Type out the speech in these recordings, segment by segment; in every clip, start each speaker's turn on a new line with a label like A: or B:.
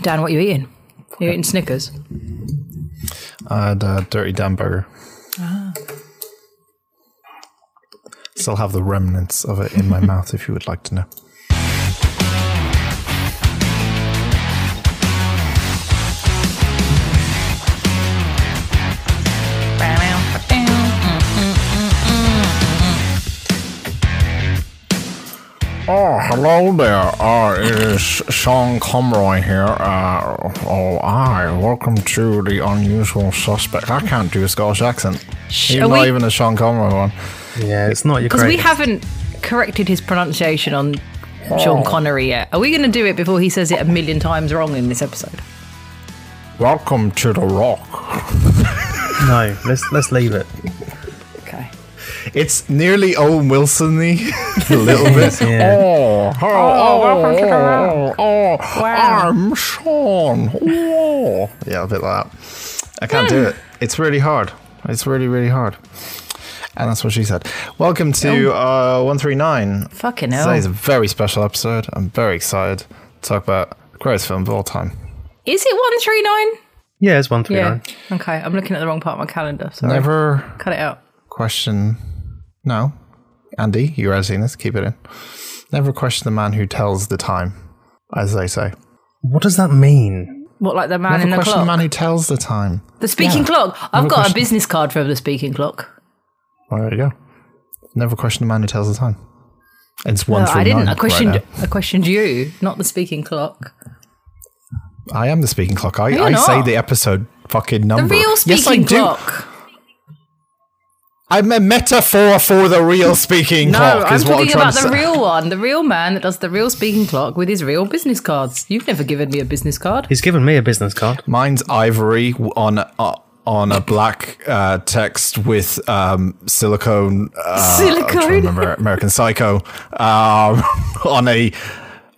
A: Dan, what are you eating? You're eating Snickers.
B: I had a dirty Dan burger. Ah. Still have the remnants of it in my mouth if you would like to know. Oh, hello there. Uh, it is Sean Comroy here. Uh, oh, I welcome to the unusual suspect. I can't do a Scottish accent, even
A: are
B: not
A: we-
B: even a Sean Comroy one.
C: Yeah, it's not your
A: Because we
C: greatest.
A: haven't corrected his pronunciation on
B: Oh.
A: Sean Connery yet. Are we going to do it before he says it a million times wrong in this episode?
B: Welcome to the Rock.
C: No, let's let's leave it.
A: Okay.
B: It's nearly Owen Wilson-y, a little bit.
C: Yeah.
B: Oh, oh, oh, welcome to the Rock. Oh, I'm Sean. Oh. yeah, a bit like that. I can't
A: Hmm.
B: do it. It's really hard. It's really, really hard. And that's what she said. Welcome to
A: Oh.
B: uh, 139.
A: Fucking hell.
B: Today's a very special episode. I'm very excited to talk about the greatest film of all time.
A: Is it 139?
C: Yeah, it's one three nine.
A: Okay, I'm looking at the wrong part of my calendar. Sorry.
B: Never
A: Cut it out.
B: question. No, Andy, you're editing this. Keep it in. Never question the man who tells the time, as they say.
C: What does that mean?
A: What, like the man
B: Never
A: in the
B: question
A: clock?
B: the man who tells the time.
A: The speaking clock. I've
B: Never
A: got
B: question-
A: a business card for the speaking clock.
B: Well, there you go. Never question the man who tells the time. It's one
A: No,
B: three
A: I didn't.
B: nine
A: I questioned.
B: right uh.
A: I questioned you, not the speaking clock.
B: now. I am the speaking clock. I,
A: you're
B: I say
A: not.
B: the episode fucking
A: The
B: number.
A: real speaking
B: yes, I do.
A: clock.
B: I'm a metaphor for the real speaking
A: No,
B: clock.
A: I'm
B: is what
A: talking
B: I'm
A: about
B: trying
A: the
B: to say.
A: real one, the real man that does the real speaking clock with his real business cards. You've never given me a business card.
C: He's given me a business card.
B: Mine's ivory w- on uh, on a black uh, text with um, silicone. Uh, I'm trying to
A: Silicone?
B: remember American Psycho um, on a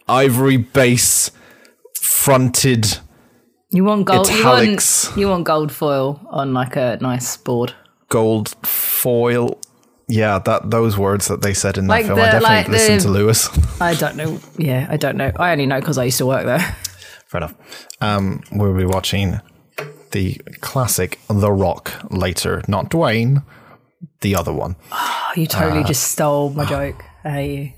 B: ivory base fronted.
A: You want gold. You
B: Italics.
A: want, you want gold foil on like a nice board,
B: gold foil. Yeah, that those words that they said in that
A: Like
B: film.
A: the-
B: I definitely
A: like the-
B: listened to Lewis.
A: I don't know. Yeah, I don't know. I only know because I used to work there.
B: Fair enough. Um, we'll be watching the classic The Rock later, not Dwayne, the other one.
A: Oh, you totally
B: Ah.
A: just stole my joke. I hate you.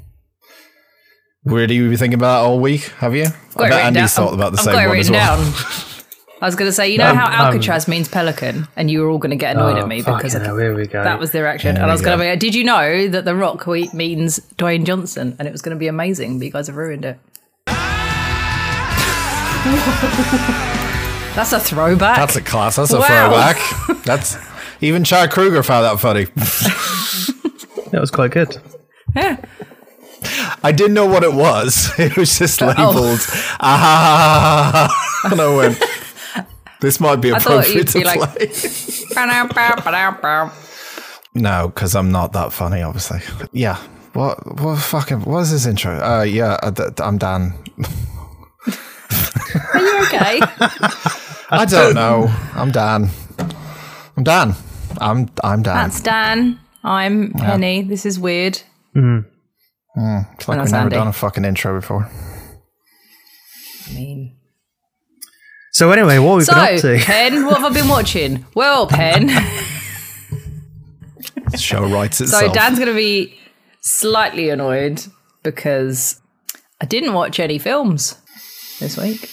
B: Really, you've been thinking about that all week, have you?
A: Got
B: I
A: it
B: bet
A: written
B: Andy's
A: down.
B: thought about the
A: I've
B: same
A: got it
B: one as
A: written
B: well. Um,
A: down. I was going to say, you know how Alcatraz means pelican, and you were all going to get annoyed at me because
C: Oh, Fucking
A: of
C: hell, here we go.
A: that was their reaction.
B: Yeah,
A: and I was
B: there
A: going
B: you
A: to be, like, did you know that The Rock we- means Dwayne Johnson? And it was going to be amazing, but you guys have ruined it. That's a throwback.
B: That's a class. That's a
A: Wow.
B: throwback. That's even Chad Kruger found that funny.
C: That was quite good.
A: yeah.
B: I didn't know what it was. It was
A: Oh.
B: just labeled. Ah, and I went. This might be
A: thought you'd
B: appropriate to
A: be
B: play.
A: like-
B: No, because I'm not that funny, obviously. Yeah. What? What fucking? What is this intro? Uh, yeah, I, am Dan.
A: Are you okay?
B: I don't know. I'm Dan. I'm Dan. I'm I'm Dan.
A: That's Dan. I'm Penny. This is weird.
B: It's like
A: and
B: we've
A: that's
B: never
A: Andy.
B: done a fucking intro before.
A: I mean,
C: So anyway, what we've
A: So,
C: been up to?
A: Pen, what have I been watching? Well, Pen,
B: The show writes
A: so
B: itself.
A: Dan's going to be slightly annoyed because I didn't watch any films this week,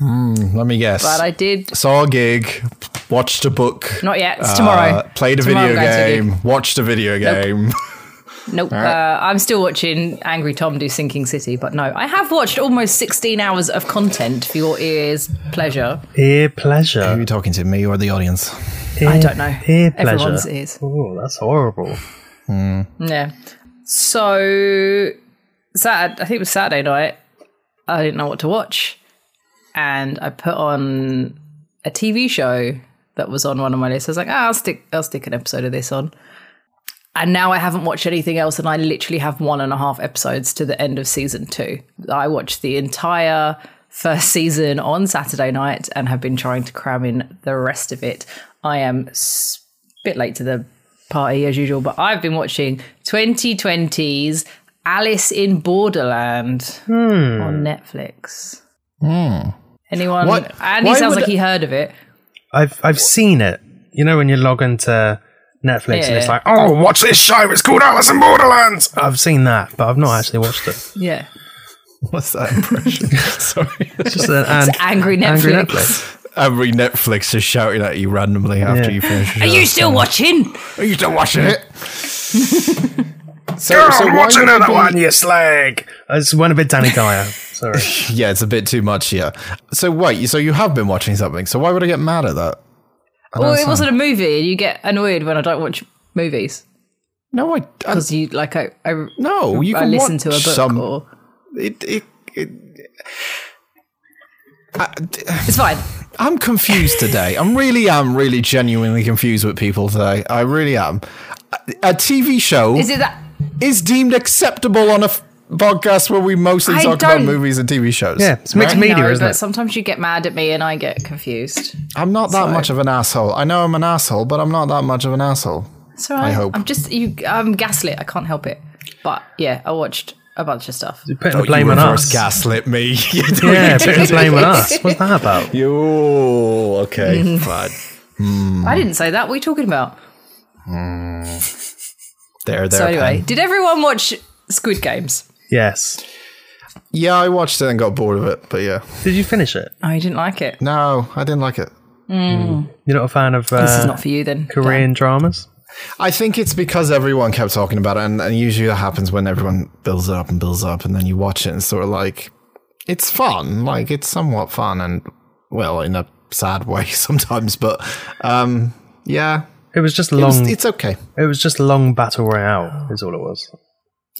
B: Let me guess.
A: but I did.
B: Saw a gig, watched a book.
A: Not yet. It's
B: uh,
A: tomorrow.
B: played a
A: Tomorrow
B: video
A: I'm going to a
B: game, watched a video game.
A: Nope. Uh, I'm still watching Angry Tom do Sinking City, but no, I have watched almost 16 hours of content for your ears' pleasure.
C: Ear
B: Are
C: pleasure.
B: you talking to me or the audience?
A: I don't know.
C: Ear pleasure.
A: Everyone's ears.
C: Oh, that's horrible.
A: Yeah. So Saturday, I think it was Saturday night. I didn't know what to watch, and I put on a TV show that was on one of my lists. I was like, ah, I'll stick, I'll stick an episode of this on. And now I haven't watched anything else, and I literally have one and a half episodes to the end of season two. I watched the entire first season on Saturday night and have been trying to cram in the rest of it. I am s- bit late to the party as usual, but I've been watching 2020's
B: Hmm.
A: Alice in Borderland on Netflix. Anyone?
B: What?
A: Andy
B: Why
A: sounds
B: would
A: like
B: I-
A: he heard of it.
C: I've I've seen it. You know when you log into Netflix and it's
A: Yeah.
C: like, oh, watch this show. It's called Alice in Borderlands. I've seen that, but I've not actually watched it.
A: Yeah.
B: What's that impression? Sorry.
C: It's just an and,
A: Angry Netflix.
C: angry Netflix.
B: Every Netflix is shouting at you randomly after
C: Yeah.
B: you finish.
A: Are you still watching?
B: Are you still watching it? so,
C: Oh,
B: so
C: I'm
B: why
C: watching
B: would it
C: another
B: be-
C: one, you slag. I just went a bit Danny Dyer. Sorry.
B: Yeah, it's a bit too much. Yeah. So wait. So you have been watching something. So why would I get mad at that?
A: Well, it wasn't a movie. You get annoyed when I don't watch movies
B: No, I. I
A: because you like I, I
B: no, you
A: I
B: can
A: listen
B: watch
A: to a book
B: some.
A: or
B: It, it, it,
A: it's fine.
B: I'm confused today. I'm really am really genuinely confused with people today. I really am. A, a TV show
A: Is
B: is,
A: it that?
B: deemed acceptable on a f- podcast where we mostly
A: I
B: talk
A: don't-
B: about movies and TV shows.
C: Yeah, it's mixed media,
A: no,
C: isn't
A: but
C: it?
A: sometimes you get mad at me and I get confused.
B: I'm not that much of an asshole. I know I'm an asshole, but I'm not that much of an asshole.
A: It's all right.
B: hope.
A: I'm just you. I'm gaslit. I can't help it. But yeah, I watched a bunch of stuff.
C: You're putting the blame on us.
B: gaslit me. You do-
C: Yeah, putting the blame on us. What's that about?
B: you okay, fine.
C: Mm.
A: I didn't say that. What are you talking about?
B: There, there.
A: So anyway,
B: Pen.
A: did everyone watch Squid Games?
C: Yes.
B: yeah, I watched it and got bored of it, but yeah,
C: Did you finish it?
A: Oh, you didn't like it.
B: no, I didn't like it.
C: You're not a fan of
A: This
C: uh,
A: is not for you then.
C: Korean dramas?
B: I think it's because everyone kept talking about it, and, and usually that happens when everyone builds it up and builds up, and then you watch it and sort of like, it's fun, like it's somewhat fun, and well, in a sad way sometimes, but um, yeah,
C: It was just
B: it was-
C: long.
B: it's okay.
C: It was just long battle royale, is all it was.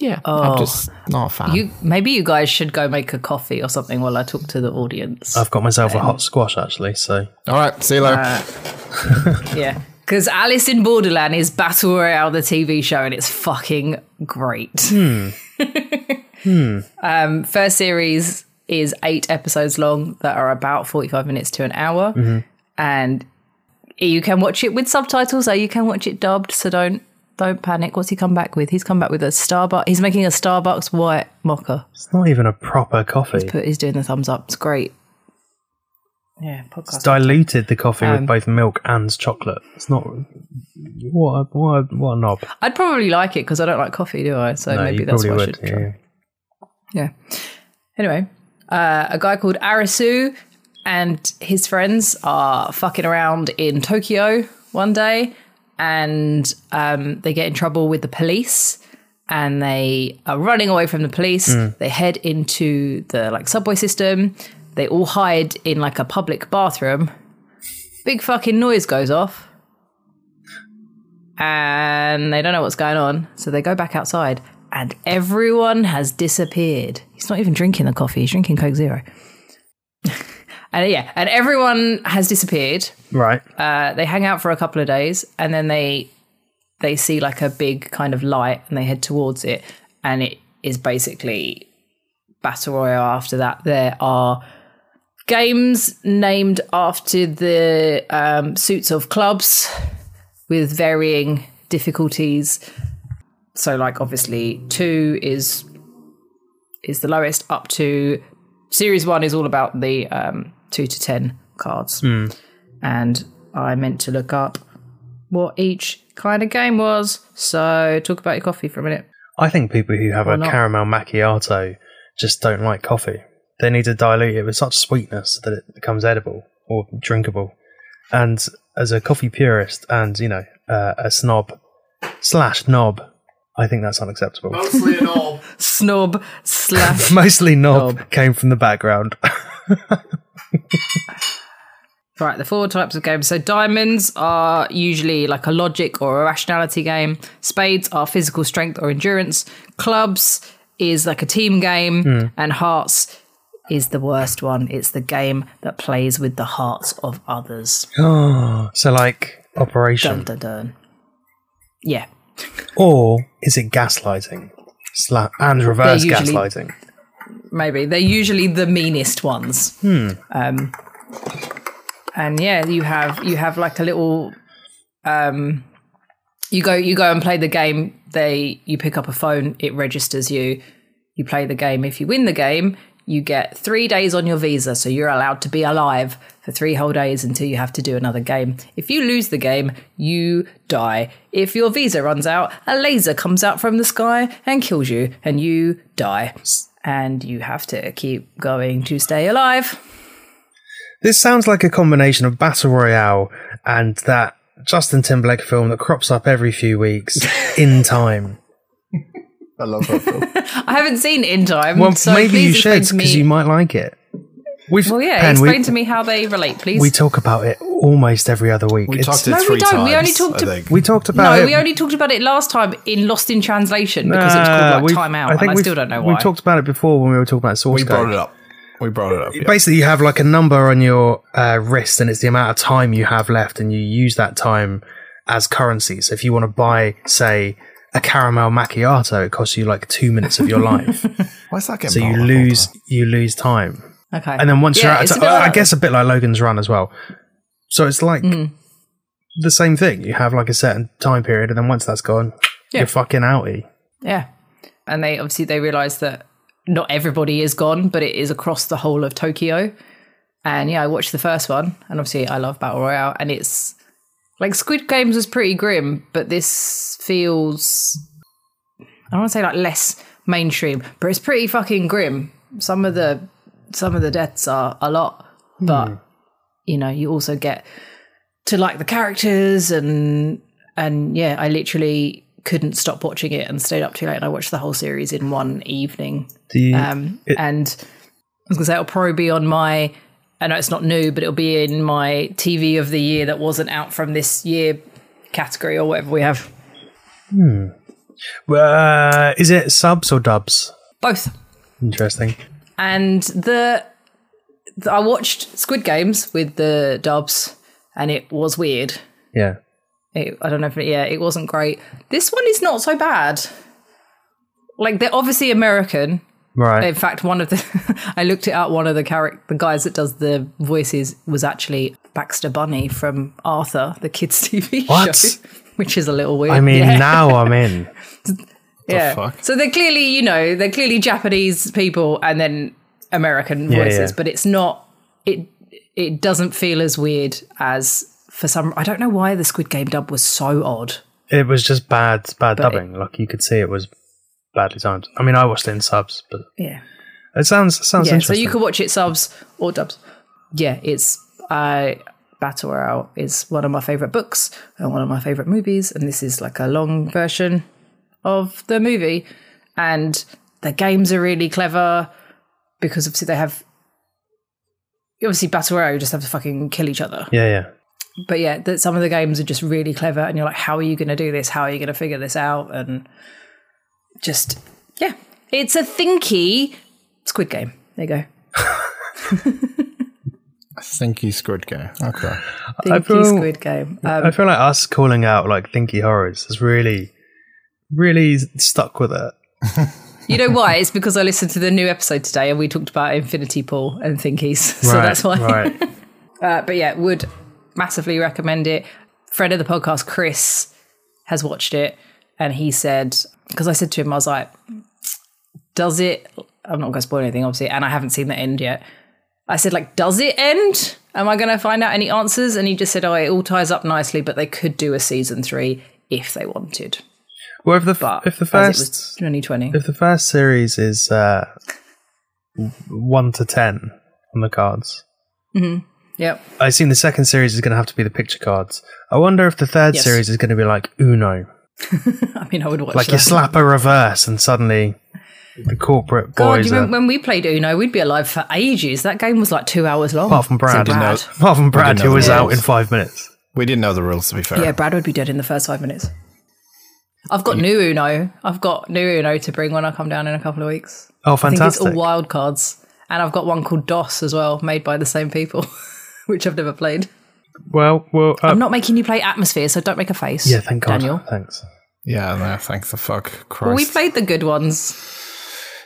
B: Yeah,
A: Oh.
B: I'm just not a fan.
A: You maybe you guys should go make a coffee or something while I talk to the audience.
C: I've got myself a hot squash actually, so
B: All right, see you later.
A: Uh, yeah. Because Alice in Borderland is Battle Royale, the TV show, and it's fucking great.
C: Hmm.
A: Um, first series is eight episodes long that are about 45 minutes to an hour.
C: Mm-hmm.
A: And you can watch it with subtitles or you can watch it dubbed. So don't don't panic. What's he come back with? He's come back with a Starbucks. He's making a Starbucks white mocha.
C: it's not even a proper coffee.
A: But he's doing the thumbs up. It's great. Yeah, podcast.
C: Diluted the coffee
A: Um,
C: with both milk and chocolate. It's not what a, what a, what a knob.
A: I'd probably like it because I don't like coffee, do I? So
C: No,
A: Oh, maybe
C: you
A: that's
C: probably
A: what I
C: would.
A: should try.
C: Yeah.
A: Yeah. Anyway, uh, a guy called Arisu and his friends are fucking around in Tokyo one day and um, they get in trouble with the police and they are running away from the police. They head into the like subway system. They all hide in like a public bathroom. Big fucking noise goes off. And they don't know what's going on. So they go back outside and everyone has disappeared. He's not even drinking the coffee, he's drinking Coke Zero. and yeah, and everyone has disappeared
C: Right.
A: uh, they hang out for a couple of days and then they they see like a big kind of light and they head towards it and it is basically battle royale after that there are games named after the um, suits of clubs with varying difficulties so like obviously two is is the lowest up to series one is all about the um, two to ten cards and I meant to look up what each kind of game was. So talk about your coffee for a minute.
C: I think people who have a
A: not?
C: caramel macchiato just don't like coffee. They need to dilute it with such sweetness that it becomes edible or drinkable. And as a coffee purist and, you know, uh, a snob slash knob, I think that's unacceptable.
A: Snob slash.
C: Mostly knob, came from the background.
A: right, the four types of games. So diamonds are usually like a logic or a rationality game. Spades are physical strength or endurance. Clubs is like a team game, and hearts is the worst one. It's the game that plays with the hearts of others.
C: so, like,
A: Dun
C: operation.
A: dun dun. Yeah.
C: Or is it gaslighting? Sla- and reverse
A: They're usually-
C: gaslighting.
A: maybe they're usually the meanest ones um and yeah you have you have like a little um you go you go and play the game they you pick up a phone it registers you you play the game if you win the game you get three days on your visa, so you're allowed to be alive for three whole days until you have to do another game. If you lose the game, you die. If your visa runs out, a laser comes out from the sky and kills you, and you die. And you have to keep going to stay alive.
C: This sounds like a combination of Battle Royale and that Justin Timberlake film that crops up every few weeks in time.
D: I love that film.
A: I haven't seen In Time.
C: Well,
A: so
C: maybe
A: please
C: you
A: explain
C: should
A: to me-
C: because you might like it. We've,
A: Well, yeah,
C: Pen,
A: explain
C: we,
A: to me how they relate, please.
C: we talk about it almost every other week.
D: We
C: It's-
D: talked it
A: No, we
D: three
A: don't.
D: times.
A: We only talked to-
D: I think.
C: we talked about
A: no,
C: it.
A: we only talked about it last time in Lost in Translation because it was
C: Nah,
A: called like
C: we've-
A: Time Out, and I
C: we've-
A: still don't know
C: We
A: why.
C: talked about it before when we were talking about source
D: We
C: code.
D: brought it up. We brought it up. yeah.
C: Basically, you have like a number on your uh, wrist, and it's the amount of time you have left, and you use that time as currency. So, if you want to buy, say, a caramel macchiato, it costs you like two minutes of your life.
D: Why's that getting
C: so
D: brought
C: you
D: up all the
C: lose,
D: time?
C: you lose time,
A: okay,
C: and then once
A: Oh, Yeah,
C: you're out,
A: it's
C: of
A: a
C: ti-
A: bit
C: I
A: like- Hmm.
C: guess a bit like Logan's Run as well. So it's like the same thing. You have like a certain time period, and then once that's gone,
A: Yeah.
C: you're fucking outie.
A: yeah, and they obviously they realise that not everybody is gone, but it is across the whole of Tokyo. And yeah, I watched the first one, and obviously I love battle royale, and it's like Squid Games was pretty grim, but this feels I don't want to say like less mainstream, but it's pretty fucking grim. Some of the some of the deaths are a lot, but
C: Hmm.
A: you know you also get to like the characters and and yeah, I literally couldn't stop watching it and stayed up too late and I watched the whole series in one evening
C: Do you,
A: um, and I was gonna say it'll probably be on my. I know it's not new, but it'll be in my TV of the year that wasn't out from this year category or whatever we have.
C: uh, is it subs or dubs?
A: Both.
C: Interesting.
A: And the, the I watched Squid Games with the dubs, and it was weird.
C: Yeah.
A: It, I don't know if it, yeah, it wasn't great. This one is not so bad. Like they're obviously American,
C: Right.
A: In fact, one of the I looked it up. One of the character, the guys that does the voices, was actually Baxter Bunny from Arthur, the kids' TV
C: What?
A: show, which is a little weird.
C: I mean,
A: yeah,
C: now I'm in.
A: yeah.
D: fuck?
A: So they're clearly, you know, they're clearly Japanese people, and then American
C: Yeah,
A: voices,
C: yeah.
A: but it's not. It it doesn't feel as weird as for some. I don't know why the Squid Game dub was so odd.
C: It was just bad,
A: But
C: bad
A: it-
C: dubbing. like you could see, it was badly timed. I mean, I watched it in subs, but
A: Yeah.
C: it sounds it sounds
A: yeah, so
C: interesting.
A: you could watch it subs or dubs. Yeah, it's I Battle Royale is one of my favorite books and one of my favorite movies, and this is like a long version of the movie. And the games are really clever because obviously they have obviously Battle Royale you just have to fucking kill each other.
C: yeah, yeah.
A: But yeah, that some of the games are just really clever, and you're like, how are you going to do this? How are you going to figure this out? And just yeah, it's a thinky Squid Game. There you go.
D: Stinky Squid Game. Okay.
C: I
A: Thinky
C: feel-
A: Squid Game. Um,
C: I feel like us calling out like thinky horrors has really, really stuck with it.
A: you know why? It's because I listened to the new episode today and we talked about Infinity Pool and Thinkies. So that's why.
C: Right.
A: Uh, but yeah, would massively recommend it. Friend of the podcast, Chris, has watched it and he said, because I said to him, I was like, does it, I'm not going to spoil anything, obviously, and I haven't seen the end yet. I said, like, does it end? Am I going to find out any answers? And he just said, oh, it all ties up nicely, but they could do a season three if they wanted.
C: Well, if the
A: But
C: if the
A: as
C: first
A: it was 2020.
C: if the first series is uh, one to ten on the cards,
A: Yep.
C: I assume the second series is going to have to be the picture cards. I wonder if the third
A: Yes.
C: series is going to be like Uno,
A: I mean, I would watch
C: like
A: that.
C: you slap a reverse and suddenly the corporate
A: God, Oh,
C: boys.
A: you
C: are-
A: remember when we played Uno, we'd be alive for ages. That game was like two hours long.
C: apart from Brad,
A: So
D: know-
A: Brad.
C: apart from Brad,
D: know
C: who
D: the
C: was out
D: rules.
C: in five minutes.
D: We didn't know the rules, to be fair.
A: Yeah, Brad would be dead in the first five minutes. I've got new Uno. I've got new Uno to bring when I come down in a couple of weeks.
C: Oh,
A: I think it's all
C: fantastic!
A: wild cards. And I've got one called DOS as well, made by the same people, which I've never played.
C: Well, well, uh,
A: I'm not making you play Atmosphere, so don't make a face.
C: yeah, thank God,
A: Daniel.
C: thanks.
D: Yeah, no, thank the fuck. Christ.
A: Well, we played the good ones.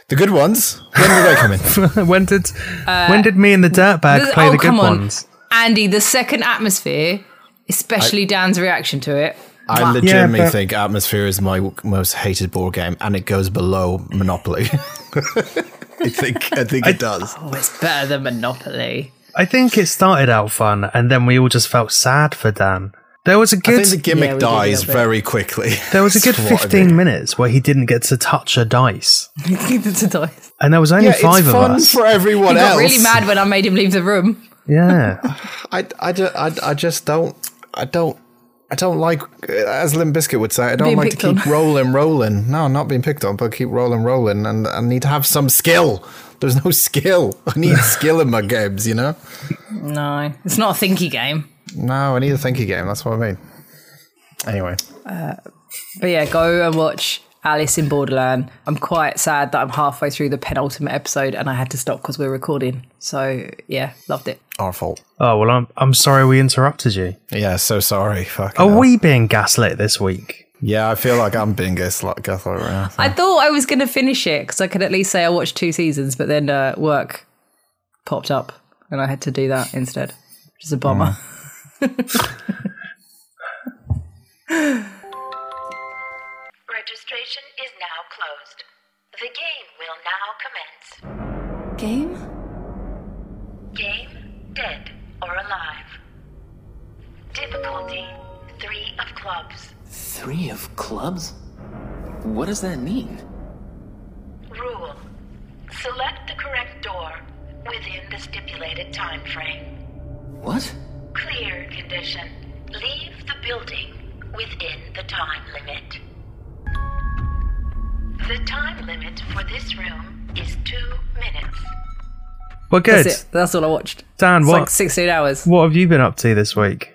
D: the good ones. When were they coming?
C: when did when did me and the dirtbag
A: the-
C: play
A: Uh, oh,
C: the good
A: come on.
C: ones?
A: Andy, the second Atmosphere, especially Dan's reaction to it.
D: I
C: Yeah,
D: legitimately
C: but-
D: think Atmosphere is my w- most hated board game, and it goes below Monopoly.
E: I think I think it does.
A: Oh, it's better than Monopoly.
C: I think it started out fun, and then we all just felt sad for Dan. There was a
E: I
C: good,
E: think the
A: Yeah,
E: gimmick
A: we did a little
E: dies
A: bit.
E: very quickly.
C: there was a good
E: That's what I
C: fifteen
E: mean.
C: minutes where he didn't get to touch a dice,
A: it's a dice.
C: and there was only
E: Yeah,
C: five
E: it's
C: of
E: fun
C: us.
E: for everyone
A: I got
E: else.
A: really mad when I made him leave the room.
C: yeah,
B: I, I, ju- I, I just don't I don't I don't like as Limp Bizkit would say I don't
A: Being
B: like to
A: picked on.
B: keep rolling rolling no not being picked on but keep rolling rolling and I need to have some skill there's no skill I need skill in my games you know
A: No, it's not a thinky game.
B: no I need a thinking game that's what I mean anyway
A: But yeah, go and watch Alice in Borderland. I'm quite sad that I'm halfway through the penultimate episode and I had to stop because we are recording. So yeah, loved it.
B: our fault
C: Oh well, I'm I'm sorry we interrupted you.
B: yeah so sorry fucking
A: Oh,
C: Are
B: hell.
C: we being gaslit this week?
B: yeah I feel like I'm being gaslight gaslight right now
A: I thought I was going to finish it because I could at least say I watched two seasons, but then uh, work popped up and I had to do that instead, which is a bummer.
F: Registration is now closed. The game will now commence.
G: Game?
F: Game dead or alive. Difficulty three of clubs.
H: Three of clubs? What does that mean?
F: Rule. Select the correct door within the stipulated time frame.
H: What?
F: Clear condition. Leave the building within the time limit. The time limit for this room is two minutes.
C: Well, good.
A: That's it. That's all I watched.
C: Dan,
A: It's
C: what
A: like 16 hours.
C: what have you been up to this week?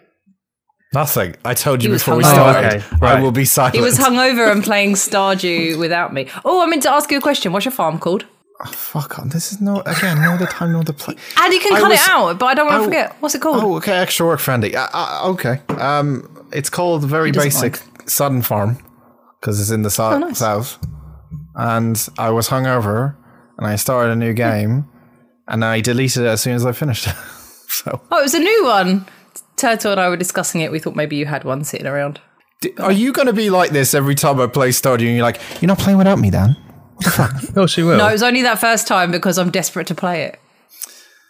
B: nothing I told you
A: He was
B: before we
A: hungover.
B: started
C: Okay, right.
B: I will be silent
A: He was hungover and playing Stardew without me. Oh, I meant to ask you a question. What's your farm called?
B: fuck on this is no again no the time no the place
A: And you can
B: I
A: cut
B: was-
A: it out, but I don't want to
B: Oh,
A: forget. What's it called?
B: Oh, okay, extra work, Fendi. Uh, uh, okay, um, it's called very
A: doesn't Oh,
B: basic Sudden Farm because it's in the so- south. And I was hungover, and I started a
A: Hmm.
B: new game, and I deleted it as soon as I finished. it. so,
A: Oh, it was a new one. Turtle and I were discussing it. We thought maybe you had one sitting around.
B: D- are you going to be like this every time I play Stardew? And you're like, you're not playing without me, Dan.
C: Oh, she will.
A: No, it was only that first time because I'm desperate to play it.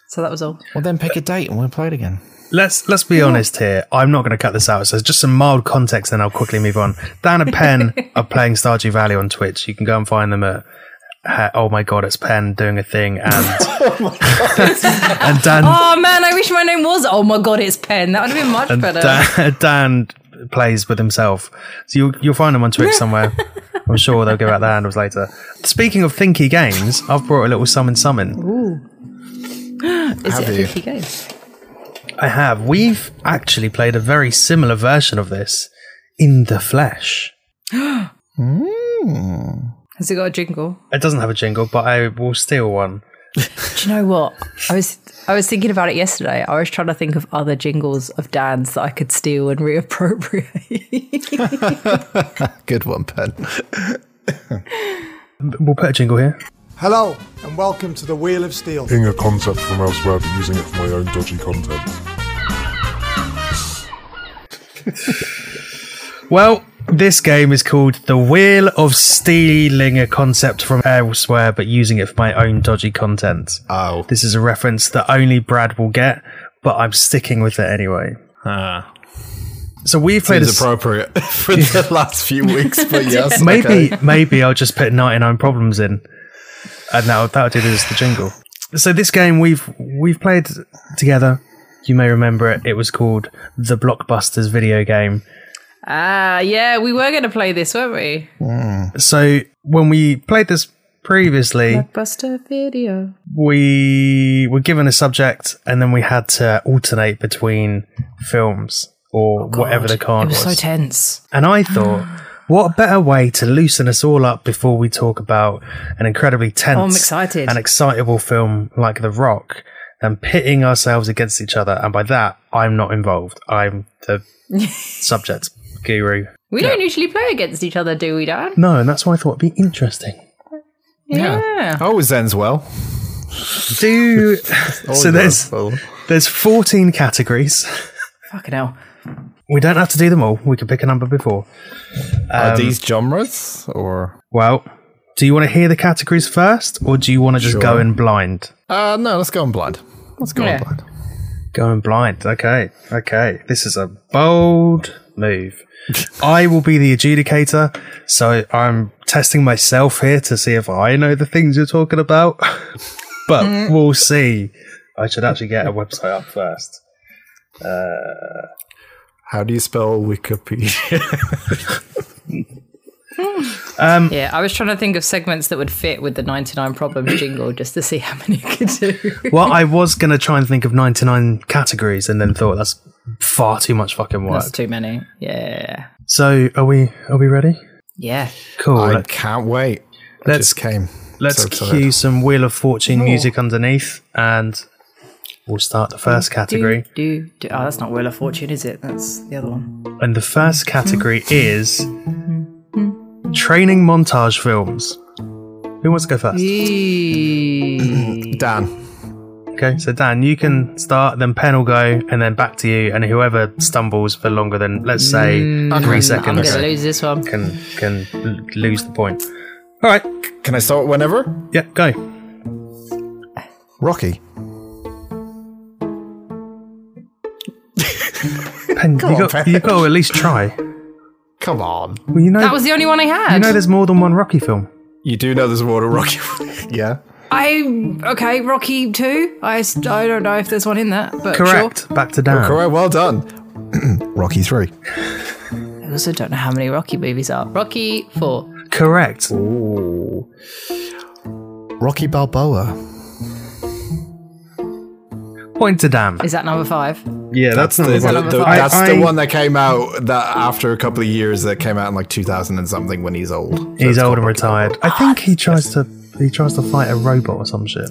A: So that was all.
B: Well, then pick a date and we'll play it again.
C: Let's let's be honest here. I'm not going to cut this out. So just some mild context, then I'll quickly move on. Dan and Penn are playing Stardew Valley on Twitch. You can go and find them at. ha- Oh my god, it's Penn doing a thing, and Oh and Dan
A: Oh man, I wish my name was. Oh my god, it's Pen. That would have been much Oh, better.
C: Dan, Dan plays with himself. So you'll, you'll find him on Twitch somewhere. I'm sure they'll give out their handles later. Speaking of thinky games, I've brought a little summon summon.
A: Is it
B: Have
A: a
B: you?
A: tricky game?
C: I have. We've actually played a very similar version of this in the flesh.
A: Has it got a jingle?
C: It doesn't have a jingle, but I will steal one.
A: Do you know what? I was I was thinking about it yesterday. I was trying to think of other jingles of Dan's that I could steal and reappropriate.
B: Good one, Pen.
C: We'll put a jingle here.
I: Hello, and welcome to the Wheel of Steel.
J: Ing a concept from elsewhere but using it for my own dodgy content.
C: Well, this game is called The Wheel of Stealing, a concept from elsewhere, but using it for my own dodgy content.
B: Oh.
C: This is a reference that only Brad will get, but I'm sticking with it anyway. So we've played a
B: It's
C: s-
B: appropriate for the last few weeks, but yes, okay.
C: maybe maybe I'll just put 99 problems in, and that'll that'll do this the jingle. So this game we've we've played together. You may remember it. It was called the Blockbusters video game.
A: Ah, yeah, we were going to play this, weren't we?
C: So when we played this previously,
A: Buster video.
C: we were given a subject and then we had to alternate between films or whatever
A: Oh,
C: the
A: It
C: card
A: was
C: was.
A: so tense.
C: and I thought, what a better way to loosen us all up before we talk about an incredibly tense
A: excited.
C: and excitable film like The Rock than pitting ourselves against each other. And by that, I'm not involved. I'm the subject guru.
A: We don't usually play against each other, do we, Dan?
C: No, and that's why I thought it'd be interesting.
A: Yeah.
B: always Oh, ends well. Oh,
C: Do so
B: Always
C: there's
B: ends well.
C: there's 14 categories.
A: Fucking hell.
C: We don't have to do them all. We can pick a number before.
B: Are these genres or
C: Well, Do you want to hear the categories first, or do you want to just go
B: Sure.
C: in blind?
B: Uh, no, let's go on blind. Let's go
A: Yeah.
B: on blind.
C: Going blind. Okay. Okay. This is a bold move. I will be the adjudicator, so I'm testing myself here to see if I know the things you're talking about. but we'll see. I should actually get a website up first.
B: How do you spell Wikipedia?
A: Yeah, I was trying to think of segments that would fit with the 99 problems jingle just to see how many I could do.
C: Well, I was going to try and think of 99 categories and then thought that's far too much fucking work.
A: That's too many. Yeah.
C: so, are we are we ready?
A: Yeah.
C: Cool.
B: I
C: Let-
B: can't wait. I
C: Let's-
B: just came.
C: Let's
B: So excited.
C: cue some Wheel of Fortune music underneath and we'll start the first category.
A: Do, do, oh, that's not Wheel of Fortune, is it? That's the other one.
C: And the first category is training montage films. Who wants to go first?
B: Dan.
C: Okay, so Dan, you can start, then Pen will go, and then back to you, and whoever stumbles for longer than, let's say, three
A: Mm. I'm going
C: seconds
A: to lose this one.
C: can can l- lose the point.
B: All right. Can I start whenever?
C: Yeah, go.
B: Rocky. on,
C: Pen, you got,
B: Pen.
C: you got to at least try.
B: Come on.
C: Well, you know,
A: That was the only one I had.
C: you know, there's more than one Rocky film.
K: You do know there's a water rocket.
B: Yeah.
A: I okay, Rocky two. I, s- I don't know if there's one in that, but
C: Correct. Back to Dan.
B: All right. Well done. Rocky three.
A: sure. I also don't know how many Rocky movies are. Rocky four.
C: Correct.
B: Rocky Balboa.
C: Point to Dan.
A: Is that number five?
C: Yeah,
B: That's the,
A: that
B: the-
A: number five?
B: that's
C: I-
B: the
C: I-
B: one that came out that after a couple of years that came out in like 2000 and something when he's old.
C: He's old and retired. I think he tries to he tries to fight a robot or some shit.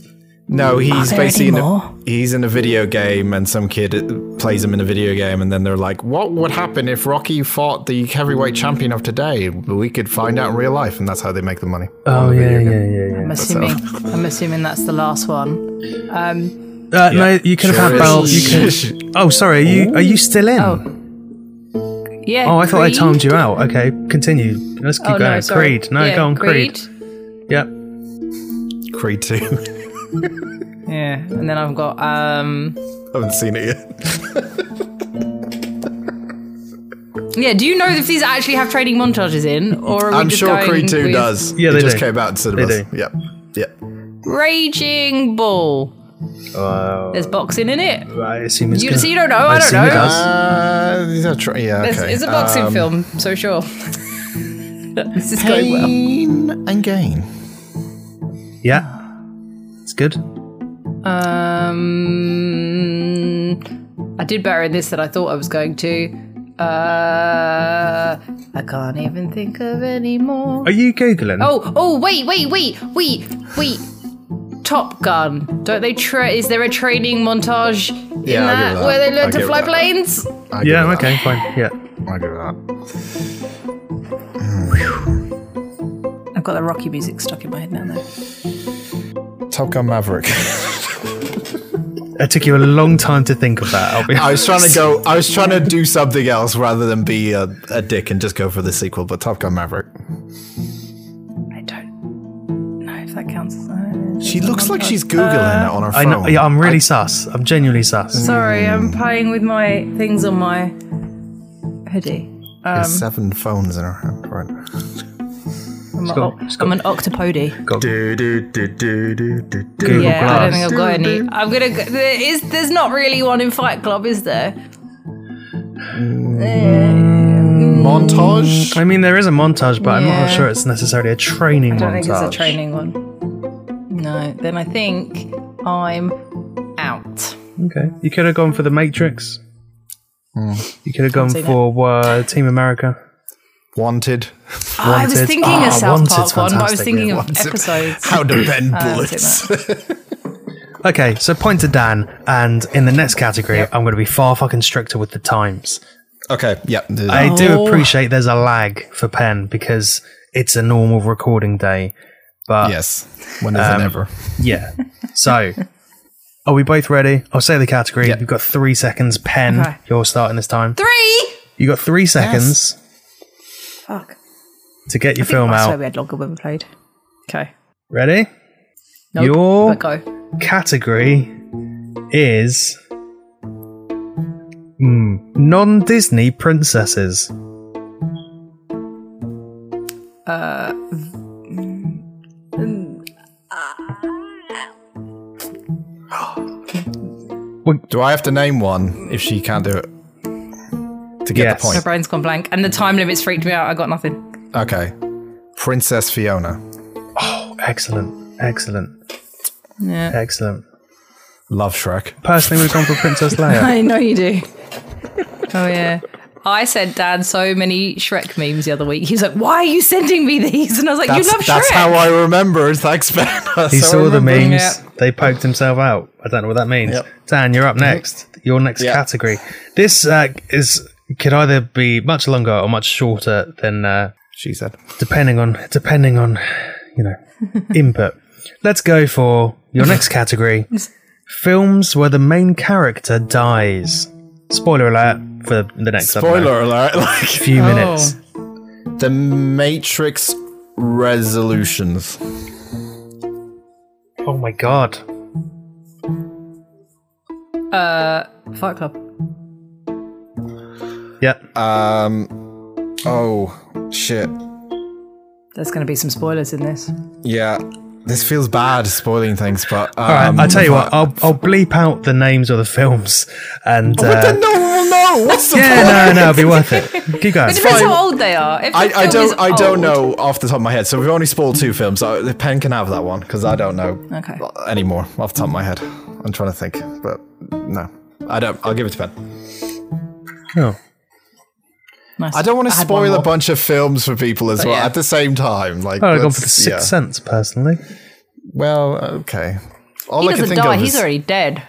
B: No, he's
A: there
B: basically in
A: anymore?
B: a, he's in a video game, and some kid plays him in a video game, and then they're like, "What would happen if Rocky fought the heavyweight champion of today?" We could find out in real life, and that's how they make the money.
C: Oh yeah, yeah, yeah,
A: I'm assuming. I'm assuming that's the last one.
C: yeah. Uh, No, you could have had Bell. You could. Oh, sorry. Are you are you still in? Oh,
A: Yeah.
C: I thought I
A: Creed?
C: timed you out. Okay, continue. Let's keep
A: Oh
C: going.
A: no, sorry.
C: Creed. No,
A: yeah,
C: go on. Creed.
A: Creed.
C: Yep.
B: Creed Two.
A: Yeah, and then I've got um.
B: Haven't seen it yet.
A: Yeah, do you know if these actually have trading montages in, or are we
B: I'm
A: just
B: sure
A: going
B: Creed Two
A: with
B: does.
C: Yeah,
B: it
C: they
B: just
C: do.
B: came out in cinemas.
C: do.
B: Yep. Yep.
A: Raging Bull.
B: Oh.
A: There's boxing in it.
C: I assume it's
A: You
C: gonna-
A: see, you don't know. I, don't
C: assume it
A: know.
C: does.
B: Uh, these are tr- yeah.
A: It's,
B: okay.
A: it's a boxing
B: Um,
A: film, so sure. this is going well.
B: Pain and gain.
C: Yeah. It's good.
A: Um, I did better in this than I thought I was going to. Uh, I can't even think of any more.
C: Are you googling?
A: Oh, oh, wait, wait, wait, wait, wait. Top Gun. Don't they? Tra- is there a training montage in
B: Yeah, I'll
A: that,
B: give it that.
A: where they learn
B: I'll
A: to
B: give it
A: fly
B: that.
A: planes?
B: I give
C: yeah.
B: it
C: Okay. Fine. Yeah.
B: That. I give it that.
A: I've got the Rocky music stuck in my head now. Though.
B: Top Gun Maverick.
C: It took you a long time to think of that. I'll be
B: I was trying to go. I was trying to do something else rather than be a, a dick and just go for the sequel. But Top Gun Maverick.
A: I don't know if that counts. as a-
B: She looks like she's googling it on her
C: Uh, I
B: phone.
C: know. Yeah, um, I'm really sus. I'm genuinely sus.
A: Sorry, I'm playing with my things on my hoodie.
B: There's seven phones in her hand right now.
A: I'm, a,
C: got- it's got-
A: I'm an octopody.
C: Google
A: yeah, I don't
C: Glass.
A: think I've got any. I'm gonna. Go, there is. There's not really one in Fight Club, is there?
B: Montage.
C: I mean, there is a montage, but I'm
A: Yeah.
C: not sure it's necessarily a training
A: I don't
C: montage.
A: think it's a training one. No. Then I think I'm out.
C: Okay, you could have gone for the Matrix. You could have gone
A: see that.
C: for uh, Team America.
B: Wanted.
A: I was
C: Wanted.
A: thinking
C: Ah,
A: a South
C: Wanted's
A: Park one, but I was
C: fantastic,
A: thinking
C: yeah,
A: of
B: Wanted.
A: episodes. Uh,
B: How to bend
A: I'll
B: bullets.
A: take
C: Okay, so point to Dan, and in the next category, I'm going to be far fucking stricter with the times.
B: okay. Yep.
C: I
A: Oh.
C: do appreciate there's a lag for Pen because it's a normal recording day, but
B: yes. When is
C: Um,
B: it ever?
C: yeah. So, are we both ready? I'll say the category. You've got three seconds. Pen,
A: Okay.
C: you're starting this time.
A: Three.
C: You got three seconds
A: Fuck.
C: to get your film
A: I swear
C: out.
A: we had longer when we played. Okay.
C: Ready?
A: Nope.
C: Your-
A: But go.
C: Category is Hmm, non-Disney princesses.
B: Do I have to name one if she can't do it? To get
C: Yes.
B: the
A: My
B: point.
A: brain's gone blank, and the time limits freaked me out. I got nothing.
B: Okay. Princess Fiona.
C: Excellent, excellent,
A: Yeah.
C: excellent.
B: Love Shrek.
C: Personally, we've gone for Princess Leia.
A: I know you do. oh yeah. I sent Dan so many Shrek memes the other week. He's like, "Why are you sending me these?" And I was like,
B: That's,
A: "You love
B: that's
A: Shrek."
B: how I remember. Thanks, Ben. That's
C: He
B: how I
C: saw the
B: remember.
C: memes.
A: Yeah.
C: They poked himself out. I don't know what that means.
B: Yep. Mm-hmm.
C: Dan, you're up next. Your next
B: Yeah.
C: category. This uh, is could either be much longer or much shorter than uh,
B: She said.
C: depending on depending on you know input. Let's go for your next category: films where the main character dies. Spoiler alert for the next I don't know,
B: Spoiler alert. Like,
C: few minutes.
B: the Matrix resolutions.
C: Oh my god!
A: Fight Club.
C: Yep.
B: Um. Oh shit.
A: There's going to be some spoilers in this.
B: Yeah. This feels bad spoiling things, but um,
C: All right, I'll tell you what. I'll, I'll bleep out the names of the films, and
B: But
C: uh,
B: then no one will know. What's the point?
C: yeah, no, no, it'll be worth it. Keep going.
A: It depends
B: fine.
A: how old they are. If the
B: I, I
A: film is
B: don't I
A: old-
B: don't know off the top of my head. So we've only spoiled two films. So Pen can have that one because I don't know
A: Okay.
B: anymore off the top of my head. I'm trying to think, but no, I don't. I'll give it to Pen.
C: Oh.
A: Nice.
B: I don't want to
A: had one
B: spoil a
A: more.
B: bunch of films for people as well
A: yeah.
B: at the same time. Like,
C: I'd have Oh, gone
B: that's-
C: for the Sixth
B: yeah.
C: Sense personally.
B: Well, okay. All
A: He
B: I can
A: doesn't
B: think
A: die.
B: of
A: He's
B: is
A: already dead.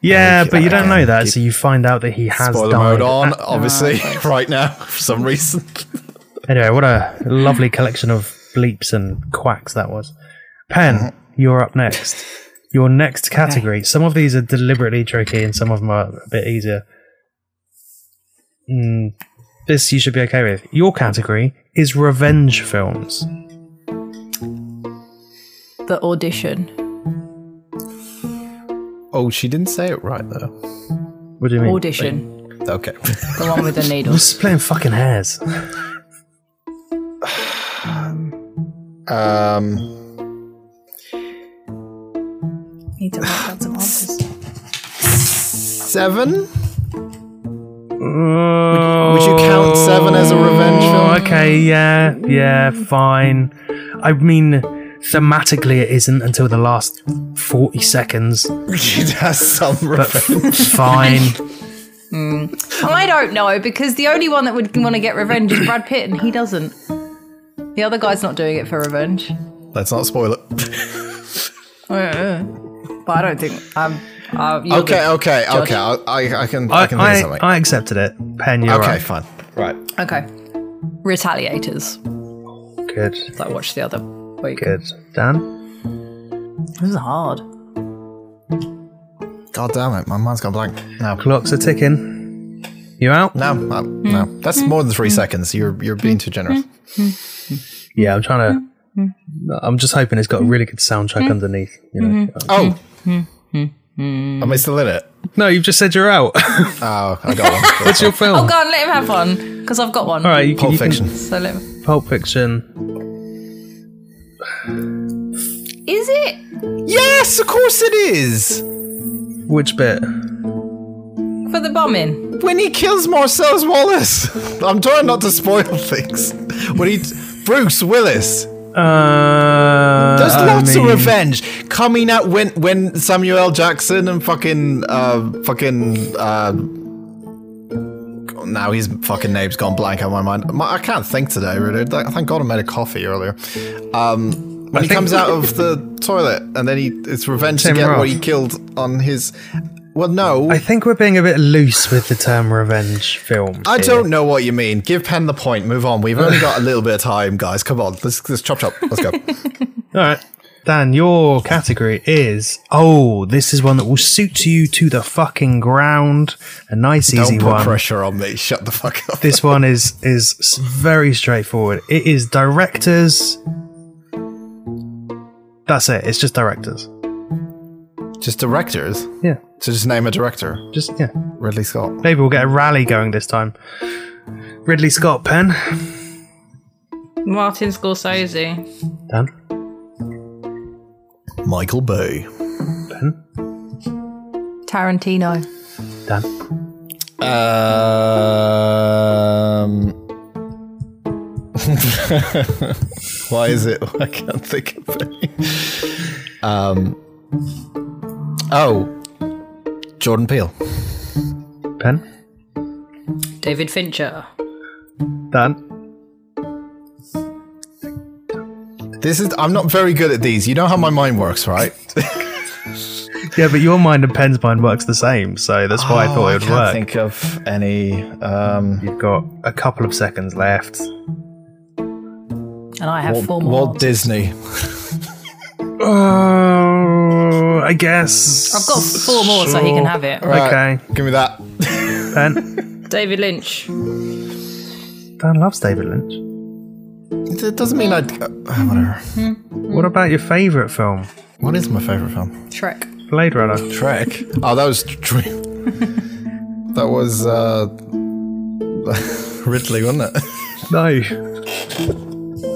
C: Yeah,
B: Okay,
C: but you don't
B: okay.
C: know that,
B: Keep-
C: so you find out that he has
B: spoiler
C: died. Ah,
B: mode on, obviously, right now for some reason.
C: Anyway, what a lovely collection of bleeps and quacks that was. Pen,
B: Mm-hmm.
C: you're up next. Your next category. Some of these are deliberately tricky, and some of them are a bit easier. Mm, this you should be okay with. Your category is revenge films.
A: The audition.
B: Oh, she didn't say it right though.
C: What do you mean?
A: Audition.
B: Okay.
A: The one with the
C: I'm
A: needles.
C: just playing fucking hairs.
B: um,
A: Need to write down some answers.
B: seven. Would you count seven as a revenge film?
C: Oh, okay, yeah, yeah, fine. I mean, thematically, it isn't until the last 40 seconds,
B: It has some
C: but
B: revenge.
C: fine.
A: I don't know because the only one that would want to get revenge is Brad Pitt, and he doesn't. The other guy's not doing it for revenge.
B: Let's not spoil it.
A: Oh, But I don't think I'm. Uh, you're
B: Okay,
A: the-
B: okay, okay. I, I, I can, I,
C: I,
B: can think of
C: I,
B: something.
C: I accepted it. Pen, you're
B: okay,
C: right.
B: fine. Right.
A: okay. Retaliators.
C: Good,
A: that I watched the other week.
C: good. Dan?
A: This is hard.
B: God damn it, my mind's gone blank. No,
C: Clocks are ticking. You out?
B: no, no, no. That's
A: Mm.
B: more than three seconds. You're, you're being too generous.
C: Yeah, I'm trying to. I'm just hoping it's got a really good soundtrack underneath. You know.
B: Oh,
C: Hmm.
B: am I still in it?
C: Mm-hmm. No, you've just said you're out.
B: Oh, I got one. What's
C: Your film.
A: Oh, go on, let him have one because I've got one.
C: All right, you can,
B: Pulp
C: you can-
B: Fiction.
A: So let him.
C: Pulp Fiction.
A: Is it
B: Yes, of course it is.
C: Which bit?
A: for the bombing?
B: When he kills Marcellus Wallace. I'm trying not to spoil things. When he, Bruce Willis.
C: Uh,
B: There's
C: I
B: lots
C: mean-
B: of revenge coming out when when Samuel L. Jackson and fucking uh fucking uh now his fucking name's gone blank out of my mind. My, I can't think today, really. Th- Thank God I made a coffee earlier. Um, when he
C: think-
B: comes out of the toilet and then he it's revenge to
C: Tim
B: get
C: Roth.
B: what he killed on his. Well, no,
C: I
B: I,
C: think we're being a bit loose with the term revenge film. here.
B: don't know what you mean. Give Penn the point. Move on. We've only got a little bit of time, guys. Come on, let's, let's chop chop. Let's go.
C: All right. Dan, your category is oh, this is one that will suit you to the fucking ground. A nice,
B: don't
C: easy
B: put
C: one.
B: pressure on me. Shut the fuck up.
C: This one is is s- very straightforward. It is directors That's it. It's just directors.
B: Just directors.
C: Yeah.
B: So just name a director.
C: Just yeah.
B: Ridley Scott.
C: Maybe we'll get a rally going this time. Ridley Scott pen.
A: Martin Scorsese.
C: Dan.
B: Michael Bay.
C: Pen.
A: Tarantino.
C: Dan.
B: Um. Why is it? I can't think of it. Um. Oh, Jordan Peele.
C: Pen.
A: David Fincher.
C: Dan.
B: This is. I'm not very good at these. You know how my mind works, right?
C: Yeah, but your mind and Pen's mind works the same, so that's why I thought
B: Oh,
C: it would
B: can't
C: work.
B: Think of any. Um,
C: You've got a couple of seconds left.
A: And I have four
B: Walt,
A: more.
B: Walt Disney.
C: Oh, I guess.
A: I've got four more, so he can have it.
C: Okay,
B: Give me that.
C: Ben.
A: David Lynch.
C: Dan loves David Lynch.
B: It doesn't mean I'd. Uh, whatever.
C: What about your favourite film?
B: What is my favorite film?
A: Shrek.
C: Blade Runner.
B: Shrek. Oh, that was. Dream. that was. uh Ridley, wasn't it?
C: No.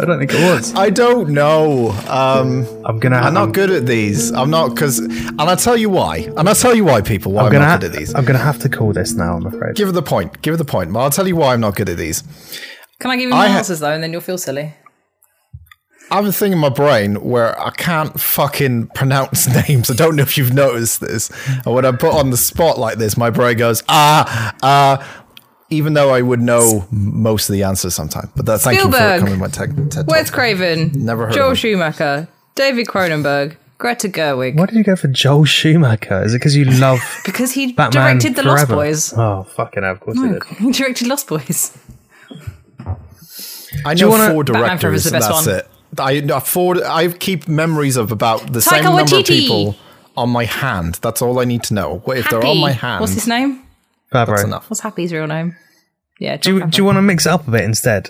C: I don't think it was.
B: I don't know. Um,
C: I'm gonna.
B: I'm
C: I'm-
B: not good at these. I'm not because, and I'll tell you why. And I'll tell you why, people. Why I'm,
C: I'm gonna.
B: not
C: Ha-
B: good at these.
C: I'm gonna have to call this now. I'm afraid.
B: Give her the point. Give her the point. But I'll tell you why I'm not good at these.
A: Can I give you
B: I
A: my
B: ha-
A: answers though, and then you'll feel silly?
B: I have a thing in my brain where I can't fucking pronounce names. I don't know if you've noticed this. And when I'm put on the spot like this, my brain goes, ah, ah, even though I would know most of the answers sometimes. But that, thank you
A: Spielberg.
B: for coming to my tech, TED
A: Wes
B: Talk.
A: Craven.
B: Never heard
A: Joel
B: of him.
A: Schumacher. David Cronenberg. Greta Gerwig.
C: Why did you go for Joel Schumacher? Is it because you love
A: Because he
C: Batman?
A: directed The Lost
C: Forever?
A: Boys.
C: Oh fucking hell! Of course you did.
A: He directed Lost Boys.
B: I
C: you
B: know
C: wanna-
B: four
A: Batman Forever's
B: directors.
A: the
B: and
A: best
B: that's
A: one.
B: it. I no, four. I keep memories of about the same
A: Taika
B: number of
A: Waititi.
B: people on my hand. That's all I need to know. What if they're on my hand?
A: What's his name?
C: Favreau.
B: enough.
A: What's Happy's real name? Yeah.
C: Do you, do you want to mix it up a bit instead?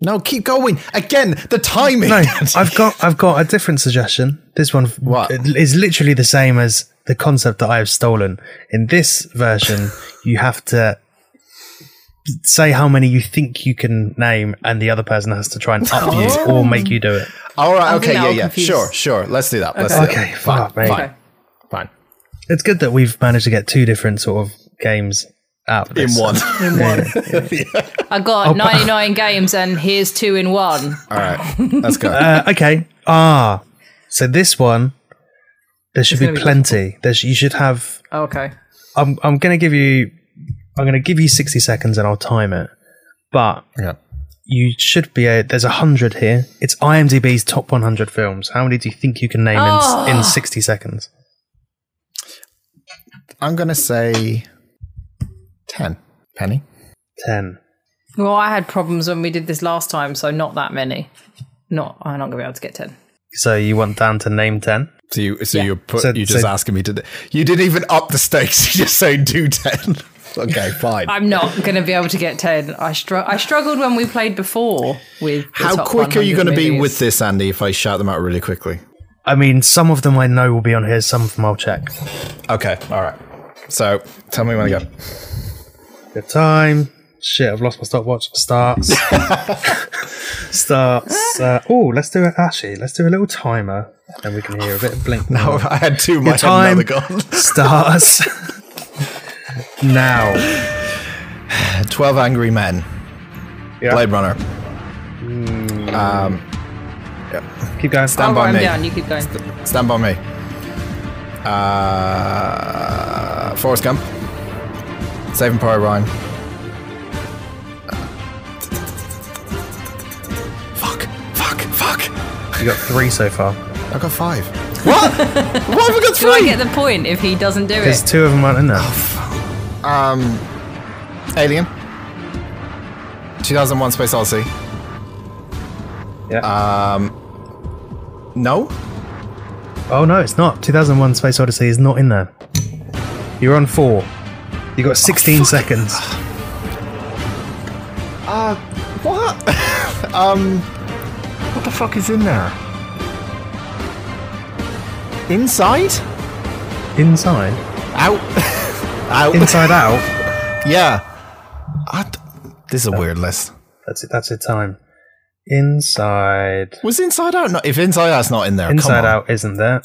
B: No, keep going. Again, the timing.
C: No, I've got I've got a different suggestion. This one
B: What?
C: is literally the same as the concept that I have stolen. In this version, you have to say how many you think you can name, and the other person has to try and up you or make you do it.
B: all right.
A: I'm
B: Okay.
A: getting
B: Yeah.
A: all
B: Yeah.
A: confused.
B: Sure. Sure. Let's do that. Let's do that.
C: Okay, fine, mate.
A: Okay.
B: Fine.
C: It's good that we've managed to get two different sort of games out of
B: In
C: this.
B: one.
A: I got
C: Oh,
A: 99 games, and here's two in one.
B: all right. Let's go.
C: Uh, okay. Ah, so this one there should
A: gonna
C: be
A: be
C: plenty. There sh- you should have
A: Oh, Okay.
C: I'm I'm gonna give you I'm gonna give you sixty seconds and I'll time it. But
B: yeah.
C: you should be a, there's a hundred here. It's IMDb's top 100 films. How many do you think you can name in, in 60 seconds?
B: I'm gonna say ten. Penny.
C: Ten.
A: Well, I had problems when we did this last time, so not that many. Not, I'm not gonna be able to get ten.
C: So you want Dan to name ten?
B: So you. So you're put.
C: So-
B: you're just
C: so-
B: asking me to. do- You didn't even up the stakes. You just say do ten. okay. Fine.
A: I'm not gonna be able to get ten. I str- I struggled when we played before with. the
B: How
A: top
B: quick are you
A: 100
B: going to be
A: movies.
B: with this, Andy? If I shout them out really quickly.
C: I mean, some of them I know will be on here. Some of them I'll check.
B: Okay. All right. So tell me when to go.
C: Good time. Shit, I've lost my stopwatch. Starts. Starts. Uh, oh, let's do it. Actually, let's do a little timer, and we can hear a bit of blink.
B: No, I had two. My
C: Your time
B: another gone.
C: starts now.
B: Twelve Angry Men. Blade Runner. Um,
C: Keep going.
A: I'll
B: Stand by
A: write 'em
B: me.
A: down. You keep going.
B: Stand by me. Uh, Forrest Gump. Saving Private Ryan. Fuck! Fuck! Fuck!
C: You got three so far.
B: I got five. What? Why have I got
A: Do I
B: three?
A: get the point if he doesn't do
C: There's
A: it?
C: two of them aren't in there.
B: Um, Alien. 2001 Space Odyssey.
C: Yeah.
B: No?
C: oh no, it's not. 2001: Space Odyssey is not in there. You're on four. You got 16 seconds.
B: What? um, what the fuck is in there? Inside?
C: Inside?
B: Out? out?
C: Inside out?
B: yeah. I d- this is a weird list.
C: That's it. That's your time. Inside.
B: Was Inside Out not? If Inside Out's not in there,
C: Inside
B: come on.
C: out isn't there.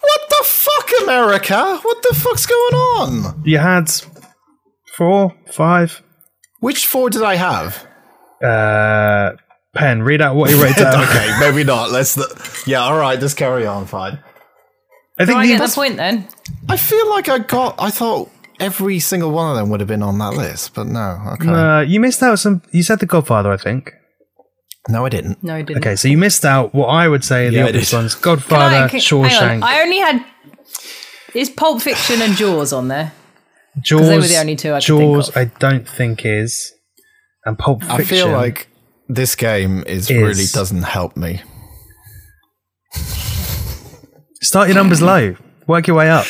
B: What the fuck, America? What the fuck's going on?
C: You had four, five.
B: Which four did I have?
C: Uh, pen, read out what you wrote down.
B: okay, maybe not. Let's. yeah, all right. Just carry on. Fine.
C: I think
A: Do I
C: you-
A: get the point then?
B: I feel like I got. I thought every single one of them would have been on that list, but no. Okay.
C: uh, you missed out some. You said The Godfather, I think.
B: no, I didn't.
A: No, I didn't.
C: Okay, so you missed out what I would say are
B: Yeah, I
C: the obvious
B: did.
C: ones:
A: Can I-
C: Godfather,
A: can- hang on,
C: Shawshank,
A: I only had. Is Pulp Fiction and Jaws on there?
C: Jaws.
A: they were the only two I could think
C: Jaws,
A: of.
C: I don't think is, and Pulp Fiction.
B: I feel like this game is, really doesn't help me.
C: start your numbers low, work your way up.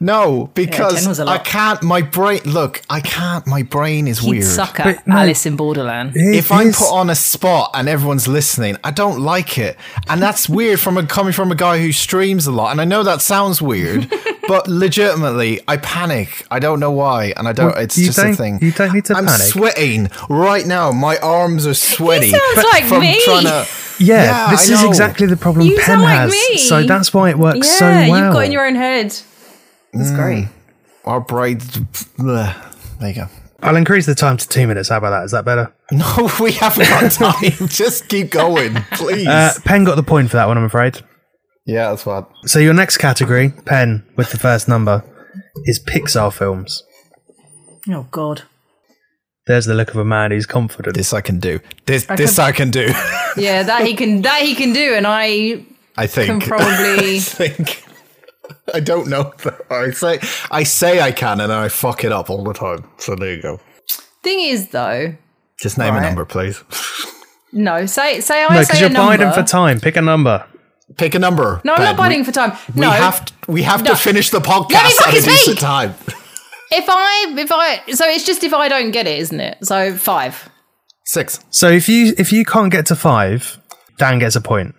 B: No, because
A: 10 was a
B: I
A: lot.
B: can't. My brain. Look, I can't. My brain is
A: He'd
B: weird.
A: suck at
C: But no.
A: Alice in Borderland.
B: if I
C: It is-
B: put on a spot and everyone's listening, I don't like it, and that's weird from a, coming from a guy who streams a lot. And I know that sounds weird, but legitimately, I panic. I don't know why, and I don't.
C: Well,
B: it's
C: you
B: just a
C: don't-
B: thing.
C: you don't need to
B: I'm
C: panic.
B: sweating right now. My arms are sweaty.
A: sounds
B: but
A: like
B: from
A: me.
B: Trying to,
C: yeah,
B: Yeah,
C: this
B: I
C: is
B: know.
C: exactly the problem
A: You
C: Pen
A: sound like
C: has.
A: me.
C: So that's why it works
A: yeah,
C: so well.
A: you've got in your own head. That's great.
B: our braids. bleh. There you go.
C: I'll increase the time to two minutes. How about that? Is that better?
B: No, we haven't got time. just keep going, please.
C: Uh, Pen got the point for that one, I'm afraid.
B: yeah, that's what.
C: So your next category, Pen, with the first number, is Pixar films.
A: Oh God.
C: There's the look of a man who's confident.
B: This I can do. This this I can do.
A: Yeah, that he can. That he can do, and I
B: I
A: can
B: think.
A: probably.
B: think. I don't know. I say I say I can, and I fuck it up all the time. So there you go.
A: Thing is, though,
B: Just name a number, please.
A: no. Say, say, I
C: no, because
A: say
C: you're
A: a number.
C: biding for time. Pick a number.
B: Pick a number.
A: no, I'm
B: Ben.
A: not biting for time.
B: We,
A: no,
B: we have to, we have
A: No.
B: to finish the
A: Let me
B: podcast at a
A: fucking
B: decent
A: speak!
B: time.
A: if I, if I, so it's just if I don't get it, isn't it? So five.
B: Six.
C: So if you if you can't get to five, Dan gets a point.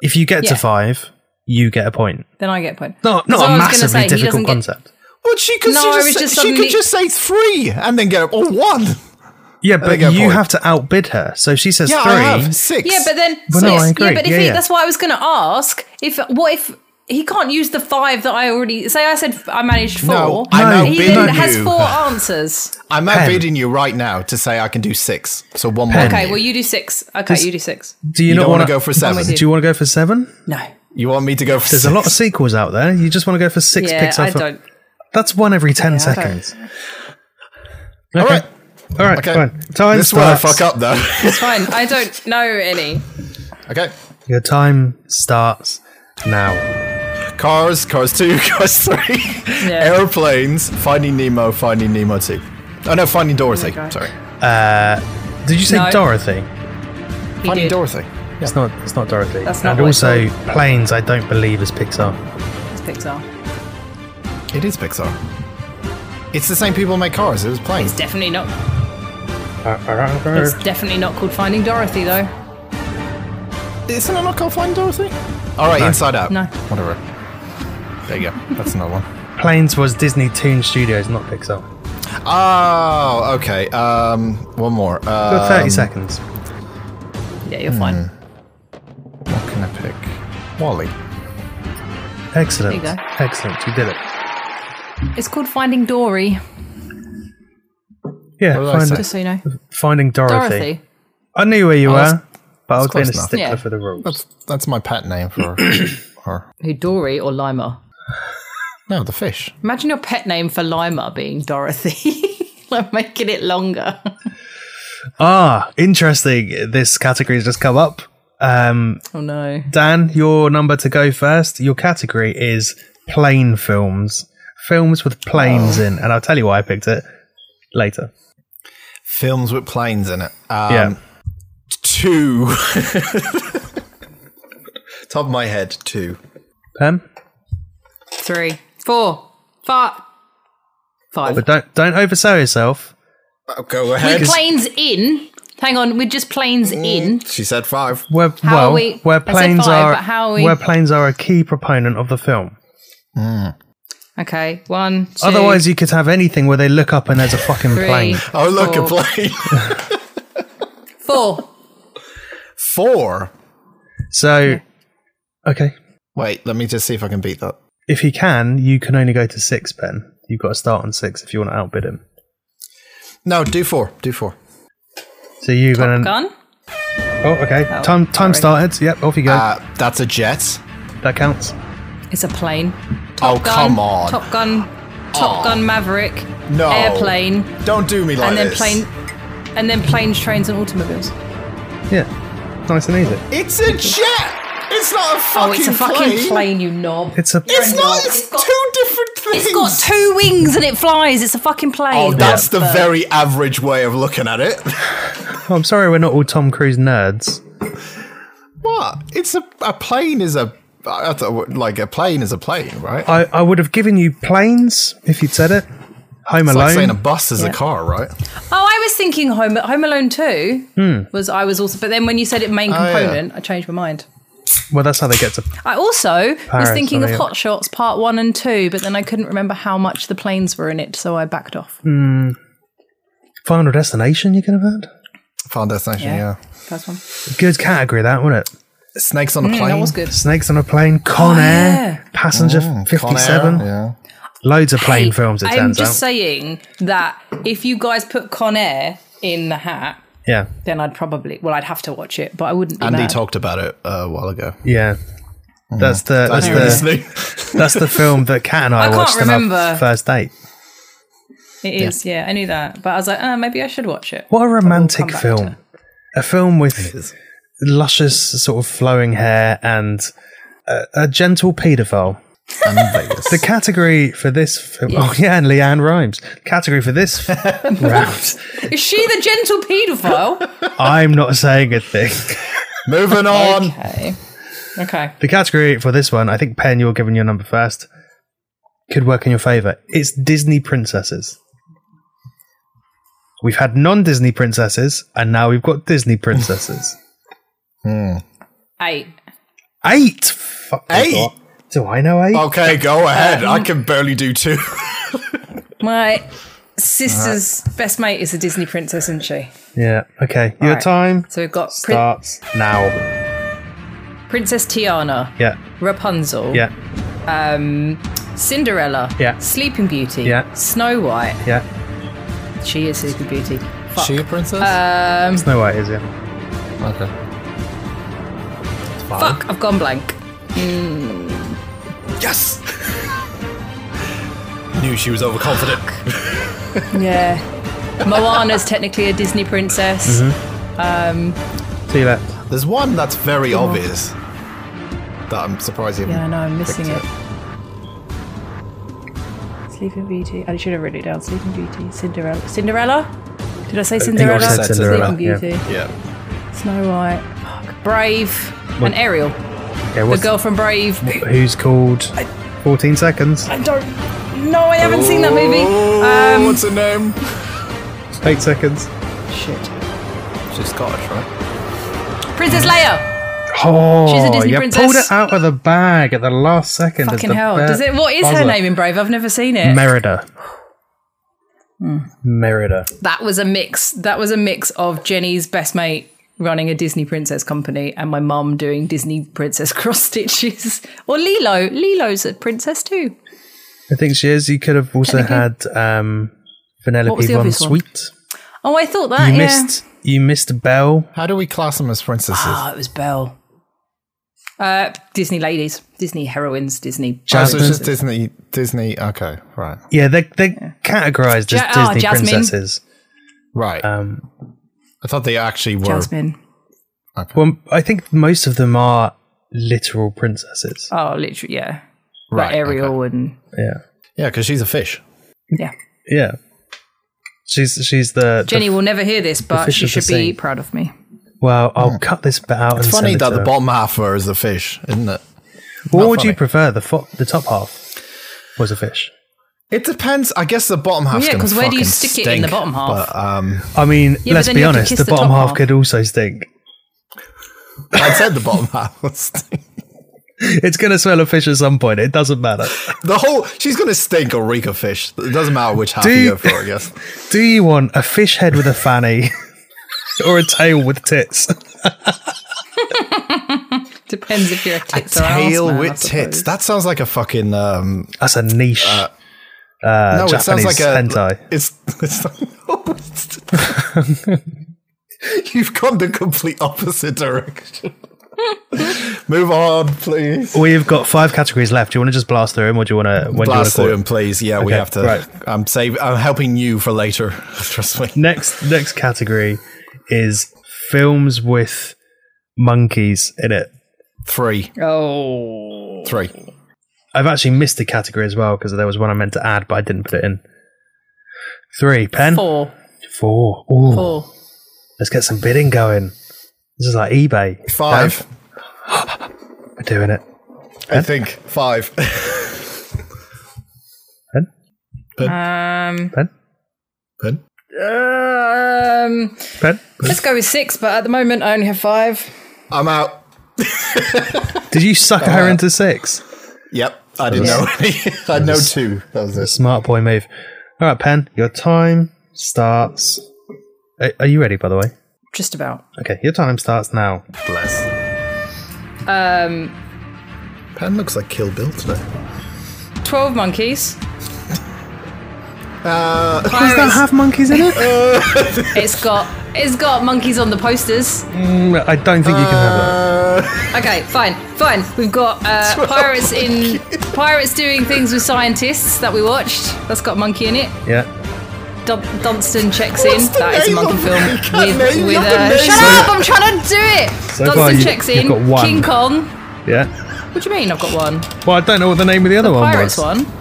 C: If you get
A: Yeah.
C: to five, you get a point.
A: Then I get a point.
C: Not
A: That's
C: not
A: what I
C: a
A: was gonna
C: massively
A: say, he doesn't
C: difficult
A: get-
C: concept.
B: Well, she could
A: No,
B: she
A: I
B: just
A: was
B: say,
A: just
B: she
A: suddenly-
B: could just say three and then get or one.
C: yeah, but
B: get a
C: you
B: point.
C: have to outbid her. So if she says
B: Yeah, I
C: three.
B: have six.
A: Yeah, but then
C: Well,
A: so
C: no,
A: it's-
C: I agree.
A: yeah, but if
C: Yeah,
A: he,
C: yeah.
A: that's why I was going to ask if what if he can't use the five that I already say I said I managed four.
B: No, I'm
C: No,
A: he
B: outbidding
A: then has
B: you.
A: four answers.
B: I'm outbidding you right now to say I can do six. So one more.
A: Okay, well you do six. Okay, you do six.
C: Do you,
B: you
C: not
B: don't want
C: want
B: to go for seven.
C: Do you want to go for seven?
A: No,
B: You want me to go for
C: There's a lot of sequels out there. You just want to go for six
A: yeah,
C: Pixar
A: I
C: fil-
A: don't.
C: That's one every ten
A: I don't.
C: seconds.
B: All right.
C: All right,
B: Okay.
C: fine. Time
B: This is where I
C: starts.
B: fuck up though.
A: It's fine. I don't know any.
B: okay.
C: Your time starts now.
B: Cars, Cars 2, Cars 3,
A: Yeah.
B: Airplanes, Finding Nemo, Finding Nemo 2. Oh no, Finding Dorothy.
A: God.
B: Sorry.
C: Did you say
A: No.
C: Dorothy?
A: He
B: Finding
A: did.
B: Dorothy.
C: It's not. It's not Dorothy.
A: That's not
C: and
A: what it's
C: also planes. I don't believe is Pixar.
A: It's Pixar.
B: It is Pixar. It's the same people who make cars, it was planes.
A: It's definitely not. It's definitely not called Finding Dorothy though.
B: Isn't it not called Finding Dorothy? Alright, Inside Out.
A: No.
B: Whatever. There you go. That's another one.
C: Planes was Disney Toon Studios, not Pixar.
B: Oh, okay. Um, one more.
C: You've got Thirty
B: Um,
C: seconds.
A: Yeah, you're fine.
C: Hmm.
B: What can I pick? Wally.
C: Excellent.
A: There you go.
C: Excellent. You did it.
A: It's called Finding Dory.
C: Yeah.
B: What did I
C: find-
B: say?
A: Just so you know,
C: finding Dorothy.
A: Dorothy.
C: I knew where you
B: Oh, that's-
C: were, but I was being a
B: close enough.
C: stickler
A: Yeah.
C: for the rules.
B: That's that's my pet name for her.
A: Who Dory or Lima?
B: No, the fish.
A: Imagine your pet name for Lima being Dorothy. like making it longer.
C: ah, interesting. This category has just come up. Um,
A: Oh no.
C: Dan, your number to go first. Your category is plane films, films with planes
B: Oh.
C: in, and I'll tell you why I picked it later.
B: Films with planes in it. Um,
C: Yeah.
B: two. Top of my head, two.
C: Pam,
A: Three, four, five, five.
C: but don't don't oversell yourself.
B: go
A: With
B: ahead.
A: planes in Hang on, we're just planes
B: Mm.
A: in.
B: She said five.
C: Where,
A: How
C: well,
A: are we-
C: where
A: I said
C: planes
A: five,
C: are,
A: but how are we-
C: where planes are a key proponent of the film.
A: Okay, one, two,
C: Otherwise, you could have anything where they look up and there's a fucking
A: three,
C: plane.
B: Oh, look,
A: four,
B: a plane.
A: Four.
B: Four.
C: So, okay,
B: Wait, let me just see if I can beat that.
C: if he can, you can only go to six. Ben, you've got to start on six if you want to outbid him.
B: No, do four. Do four.
C: So you're gonna.
A: Gone.
C: Oh, okay. time time started. Yep, off you go.
B: Uh, that's a jet.
C: that counts.
A: It's a plane.
B: oh, come on. Oh.
A: Top Gun. Top Gun Maverick.
B: no.
A: Airplane.
B: Don't do me like
A: and then
B: this.
A: plane. And then planes, trains, and automobiles.
C: Yeah, nice and easy.
B: It's a jet. It's not a fucking
A: Oh, it's a fucking plane, you knob.
C: It's a.
B: It's not.
A: It's
B: It's
A: got-
B: two different things.
A: it's got two wings and it flies. It's a fucking plane.
B: Oh, that's the
A: But-
B: very average way of looking at it.
C: Oh, I'm sorry, we're not all Tom Cruise nerds.
B: What? It's a a plane is a I thought, like a plane is a plane, right?
C: I, I would have given you planes if you'd said it. Home
B: it's like
C: Alone.
B: saying a bus is a car, right?
A: Oh, I was thinking Home Home Alone Two
C: Hmm.
A: was I was also, but then when you said it main
B: Oh, yeah.
A: component, I changed my mind.
C: well, that's how they get to.
A: I also was
C: Paris,
A: thinking of
C: I think.
A: Hot Shots Part One and Two, but then I couldn't remember how much the planes were in it, so I backed off.
C: Hmm. Final Destination, you could have had.
B: Final destination, yeah.
A: First one.
C: Good category, that, wouldn't it?
B: Snakes on a plane.
A: Mm, That was good.
C: Snakes on a Plane,
A: Oh,
C: Con Air, Passenger
B: Mm, Con Air,
C: 57.
B: Yeah.
C: Loads of plane
A: Hey,
C: films, it
A: I'm
C: turns out.
A: just saying that if you guys put Con Air in the hat,
C: yeah,
A: then I'd probably well, I'd have to watch it, but I wouldn't. Be
B: Andy
A: mad.
B: talked about it uh, a while ago.
C: yeah.
B: Mm.
C: That's the that's
B: You're
C: the
B: listening?
C: that's the film that Kat and I,
A: I can't
C: watched on our
A: remember.
C: first date.
A: It is, yeah. I knew that, but I was like, oh, maybe I should watch it.
C: What a romantic
A: back to
C: film!
A: it.
C: A film with luscious, sort of flowing hair and a, a gentle paedophile.
B: And Vegas.
C: The category for this film. Oh yeah, and Leanne Rhymes. Category for this f- round.
A: Is she the gentle paedophile?
C: I'm not saying a thing.
B: Moving on.
A: okay. Okay.
C: The category for this one, I think Pen, you're giving your number first. Could work in your favour. It's Disney princesses. We've had non-Disney princesses, and now we've got Disney princesses.
A: Eight.
C: Eight. Fuck, I
B: Eight? Oh.
C: forgot. Do I know eight?
B: Okay, go ahead.
A: Um,
B: I can barely do two.
A: My sister's best mate is a Disney princess, isn't she?
C: Yeah. Okay. Your
A: right.
C: time
A: So we've got Prin-
C: starts now.
A: Princess Tiana,
C: Yeah.
A: Rapunzel,
C: Yeah.
A: Cinderella,
C: Yeah.
A: Sleeping Beauty,
C: Yeah.
A: Snow White.
C: Yeah.
A: She is Sleeping Beauty. Fuck. Uh,
B: a princess?
C: Snow White is yeah.
B: okay.
A: Fuck, I've gone blank.
B: Yes! Knew she was overconfident.
A: Yeah. Moana's technically a Disney princess.
C: Mm-hmm. See you later.
B: There's one that's very obvious that I'm surprised you
A: Yeah, I
B: haven't
A: know, I'm missing
B: picked
A: it. Sleeping Beauty. I should have written it down. Sleeping Beauty, Cinderella. Cinderella? Did I say Cinderella?
C: said Cinderella,
A: Sleeping Beauty,
B: Yeah.
A: Snow White, Fuck. Brave, and Ariel.
C: Okay.
A: The
C: What's,
A: girl from Brave.
C: Who's called? Fourteen seconds.
A: I don't. No, I haven't seen that movie.
B: Oh,
A: Um,
B: what's her name?
C: Eight seconds.
A: shit.
B: She's Scottish, right?
A: Princess Leia.
C: Oh,
A: She's a Disney
C: you
A: princess.
C: pulled it out of the bag at the last second. as
A: Fucking
C: the
A: hell.
C: bell-
A: Does it? What is her
C: buzzer.
A: name in Brave? I've never seen it.
C: Merida.
A: Hmm.
C: Merida.
A: that was a mix. That was a mix of Jenny's best mate running a Disney princess company and my mum doing Disney princess cross stitches. or Lilo. Lilo's a princess too.
C: I think she is. You could have also had um,
A: What was the
C: Vanellope von
A: obvious one?
C: Sweet.
A: Oh, I thought that.
C: You
A: yeah.
C: missed. You missed Belle.
B: How do we class them as princesses?
A: Oh, it was Belle. Uh, Disney ladies, Disney heroines, Disney.
B: Oh, so
C: Jasmine.
B: it's just Disney. Disney. Okay, right,
C: Yeah, they're they're categorized as
A: Ja- oh,
C: Disney
A: Jasmine.
C: princesses.
B: right.
C: Um,
B: I thought they actually were.
A: Jasmine.
C: well, I think most of them are literal princesses.
A: Oh, literally, yeah.
B: right,
A: Like Ariel
B: okay.
A: and
C: Yeah,
B: Yeah, because she's a fish.
A: yeah.
C: yeah. She's she's the, the
A: Jenny will never hear this, but
C: fish
A: she
C: of the
A: should be
C: sea.
A: proud of me.
C: Well, I'll cut this bit out.
B: Hmm. It's
C: and
B: funny
C: send it
B: that
C: to
B: the
C: her.
B: bottom half of her is a fish, isn't it?
C: What
B: not
C: would you
B: funny.
C: prefer? The fo- the top half was a fish.
B: It depends. I guess the bottom half.
A: Yeah, 'cause where do you stick it in the bottom half?
B: But, um,
C: I mean,
A: but
C: let's
A: then
C: be
A: you have to
C: honest,
A: kiss
C: the
A: the
C: bottom
A: top
C: half
A: half.
C: could also stink.
B: I said the bottom half. will stink.
C: It's going to smell of fish at some point. It doesn't matter.
B: The whole she's gonna stink or reek of fish. It doesn't matter which half
C: Dude.
B: you go for. I guess.
C: Do you want a fish head with a fanny or a tail with tits?
A: Depends if you're a tits or ass
B: Tail
A: man, I
B: with tits.
A: suppose.
B: That sounds like a fucking um,
C: That's a niche. Uh,
B: no. it sounds like
C: Japanese
B: a
C: hentai.
B: It's it's not. no, it's- You've gone the complete opposite direction. Move on, please.
C: We've got five categories left. Do you want to just blast through them, or do you want to? When
B: Blast
C: do you
B: through
C: want
B: him,
C: to
B: please. Yeah, we
C: Okay,
B: have to.
C: right.
B: I'm save. I'm helping you for later. Trust me.
C: Next, next category is films with monkeys in it.
B: Three,
A: Oh,
B: three.
C: I've actually missed a category as well because there was one I meant to add, but I didn't put it in. Three pen
A: four,
C: Four. Ooh,
A: four.
C: Let's get some bidding going. This is like eBay.
B: Five.
C: No, we're doing it.
B: I think five.
C: Pen.
A: Um,
C: Pen.
B: Pen.
A: um,
C: Pen.
A: let's go with six, but at the moment I only have five.
B: I'm out.
C: Did you sucker her into six?
B: Yep, I didn't know. Any. I know two. That was this.
C: Smart boy move. All right, Pen. Your time starts. Are, are you ready? By the way.
A: Just about.
C: Okay, your time starts now.
B: Bless.
A: Um,
B: Pan looks like Kill Bill today.
A: twelve monkeys.
B: Uh,
A: Pirates.
C: monkeys in it?
A: It's got it's got monkeys on the posters.
C: Mm, I don't think you can have that.
B: Uh,
A: Okay, fine, fine. We've got uh, pirates in pirates doing things with scientists that we watched. That's got a monkey in it.
C: Yeah.
A: Dun- Dunstan checks in.
B: the
A: That is a
B: name
A: monkey
B: of-
A: film
B: You can't
A: with,
B: name-
A: with
B: you have to
A: uh,
B: name
A: Shut
B: it.
A: up! I'm trying to do it.
C: far
A: Dunstan
C: you-
A: checks
C: you've
A: in.
C: got one.
A: King Kong.
C: Yeah.
A: What do you mean? I've got one.
C: Well, I don't know what the name of the other one
A: Pirates
C: was.
A: one.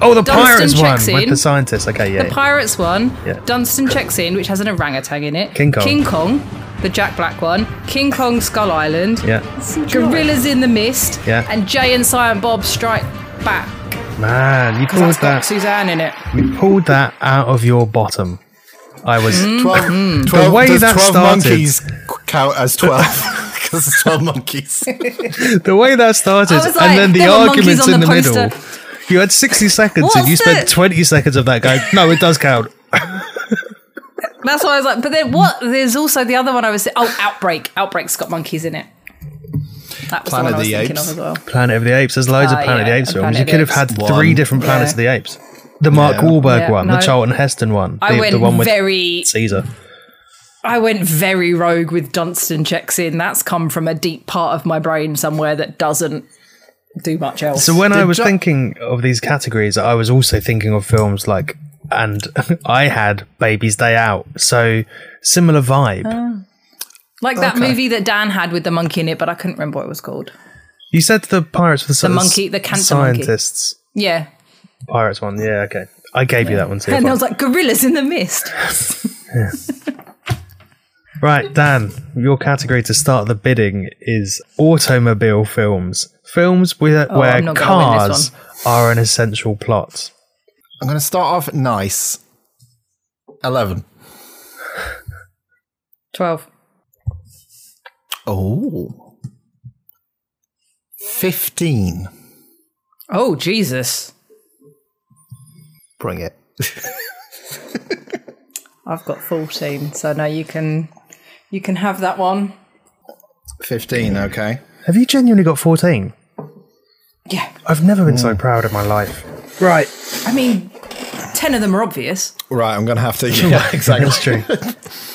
C: Oh, the
A: Dunstan
C: pirates one
A: checks
C: with
A: in.
C: the scientist. Okay, yeah.
A: The Pirates one,
C: Yeah.
A: Dunstan checks in, which has an orangutan in it.
C: King Kong.
A: King Kong, the Jack Black one. King Kong Skull Island.
C: yeah.
A: Gorillas in the Mist.
C: Yeah.
A: And Jay and Silent Bob Strike Back.
C: Man, you pulled
A: That's got
C: that.
A: Suzanne in it.
C: You pulled that out of your bottom. I was.
A: Hmm?
B: 12,
C: The way
B: does
C: that
B: 12
C: started-
B: monkeys count as 12? Because it's 12 monkeys.
C: The way that started,
A: I was like,
C: and then the
A: there were
C: arguments
A: monkeys on
C: in the,
A: the
C: middle. You had 60 seconds and
A: What's
C: you spent
A: the-
C: 20 seconds of that going, no, it does count.
A: That's why I was like, but then what? There's also the other one I was. Oh, Outbreak. Outbreak's got monkeys in it. That was
B: Planet
A: the one I
B: of
A: was
B: the
A: thinking
B: Apes.
A: of as well.
C: Planet of the Apes. There's loads
A: Ah,
C: of Planet of
A: yeah,
C: the Apes
A: and
C: films.
A: Planet
C: You
A: of the
C: could have
A: Apes.
C: had
B: One.
C: three different Planets
A: Yeah.
C: of the Apes. The Mark
B: Yeah.
C: Wahlberg
A: Yeah,
C: one, the
A: no.
C: Charlton Heston one,
A: I
C: the,
A: went
C: the one with
A: very.
C: Caesar.
A: I went very rogue with Dunstan checks in. That's come from a deep part of my brain somewhere that doesn't do much else.
C: So when I was
B: Jo-
C: thinking of these categories, I was also thinking of films like, and I had Baby's Day Out. So similar vibe.
A: Like that movie that Dan had with the monkey in it, but I couldn't remember what it was called.
C: you said the pirates with the,
A: The monkey- the cancer monkey.
C: scientists.
A: Yeah.
C: Pirates one, yeah, okay. I gave you that one too.
A: And
C: fine.
A: I was like, gorillas in the mist.
C: Right, Dan, your category to start the bidding is automobile films. Films with,
A: Oh, I'm
C: where
A: not gonna win
C: cars
A: this
C: are an essential plot.
B: I'm going to start off nice. 11.
A: 12.
B: Oh. 15.
A: Oh, Jesus.
B: Bring it.
A: I've got 14. So now you can you can have that one.
B: 15, okay.
C: Have you genuinely got 14?
A: Yeah.
C: I've never been so proud of my life. Right.
A: I mean, 10 of them are obvious.
B: Right, I'm going to have to. Yeah, exactly.
C: That's true.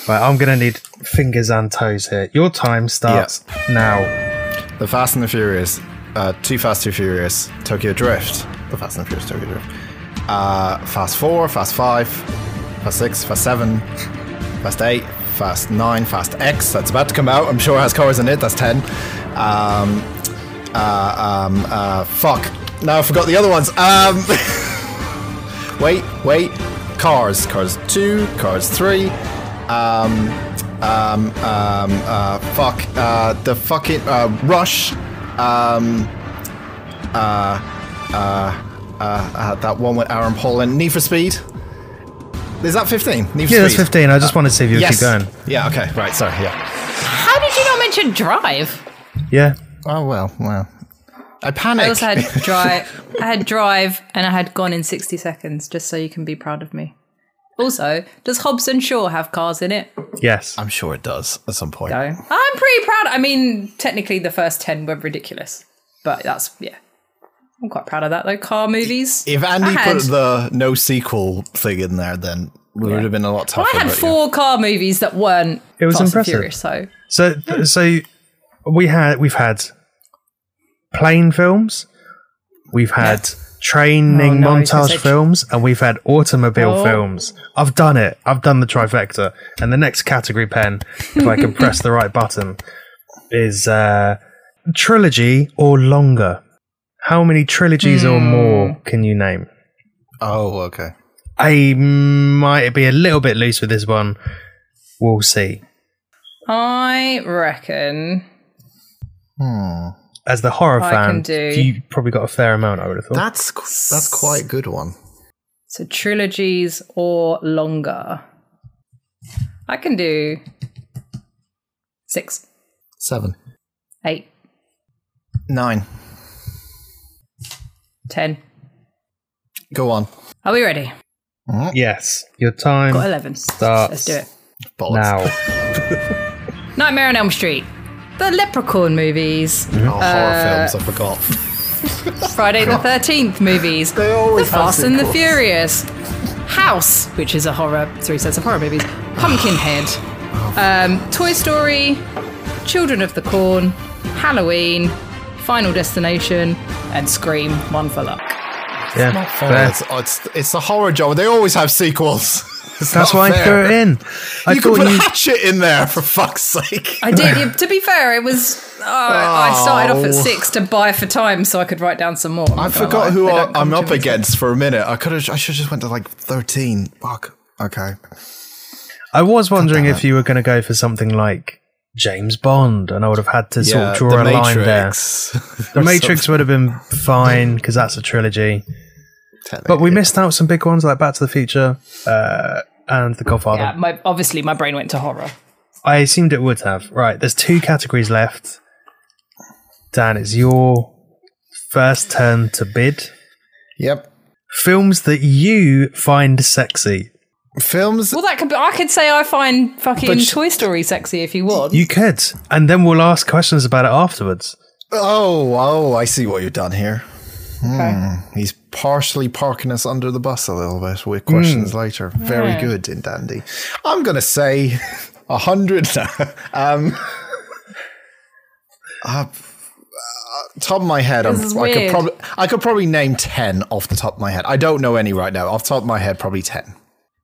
C: right, I'm going to need fingers and toes here. Your time starts now.
B: The Fast and the Furious, uh, Too Fast, Too Furious, Tokyo Drift, The Fast and the Furious, Tokyo Drift, uh, Fast 4, Fast 5, Fast 6, Fast 7, Fast 8, Fast 9, Fast X, that's about to come out, I'm sure it has cars in it, that's 10. Um, uh, um, uh, fuck, now I forgot the other ones. Um, wait, wait, Cars, Cars 2, Cars 3, um, um, um, uh, fuck, uh, the fucking, uh, Rush, um, uh, uh, Uh, I had that one with Aaron Paul and Need for Speed. Is that 15? Need for
C: Yeah, that's
B: Speed.
C: 15. I just wanted to see if you would
B: Yes.
C: keep going.
B: Yeah, okay, right, sorry, yeah.
A: How did you not mention Drive?
C: Yeah.
B: Oh, well, well. I
A: I
B: panicked.
A: also had Drive. I had Drive, and I had Gone in sixty seconds, just so you can be proud of me. Also, does Hobson Shaw have cars in it?
C: Yes.
B: I'm sure it does at some point.
A: So I'm pretty proud. I mean, technically, the first ten were ridiculous, but that's yeah. I'm quite proud of that though. Car movies.
B: If
A: I
B: Andy
A: had,
B: put the no sequel thing in there, then we would have been a lot tougher.
A: well, I had
B: but yeah.
A: four car movies that weren't.
C: It was
A: Fast and
C: impressive.
A: Furious, so
C: So so we had we've had plane films, we've had training
A: Oh, no, I was gonna
C: montage
A: say-
C: films, and we've had automobile
A: Oh.
C: films. I've done it. I've done the trifecta. And the next category pen, if I can press the right button, is uh, trilogy or longer. How many trilogies
A: Hmm.
C: or more can you name?
B: Oh, okay.
C: I might be a little bit loose with this one. We'll see.
A: I reckon
C: As the horror
A: I can
C: fan,
A: do-
C: you probably got a fair amount. I would have thought.
B: That's qu- that's quite a good one.
A: so. Trilogies or longer. I can do six,
B: Seven.
A: eight,
B: Nine.
A: ten.
B: Go on.
A: Are we ready?
C: Yes, your time
A: Got eleven. Let's
C: starts
A: do it.
B: Bollocks.
C: now.
A: Nightmare on Elm Street, the Leprechaun movies,
B: Oh,
A: Uh,
B: horror films, I forgot.
A: Friday the Thirteenth movies,
B: They always
A: The Fast
B: have
A: and the
B: sequels.
A: Furious, House, which is a horror, three sets of horror movies, Pumpkinhead, um, Toy Story, Children of the Corn, Halloween, Final Destination, and Scream, One for Luck.
C: Yeah,
B: Yeah,
C: fair.
B: it's, oh, it's, it's the horror genre. They always have sequels. It's
C: That's
B: not
C: why I
B: fair.
C: threw it in. I
B: You could
C: thought
B: put
C: you.
B: Hatchet in there, for fuck's sake.
A: I did. yeah, To be fair, it was. Uh, I started off at six to buy for time, so I could write down some more. I'm
B: Oh. I
A: not gonna
B: forgot
A: lie.
B: who
A: They
B: I,
A: don't come
B: I'm
A: to
B: up
A: me.
B: against for a minute. I could have. I should have just went to like 13. Fuck. Okay.
C: I was wondering if you were going to go for something like James Bond, and I would have had to sort of draw a line there. The Matrix would have been fine because that's a trilogy, but we missed out some big ones like Back to the Future uh, and The Godfather.
A: Yeah, my, obviously my brain went to horror.
C: I assumed it would have. Right, there's two categories left. Dan, it's your first turn to bid.
B: Yep.
C: Films that you find sexy.
B: Films.
A: Well, that could be. I could say I find fucking
B: sh-
A: Toy Story sexy if you want.
C: You could, and then we'll ask questions about it afterwards.
B: Oh, oh, I see what you've done here. Hmm. He's partially parking us under the bus a little bit with
A: Hmm.
B: questions later. Very good in Dandy. I'm going to say a 100. um, uh, top of my head, I'm,
A: is
B: I, could
A: weird.
B: probably, I could probably name 10 off the top of my head. I don't know any right now. Off the top of my head, probably 10.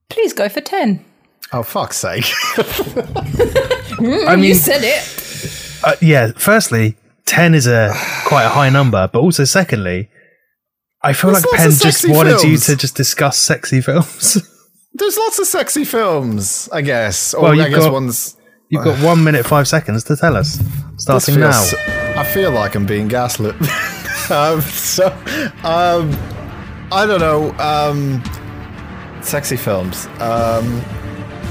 A: Please go for ten.
B: Oh, fuck's sake.
C: I mean,
A: You said it.
C: uh, yeah. Firstly, ten is a quite a high number, but also secondly, I feel
B: There's
C: like
B: lots
C: Penn
B: of
C: just
B: sexy
C: wanted you
B: films.
C: to just discuss sexy films.
B: There's lots of sexy films, I guess. Or
C: Well,
B: I
C: you've
B: guess
C: got-
B: one's.
C: You've got one minute five seconds to tell us,
B: This
C: starting now.
B: feels- I feel like I'm being gaslit. um, so, um, I don't know. Um, sexy films. Um,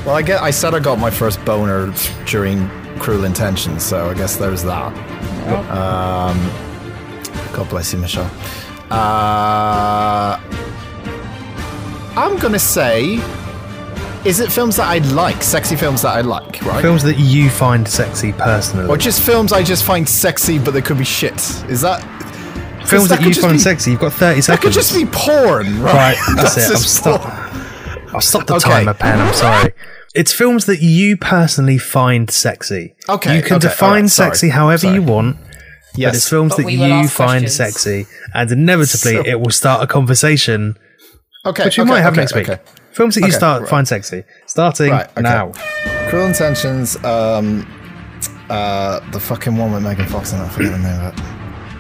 B: well, I get. I said I got my first boner during Cruel Intentions, so I guess there's that. Um, God bless you, Michelle. Uh, I'm gonna say, is it films that I like? Sexy films that I like, right?
C: Films that you find sexy personally.
B: Or just films I just find sexy, but they could be shit. Is that
C: films
B: that
C: that,
B: could
C: you
B: just
C: find
B: be-
C: sexy. You've got thirty
B: that
C: seconds.
B: could just be porn, right?
C: Right, that's, it. I'm
B: just
C: stop-
B: porn.
C: I'll stop the
B: Okay.
C: timer, Pen. I'm sorry. It's films that you personally find sexy.
B: Okay,
C: You can
B: okay,
C: define
B: alright, sorry,
C: sexy however
B: sorry.
C: you want, but it's
B: Yes,
C: films
A: But
C: that
A: we will
C: you
A: ask
C: find
A: questions.
C: sexy, and inevitably
B: So-
C: it will start a conversation,
B: okay,
C: which we
B: okay,
C: might have
B: okay,
C: next week.
B: okay.
C: Films that you
B: Okay,
C: start
B: right.
C: find sexy, starting
B: Right, okay.
C: now.
B: Cruel Intentions. Um, uh, the fucking one with Megan Fox and I forget the name of it.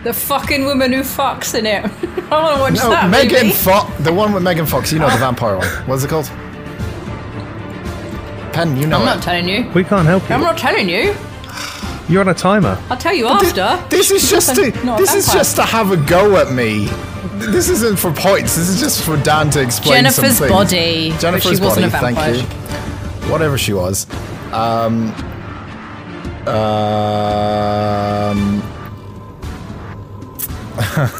A: The fucking woman who fucks in it. I want to watch
B: No,
A: that
B: Megan
A: movie.
B: Fox. The one with Megan Fox. You know the vampire one. What's it called? Pen, you know
A: I'm
B: it.
A: not telling you.
C: We can't help you.
A: I'm not telling you.
C: You're on a timer.
A: I'll tell you after.
B: This is just to
A: not a
B: this is
A: vampire.
B: just to have a go at me This isn't for points. This is just for Dan to explain
A: Jennifer's
B: some things.
A: body, but
B: Jennifer's
A: she wasn't
B: body,
A: a
B: Thank you. Whatever she was. Um.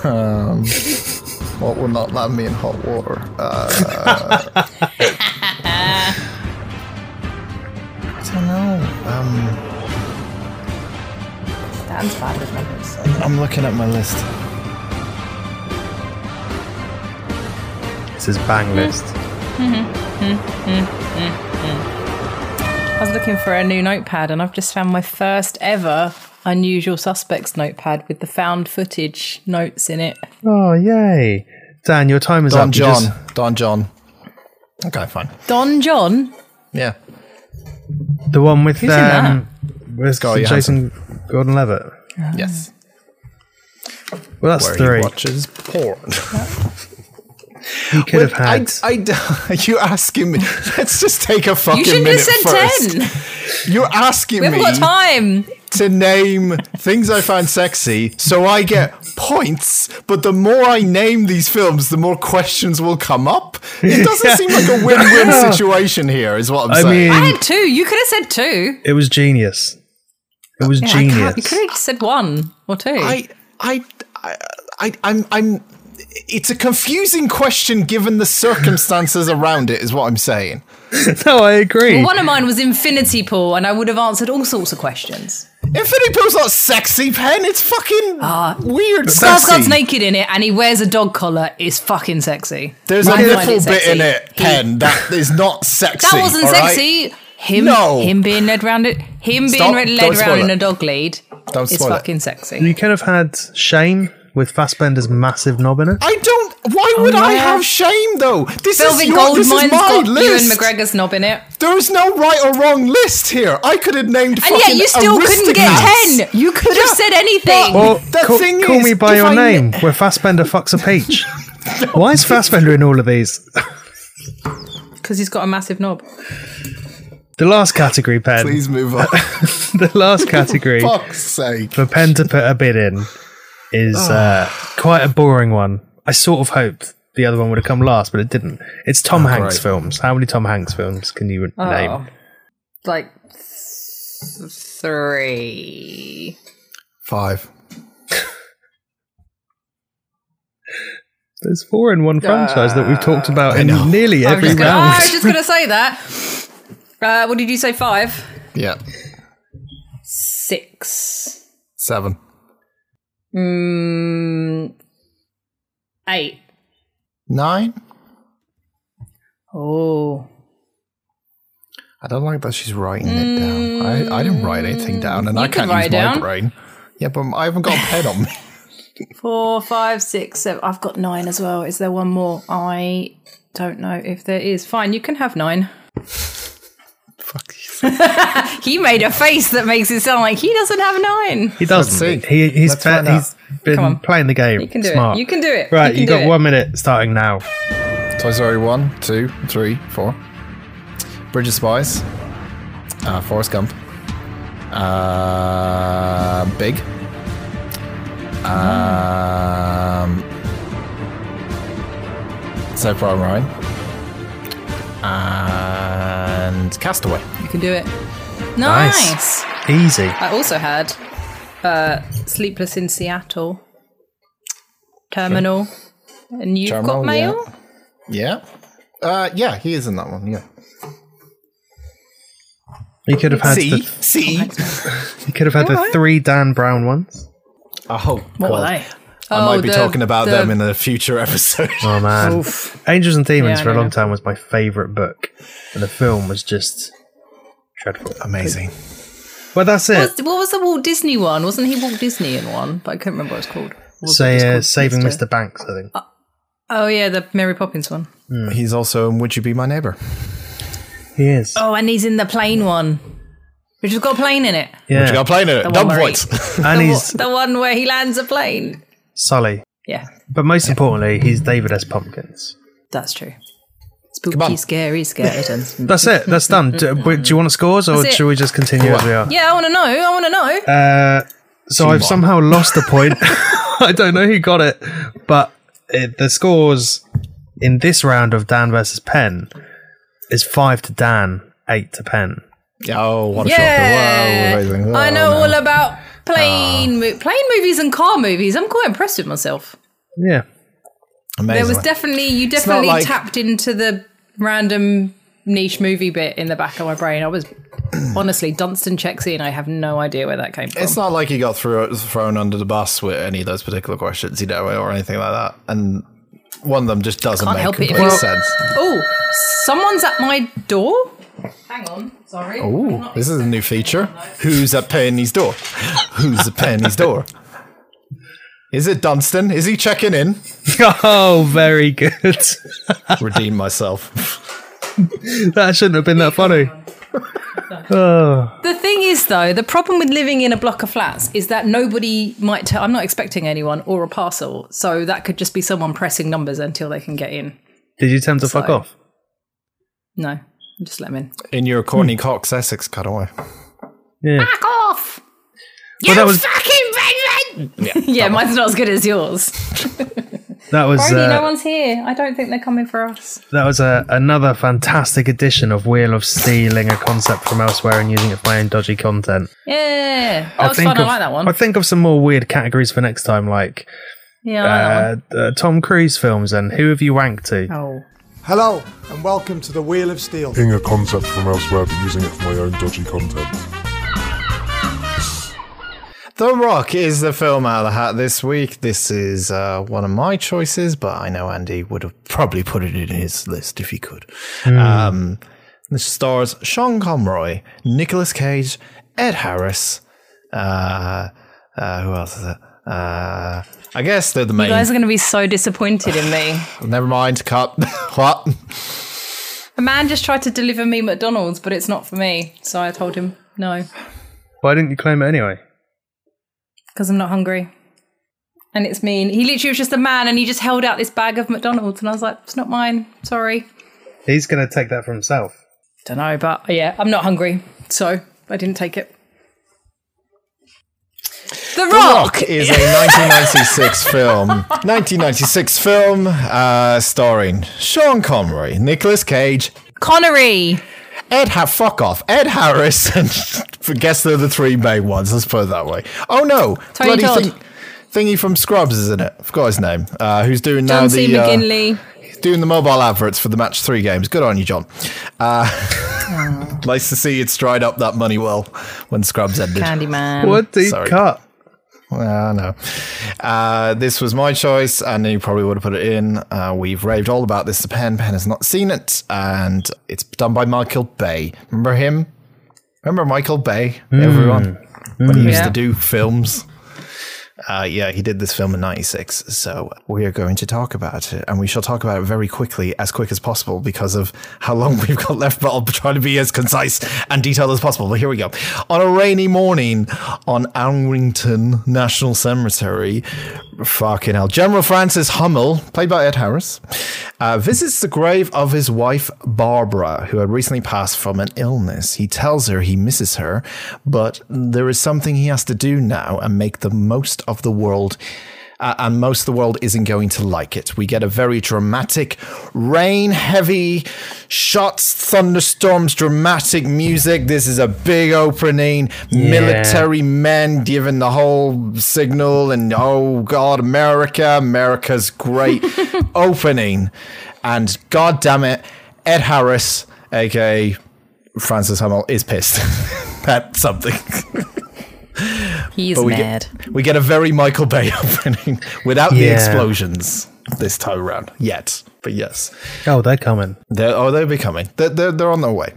B: Um. what will not land me in hot water? Uh, I don't know. Um,
A: Dan's bad with numbers.
B: I'm looking at my list.
C: This is bang list.
A: I was looking for a new notepad, and I've just found my first ever unusual suspects notepad with the found footage notes in it.
C: Oh yay, Dan, your time is
B: Don
C: up. You
B: John.
C: just-
B: Don John. Okay, fine.
A: Don John.
B: Yeah.
C: the one with
A: in that?
C: um, with Jason Gordon-Levitt.
B: Yes.
C: Well, that's
B: Where
C: three.
B: he watches porn.
C: You could have
B: I,
C: had.
B: I, are you asking me? Let's just take a fucking
A: You should have
B: minute
A: said
B: first.
A: ten.
B: You're asking
A: We haven't
B: me
A: got time.
B: to name things I found sexy, so I get points. But the more I name these films, the more questions will come up. It doesn't seem like a win-win situation here, is what I'm
C: I
B: saying.
C: mean,
A: I had two. You could have said two.
C: it was genius. It was
A: I
C: genius.
A: can't- You could have just said one or two.
B: I, I, I, I, I'm, I'm. It's a confusing question given the circumstances around it, is what I'm saying.
C: no, I agree.
A: Well, one of mine was infinity pool, and I would have answered all sorts of questions.
B: Infinity Pool's not sexy, Pen. It's fucking
A: Ah,
B: weird.
A: Skarsgård's
B: sexy.
A: naked in it, and he wears a dog collar. Is fucking sexy.
B: There's a
A: I find
B: nipple
A: it
B: bit
A: sexy.
B: in it,
A: He-
B: Pen. That is not sexy.
A: That wasn't
B: all right?
A: sexy. Him,
B: No.
A: him being led round it, him
B: Stop.
A: being
B: Don't
A: led
B: spoil
A: round in
B: it.
A: a dog lead.
B: Don't
A: It's
B: spoil it.
A: fucking sexy.
C: you could have had Shame with Fassbender's massive knob in it.
B: I don't. Why would I
A: Oh, yeah.
B: have shame though? This
A: Velvet
B: is your.
A: Goldmine's
B: This is my
A: got
B: list.
A: Ewan McGregor's knob in it,
B: there is no right or wrong list here. I could have named.
A: and yet
B: fucking
A: you still couldn't
B: Aristocats.
A: get ten. You could have
B: Yeah,
A: said anything.
C: Or
B: The
C: call,
B: thing
C: call
B: is,
C: me by
B: if
C: your
B: I kn-
C: name, where Fassbender fucks a peach. Why is Fassbender in all of these?
A: Because he's got a massive knob.
C: The last category, pen.
B: Please move on.
C: The last category
B: Fuck's sake.
C: for pen to put a bid in is uh,
B: Ah.
C: quite a boring one. I sort of hoped the other one would have come last, but it didn't. It's Tom Hanks
B: Ah, great. Ah.
C: films. How many Tom Hanks films can you name?
A: Oh. Like th- three.
B: Five.
C: There's four in one franchise that we've talked about in
B: Ah, know.
C: nearly
A: I was
C: every
A: just gonna, Ah,
C: round.
A: I was just gonna say that. Uh, what did you say? Five,
B: Yeah.
A: six,
B: Seven.
A: mm, eight.
B: Nine.
A: Oh,
B: I don't like that she's writing it down. I, I didn't write anything down, and I
A: could
B: can't
A: write
B: use
A: it
B: my
A: down.
B: brain. Yeah, but I haven't got a pen on me.
A: four, five, six, seven. I've got nine as well. Is there one more? I don't know if there is. Fine, you can have nine.
B: Fuck you.
A: He made a face that makes it sound like he doesn't have nine.
C: He doesn't.
B: Let's see.
C: He, he's
B: Let's
C: be-
B: find out.
C: he's been
A: on.
C: playing the game.
A: You can do
C: Smart.
A: it. You can do it.
C: Right,
A: you, can
C: you, got
A: do it.
C: one minute starting now.
B: Toy Story 1, 2, 3, 4. Bridge of Spies. Uh, Forrest Gump. Uh, Big. Um, so Prime Ryan. And Castaway.
A: You can do it.
C: Nice.
A: nice.
C: Easy.
A: I also had uh, Sleepless in Seattle, Terminal, and You've
B: Terminal,
A: Got Mail.
B: Yeah. Uh, yeah, he is in that one. Yeah.
C: You could have had
B: See,
C: the,
B: see.
C: you could have had the three Dan Brown ones.
B: Oh,
A: What were
B: God.
A: they?
B: I might be
A: Oh, the-
B: talking about
A: the-
B: them in a future episode.
C: Oh man, Angels and Demons
A: Yeah, I
C: for a
A: know.
C: long time was my favorite book, and the film was just dreadful. Um,
B: Amazing.
C: Well, that's it.
A: What was, what was the Walt Disney one? Wasn't he Walt Disney in one? But I couldn't remember what it's called. Was it
C: Say
A: just
C: uh,
A: called
C: Saving Mr. Banks, I think.
A: Oh yeah, the Mary Poppins one.
B: He's also in Would You Be My Neighbor?
C: He is.
A: Oh, and he's in the plane one, which has got a plane in it.
B: You
C: yeah,
B: got playing it.
A: The
B: Dumb
A: one where
B: voice.
C: and
A: The,
C: he's
A: wa- the one where he lands a plane.
C: Sully.
A: Yeah,
C: But most importantly, he's David S. Pumpkins.
A: that's true. Spooky, scary skeletons.
C: That's it. That's done. Do, do you want scores, or
A: Mm-hmm. That's it.
C: should we just continue as we are?
A: yeah, I want to know. I want to know.
C: So I've somehow lost a point. I don't know who got it, but it, the scores in this round of Dan versus Penn is five to Dan, eight to Penn.
B: Oh, what a
A: Yeah,
B: shocker. Wow, amazing.
A: I
B: Oh,
A: know
B: no. Ah.
A: all about plane mo- plane movies and car movies. I'm quite impressed with myself.
C: Yeah,
B: Amazing.
A: There was definitely you
B: not
A: definitely
B: like-
A: tapped into the random niche movie bit in the back of my brain. I was honestly Dunstan Chexy, and I have no idea where that came from.
B: It's not like he got through, thrown under the bus with any of those particular questions, you know, or anything like that. And one of them just doesn't
A: Can't
B: make
A: help it if
B: complete
A: you-
B: sense.
A: oh, someone's at my door. Hang on, sorry.
B: Ooh, this is a new feature. Who's at Penny's door? Who's at Penny's door? Is it Dunstan? Is he checking in?
C: Oh, very good. that
B: Redeem myself.
C: shouldn't have been that funny.
A: The thing is, though, the problem with living in a block of flats is that nobody might. T- I'm not expecting anyone or a parcel, so that could just be someone pressing numbers until they can get in.
C: Did you tell him to fuck
A: So-
C: off?
A: No, just let them in.
B: In your corny Cox Essex cutaway.
A: Back off!
C: Well, that was
A: fucking Raven! Yeah, mine's not as good as yours.
C: that was uh,
A: one's here. I don't think they're coming for us.
C: that was uh, another fantastic edition of Wheel of Stealing a concept from elsewhere and using it for my own dodgy content.
A: Yeah, that was fun. I
C: of,
A: like that one.
C: I think of some more weird categories for next time, like
A: yeah, I like that
C: uh, uh, Tom Cruise films and who have you wanked to?
A: one. Oh.
I: Hello, and welcome to the Wheel of Steel.
J: Ing a concept from elsewhere but using it for my own dodgy content.
B: The Rock is the film out of the hat this week. This is uh, one of my choices, but I know Andy would have probably put it in his list if he could. Um, this stars Sean Conroy, Nicolas Cage, Ed Harris. Uh, uh, who else is it? Uh, I guess they're the main.
A: You guys are going to be so disappointed in me.
B: Never mind. Cut. what?
A: A man just tried to deliver me McDonald's, but it's not for me. So I told him no,
C: Why didn't you claim it anyway?
A: because I'm not hungry. And it's mean. He literally was just a man and he just held out this bag of McDonald's. And I was like, it's not mine. Sorry.
C: He's going to take that for himself.
A: Don't know, but uh, yeah, I'm not hungry. So I didn't take it. The Rock!
B: Rock is a 1996 film. 1996 film uh, starring Sean Conroy, Nicolas Cage,
A: Connery!
B: Ed, ha- fuck off. Ed Harris and guess they're the three main ones. Let's put it that way. Oh no,
A: Tony Todd.
B: thingy from Scrubs, isn't it? I forgot his name. Uh, who's doing now
A: John C.
B: the uh,
A: McGinley.
B: doing the mobile adverts for the match three games? Good on you, John. Uh, nice to see it's dried up that money well when Scrubs ended.
A: Candyman.
C: What deep
B: sorry.
C: cut.
B: Uh, no. Uh, this was my choice, and you probably would have put it in. Uh, we've raved all about this. The pen pen has not seen it, and it's done by Michael Bay. Remember him? Remember Michael Bay? Everyone when he used
A: Yeah.
B: to do films. Uh, yeah, he did this film in '96, so we are going to talk about it, and we shall talk about it very quickly, as quick as possible, because of how long we've got left. But I'll try to be as concise and detailed as possible. But here we go. On a rainy morning on Arlington National Cemetery, fucking hell, General Francis Hummel, played by Ed Harris, uh, visits the grave of his wife Barbara, who had recently passed from an illness. He tells her he misses her, but there is something he has to do now and make the most of the world. uh, and most of the world isn't going to like it. We get a very dramatic, rain heavy shots, thunderstorms, dramatic music. This is a big opening. Military men giving the whole signal, and oh God, America, America's great opening. And God damn it, Ed Harris, aka Francis Hummel, is pissed at something.
A: He's
B: we
A: mad.
B: get, we get a very Michael Bay opening without the
C: Yeah.
B: explosions this time round yet. But yes,
C: Oh, they're coming.
B: they're, oh, they'll be coming. They're, they're, they're on their way.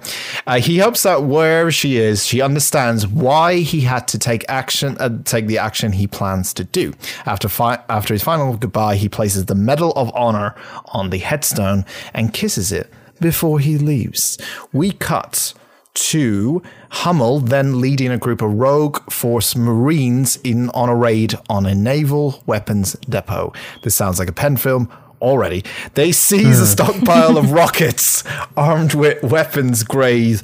B: Uh, he hopes that wherever she is, she understands why he had to take action, uh, take the action he plans to do. After fi- after his final goodbye, he places the Medal of Honor on the headstone and kisses it before he leaves. We cut to Hummel then leading a group of rogue force marines in on a raid on a naval weapons depot. This sounds like a pen film already. They seize a stockpile of rockets armed with weapons grade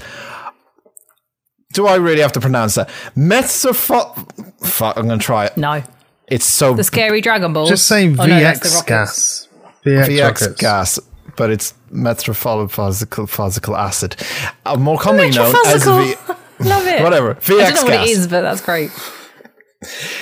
B: do I really have to pronounce that? Metsofo- Fuck, I'm going to try it.
A: No.
B: It's so
A: The scary Dragon Balls.
C: Just say
A: Oh, no, that's the
C: VX
A: rockets.
C: gas. VX,
B: VX
C: rockets.
B: E gas, but it's metrophysical acid, uh, more commonly known as V.
A: Metrophysical. Love it.
B: Whatever.
A: I don't know
B: VX
A: what it
B: gas.
A: is, but that's great.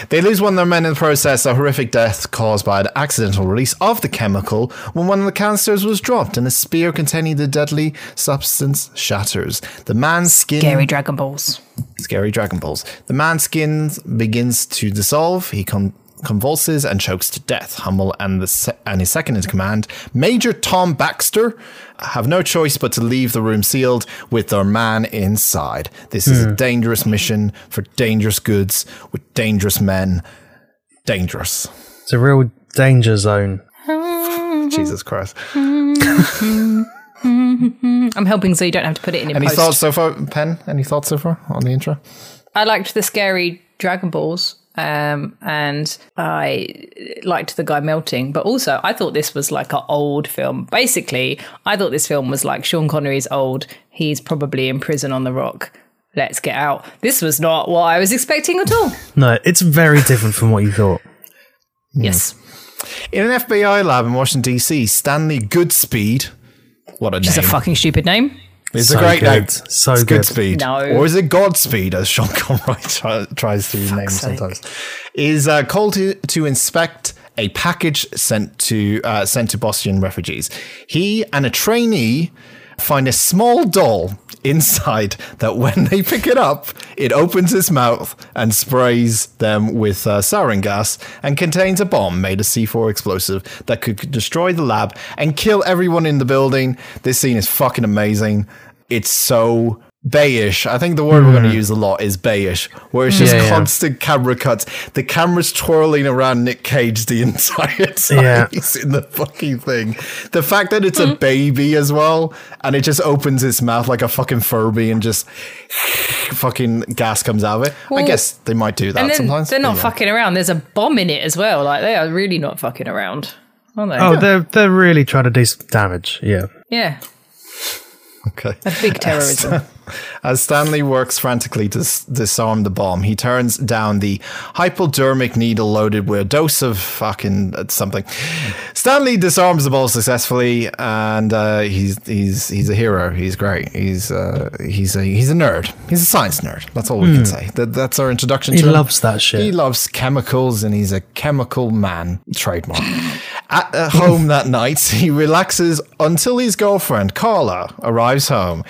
B: They lose one of their men in the process, a horrific death caused by an accidental release of the chemical when one of the canisters was dropped and a spear containing the deadly substance shatters. The man's skin
A: Scary Dragon Balls.
B: scary Dragon Balls. The man's skin begins to dissolve. He con- convulses and chokes to death. Hummel and the se- and his second in command, Major Tom Baxter, have no choice but to leave the room sealed with their man inside. This is a dangerous mission for dangerous goods with dangerous men. Dangerous.
C: It's a real danger zone.
B: Jesus Christ.
A: I'm helping so you don't have to put it in in
B: Any
A: post.
B: thoughts so far, Pen? Any thoughts so far on the intro?
A: I liked the scary Dragon Balls, um, and I liked the guy melting. But also, I thought this was like an old film. Basically, I thought this film was like Sean Connery's old. He's probably in prison on the rock. Let's get out. This was not what I was expecting at all.
B: Hmm.
C: No, it's very different from what you thought.
A: yes,
B: In an FBI lab in Washington, D.C., Stanley Goodspeed. What a
A: it's a
B: name.
A: fucking stupid name.
B: It's
C: So
B: a great
C: good.
B: name.
C: So
B: it's
C: good.
B: Goodspeed.
A: No.
B: Or is it Godspeed, as Sean Conroy try, tries to name
A: sake.
B: sometimes? Is uh, called to, to inspect a package sent to uh, sent to Bosnian refugees. He and a trainee find a small doll inside that when they pick it up, it opens its mouth and sprays them with uh, sarin gas and contains a bomb made of C4 explosive that could destroy the lab and kill everyone in the building. This scene is fucking amazing. It's so bayish. I think the word we're going to use a lot is bayish, where it's just
C: Mm. Yeah, yeah.
B: constant camera cuts. The camera's twirling around Nick Cage the entire time
C: Yeah.
B: he's in the fucking thing. The fact that it's
A: Mm-hmm.
B: a baby as well, and it just opens its mouth like a fucking Furby and just fucking gas comes out of it. I
A: Well,
B: guess they might do that
A: And then
B: sometimes.
A: they're not
B: but yeah.
A: fucking around. There's a bomb in it as well. Like they are really not fucking around, are they?
C: Oh, they're they're really trying to do some damage. Yeah.
A: yeah,
B: Okay.
A: big terrorism.
B: As Stanley works frantically to s- disarm the bomb, he turns down the hypodermic needle loaded with a dose of fucking uh, something. Stanley disarms the ball successfully, and uh, he's he's he's a hero. He's great. He's uh, he's a he's a nerd. He's a science nerd. That's all we can say. That, that's our introduction.
C: Hmm. He
B: to him.
C: loves that shit.
B: He loves chemicals, and he's a chemical man. Trademark. At uh, home that night, he relaxes until his girlfriend, Carla, arrives home.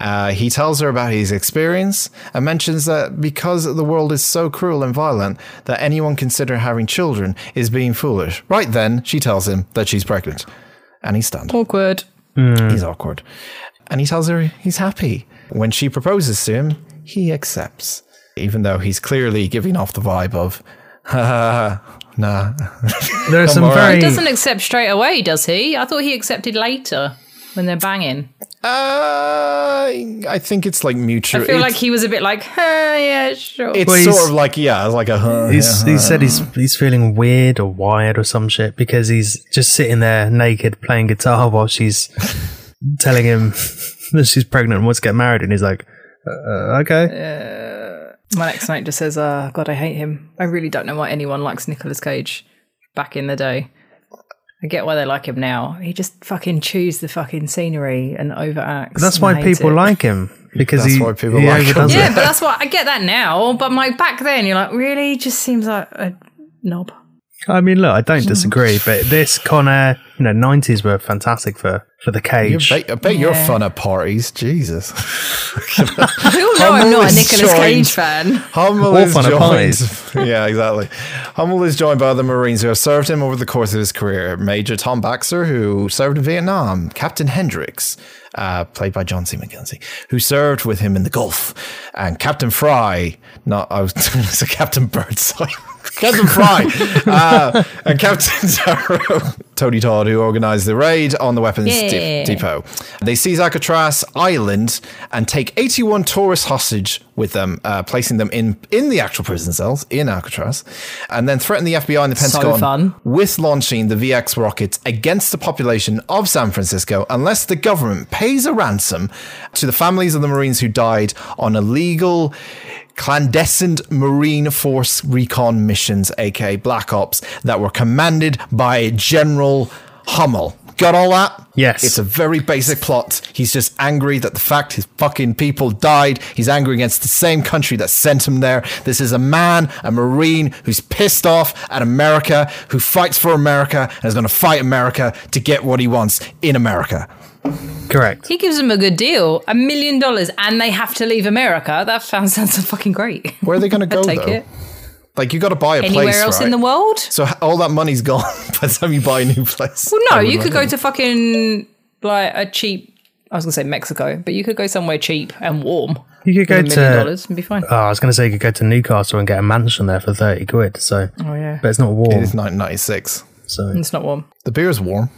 B: Uh, he tells her about his experience and mentions that because the world is so cruel and violent that anyone considering having children is being foolish. Right then, she tells him that she's pregnant. And he's stunned.
A: Awkward.
B: He's
C: Hmm.
B: awkward. And he tells her he's happy. When she proposes to him, he accepts, even though he's clearly giving off the vibe of, "Ha, ha, ha, nah,
C: There are some very
A: He doesn't accept straight away, does he? I thought he accepted later when they're banging.
B: Uh, I think it's like mutual.
A: I feel
B: it's,
A: like he was a bit like, huh, yeah, sure.
B: it's
C: Well, he's-
B: sort of like yeah, it's like a huh,
C: He's,
B: yeah,
C: he said he's he's feeling weird or wired or some shit because he's just sitting there naked playing guitar while she's telling him that she's pregnant and wants to get married, and he's like, uh, uh, "Okay,
A: My next note just says, uh, God, I hate him. I really don't know why anyone likes Nicolas Cage back in the day. I get why they like him now. He just fucking chews the fucking scenery and overacts.
C: that's
A: and I
C: why
A: hate
C: people
A: it.
C: like him because
B: That's
C: he
B: why people
C: he
B: like him.
C: overdoes
A: Yeah,
C: it.
A: but that's why I get that now. But my back then, you're like, really? Just seems like a knob.
C: I mean, look, I
A: Hmm.
C: don't disagree, but this Con Air, you know, nineties were fantastic for for the
B: You
C: cage.
B: bet, I bet you're fun at parties, Jesus.
A: We all know I'm
B: Hummel
A: not a
B: is
A: Nicolas
B: joined-
A: Cage fan.
B: Hummel
C: All
B: is
C: fun at
B: joined. yeah, exactly. Hummel is joined by other Marines who have served him over the course of his career. Major Tom Baxter, who served in Vietnam, Captain Hendricks, uh, played by John C. McKenzie, who served with him in the Gulf, and Captain Fry. Not I was it's a Captain Birdseye. Captain Fry uh, and Captain Zarrow, Tony Todd, who organized the raid on the weapons de-
A: Yeah.
B: depot. They seize Alcatraz Island and take 81 tourists hostage with them, uh, placing them in in the actual prison cells in Alcatraz, and then threatened the FBI and the
A: So
B: Pentagon
A: fun.
B: with launching the VX rockets against the population of San Francisco unless the government pays a ransom to the families of the Marines who died on illegal clandestine Marine Force recon missions, aka Black Ops, that were commanded by General Hummel. Got all that?
C: Yes.
B: It's a very basic plot. He's just angry that the fact his fucking people died. He's angry against the same country that sent him there. This is a man, a Marine, who's pissed off at America, who fights for America, and is going to fight America to get what he wants in America.
C: Correct.
A: He gives them a good deal, a million dollars, and they have to leave America. That sounds sounds fucking great.
B: Where are they going to go,
A: I'd take
B: though?
A: it.
B: Like, you got to buy a
A: Anywhere
B: place.
A: else in
B: right?
A: the world?
B: So h- all that money's gone by the time you buy a new place.
A: Well,
B: I
A: no,
B: would
A: you could go
B: reckon.
A: to fucking like a cheap. I was gonna say Mexico, but you could go somewhere cheap and warm.
C: You could go
A: with a million
C: to.
A: dollars and be fine.
C: Oh, I was going to say you could go to Newcastle and get a mansion there for thirty quid. So,
A: oh yeah,
C: but it's not warm.
B: It is 1996.
C: so,
A: it's Hmm. not warm.
B: The beer is warm.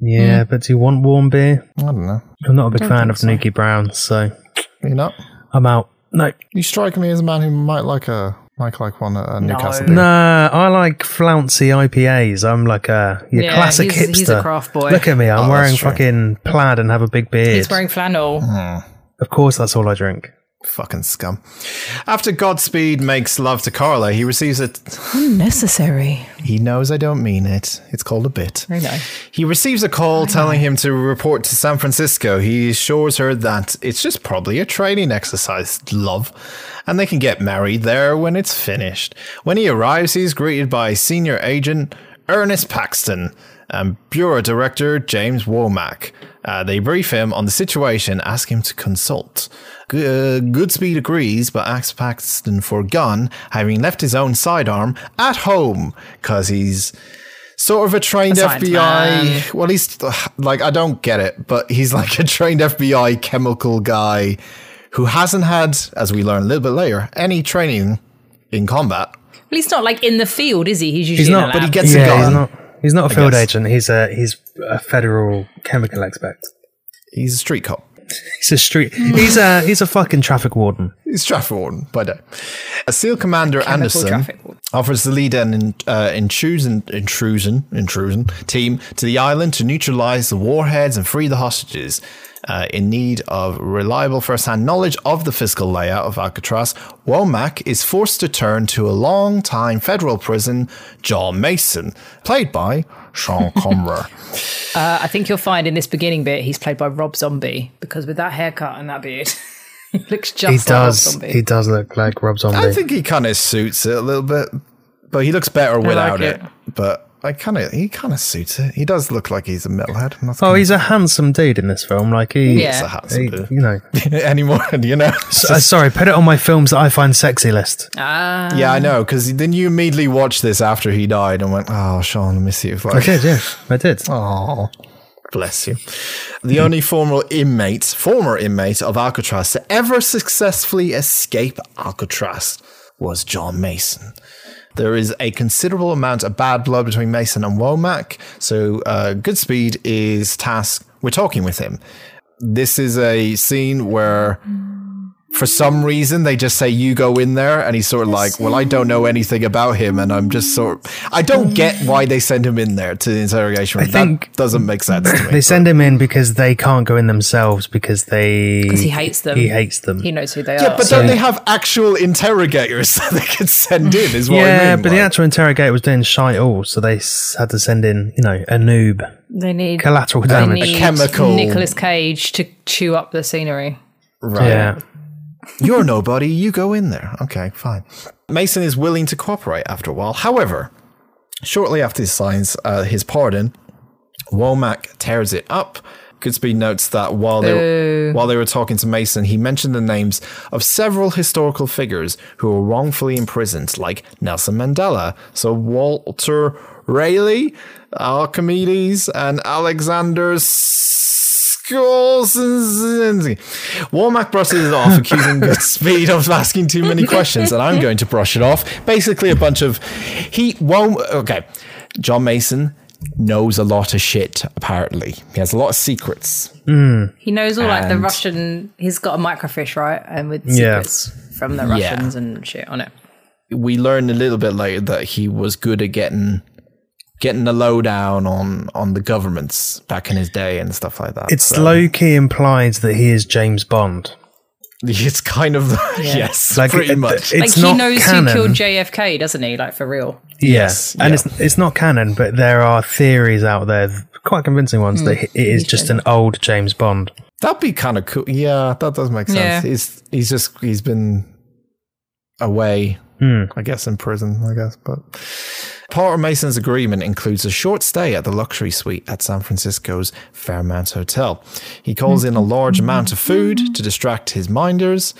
C: yeah. But do you want warm beer?
B: I don't know.
C: I'm not a big fan of Nuki Brown, so
B: You know,
C: I'm out. No,
B: you strike me as a man who might like a might like one at a Newcastle beer.
C: Nah, I like flouncy IPAs. I'm like a your
A: Yeah,
C: classic
A: he's-
C: hipster.
A: he's a craft boy.
C: Look at me. I'm
B: Oh,
C: wearing
B: that's true.
C: fucking plaid and have a big beard.
A: He's wearing flannel.
C: of course, that's all I drink.
B: Fucking scum. After Godspeed makes love to Carla, he receives a.
A: Necessary.
B: He knows I don't mean it. It's called a bit.
A: I know.
B: He receives a call telling him to report to San Francisco. He assures her that it's just probably a training exercise, love, and they can get married there when it's finished. When he arrives, he's greeted by senior agent Ernest Paxton and bureau director James Womack. Uh, they brief him on the situation, ask him to consult. G- uh, Goodspeed agrees, but asks Paxton for a gun, having left his own sidearm at home because he's sort of a trained
A: science
B: FBI.
A: man.
B: Well, he's like, I don't get it, but he's like a trained FBI chemical guy who hasn't had, as we learn a little bit later, any training in combat.
A: Well, he's not like in the field, is he? He's usually in
C: not,
A: a
B: But he
A: lab.
B: gets a
C: yeah,
B: gun.
C: he's not. He's not a field
B: guess.
C: agent. He's a he's a federal chemical expert.
B: He's a street cop.
C: He's a street. he's a he's a fucking traffic warden.
B: He's Stratford Warden by day. A SEAL Commander Anderson
A: traffic warden.
B: offers the lead an in, uh, intrusion, intrusion, intrusion team to the island to neutralize the warheads and free the hostages. Uh, in need of reliable first-hand knowledge of the physical layout of Alcatraz, Womack is forced to turn to a long-time federal prison, John Mason, played by Sean Connery.
A: Uh, I think you'll find in this beginning bit he's played by Rob Zombie because with that haircut and that beard, he looks just
C: He
A: like Rob
C: does.
A: Zombie.
C: He does look like Rob Zombie.
B: I think he kind of suits it a little bit, but he looks better without
A: it.
B: it. But I kind of he kind of suits it. He does look like he's a metalhead. and that's
C: oh,
B: kinda-
C: he's a handsome dude in this film. Like he,
A: Yeah. is a
B: handsome
C: he-
B: dude.
C: You know.
B: anymore. You know, It's
C: Uh,
B: just-
C: sorry, put it on my films that I find sexy list.
B: yeah, I know. Because then you immediately watched this after he died and went, "Oh, Sean, I miss you." Like,
C: I did, yeah, I did.
B: Oh, bless you. The only former inmate, former inmate of Alcatraz to ever successfully escape Alcatraz was John Mason. There is a considerable amount of bad blood between Mason and Womack, so uh, Goodspeed is tasked. We're talking with him. This is a scene where, for some reason, they just say, You go in there. And he's sort of like, Well, I don't know anything about him. And I'm just sort of, I don't get why they send him in there to the interrogation room.
C: think-
B: that doesn't make sense to me.
C: Mm. They send him in because they can't go in themselves because they because
A: he hates them.
C: Mm. He hates them.
A: He knows who they
B: Yeah,
A: are.
B: but don't they have actual interrogators that they could send in? Is what
C: yeah,
B: I mean.
C: but the
B: like.
C: actual interrogator was doing shite all, so they s- had to send in you know a noob
A: they need
C: collateral
A: they
C: damage.
A: need
B: chemical-
A: Nicolas Cage to chew up the scenery.
B: right.
C: yeah,
B: You're nobody. You go in there. Okay, fine. Mason is willing to cooperate after a while. However, shortly after he signs uh, his pardon, Womack tears it up. Goodspeed notes that while they were, while they were talking to Mason, he mentioned the names of several historical figures who were wrongfully imprisoned, like Nelson Mandela, Sir Walter Raleigh, Archimedes, and Alexander Skolzinski. Womack brushes it off, accusing Goodspeed of asking too many questions, and I'm going to brush it off. Basically, a bunch of he won't. Okay, John Mason knows a lot of shit, apparently. He has a lot of secrets.
A: He knows all like the
B: And-
A: Russian. He's got a microfiche, right? And with
C: Yeah.
A: secrets. from the
B: Yeah.
A: Russians and shit on it.
B: we learned a little bit later that he was good at getting getting the lowdown on on the governments back in his day and stuff like that.
C: It's
B: So-
C: low key implied that he is James Bond.
B: It's kind of yes,
C: Like,
B: pretty
C: it-
B: much.
C: it-
A: Like
C: It's
A: he
C: not
A: knows
C: canon.
A: who killed JFK, doesn't he? Like for real.
C: Yes, and it's it's not canon, but there are theories out there, quite convincing ones, that
A: Hmm.
C: it is just an old James Bond.
B: That'd be kind of cool. Yeah, that does make sense.
A: Yeah.
B: He's he's just he's been away, I guess, in prison. I guess, but Porter Mason's agreement includes a short stay at the luxury suite at San Francisco's Fairmount Hotel. He calls in a large amount of food to distract his minders.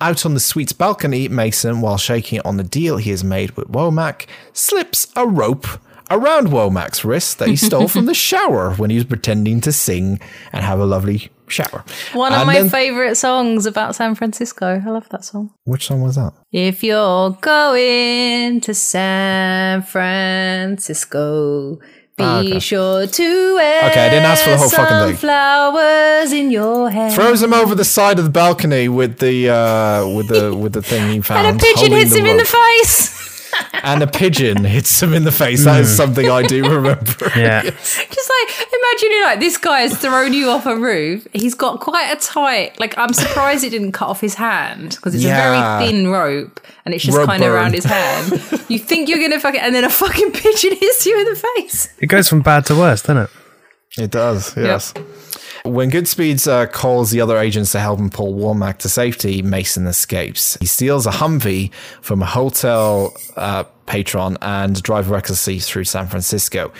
B: Out on the suite's balcony, Mason, while shaking on the deal he has made with Womack, slips a rope around Womack's wrist that he stole from the shower when he was pretending to sing and have a lovely shower.
A: One of
B: And
A: my
B: then-
A: favorite songs about San Francisco. I love that song.
B: Which song was that?
A: If you're going to San Francisco, be
B: Ah, okay.
A: sure to wear
B: Okay, I didn't ask for the whole
A: some
B: fucking thing.
A: flowers in your hair.
B: Throws him over the side of the balcony with the uh, with the with the thing he found.
A: and a pigeon
B: holding
A: hits him in the
B: rope.
A: face.
B: and a pigeon hits him in the face. That is something I do remember.
C: Mm. Yeah,
A: Just like imagine it like this guy has thrown you off a roof. He's got quite a tight like I'm surprised it didn't cut off his hand because it's
B: Yeah.
A: a very thin rope and it's just
B: Rope
A: kind of
B: burn.
A: around his hand. you think you're gonna fucking and then a fucking pigeon hits you in the face.
C: it goes from bad to worse, doesn't it?
B: It does, yes. When Goodspeed uh, calls the other agents to help him pull Womack to safety, Mason escapes. He steals a Humvee from a hotel uh, patron and drives recklessly through San Francisco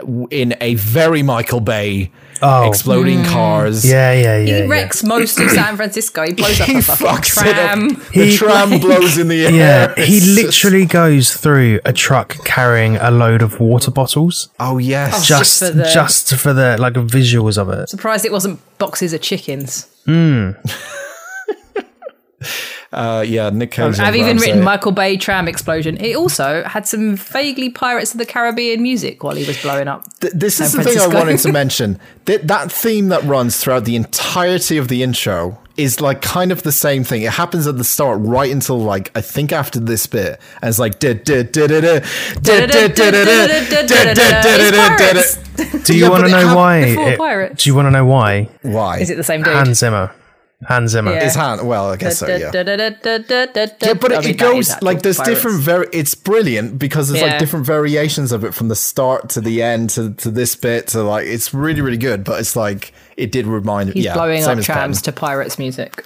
B: uh, in a very Michael Bay
C: Oh.
B: exploding
A: Mm.
B: cars.
C: Yeah, yeah,
A: He
C: yeah. yeah.
A: wrecks most of San Francisco. He blows up
B: He
A: a fucking
B: fucks it up.
A: tram.
B: The
C: He,
B: tram blows in the air.
C: Yeah, he
B: It's just-
C: literally goes through a truck carrying a load of water bottles
B: Oh yes,
C: just
A: Just
C: just
A: for
C: for the,
A: the-
C: like visuals of it.
A: Surprised it wasn't boxes of chickens.
B: uh, yeah. Nick Cage.
A: I've even
B: Ramsey.
A: written Michael Bay tram explosion. It also had some vaguely Pirates of the Caribbean music while he was blowing up.
B: Th- this is
A: San
B: the thing I
A: Francisco.
B: wanted to mention. Th- that theme that runs throughout the entirety of the intro is like kind of the same thing. It happens at the start, right until like I think after this bit, and it's like da da da da da da da da da da da da da da da.
A: It's
C: Do you
B: Yeah,
C: want
B: but it
C: to know
B: hap-
C: why?
A: before
C: it-
A: Pirates.
C: do you want to know why?
B: Why?
A: Is it the same dude?
C: Hans Zimmer. Hans Zimmer.
A: Yeah.
B: It's hand. Well, I guess so. Yeah.
A: Yeah,
B: Yeah, but it, it goes like there's different very. It's brilliant because there's like
A: Yeah.
B: different variations of it from the start to the end to, to this bit to like it's really really good. But it's like it did remind.
A: He's
B: yeah,
A: blowing
B: same
A: up
B: as Patton.
A: trams to pirates music.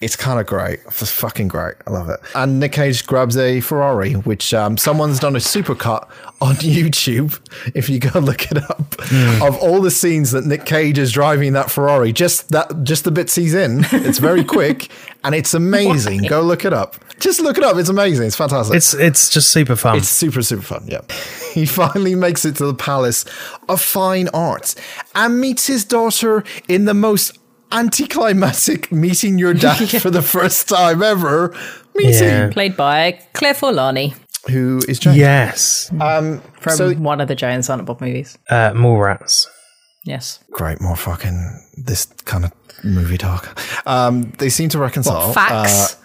B: It's kind of great. It's fucking great. I love it. And Nick Cage grabs a Ferrari, which um, someone's done a supercut on YouTube. If you go look it up, of all the scenes that Nick Cage is driving that Ferrari, just that, just the bits he's in. It's very quick, and it's amazing. Go look it up. Just look it up. It's amazing. It's fantastic.
C: It's it's just super fun.
B: It's super, super fun. Yeah. Um, He finally makes it to the Palace of Fine Arts and meets his daughter in the most anticlimactic meeting your dad for the first time ever meeting,
C: Yeah.
A: Played by Claire Forlani
B: who is Jane.
C: yes.
A: from
B: So-
A: one of the Jay and Silent Bob movies.
C: Uh, more rats.
A: Yes.
B: Great, more fucking this kind of movie talk. Um, they seem to reconcile. Uh,
A: Facts.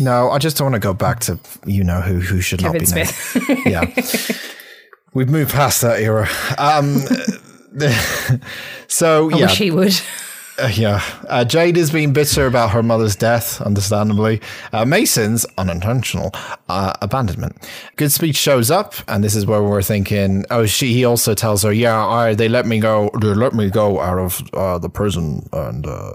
B: No, I just don't want to go back to you know who who should
A: Kevin
B: not be named. yeah, we've moved past that era. Um, so
A: I
B: yeah,
A: wish he would.
B: uh, yeah. Uh, Jade has been bitter about her mother's death, understandably. Uh, Mason's unintentional uh, abandonment. Goodspeed shows up, and this is where we're thinking. Oh, she. He also tells her, "Yeah, I, they let me go. They let me go out of uh, the prison, and." Uh,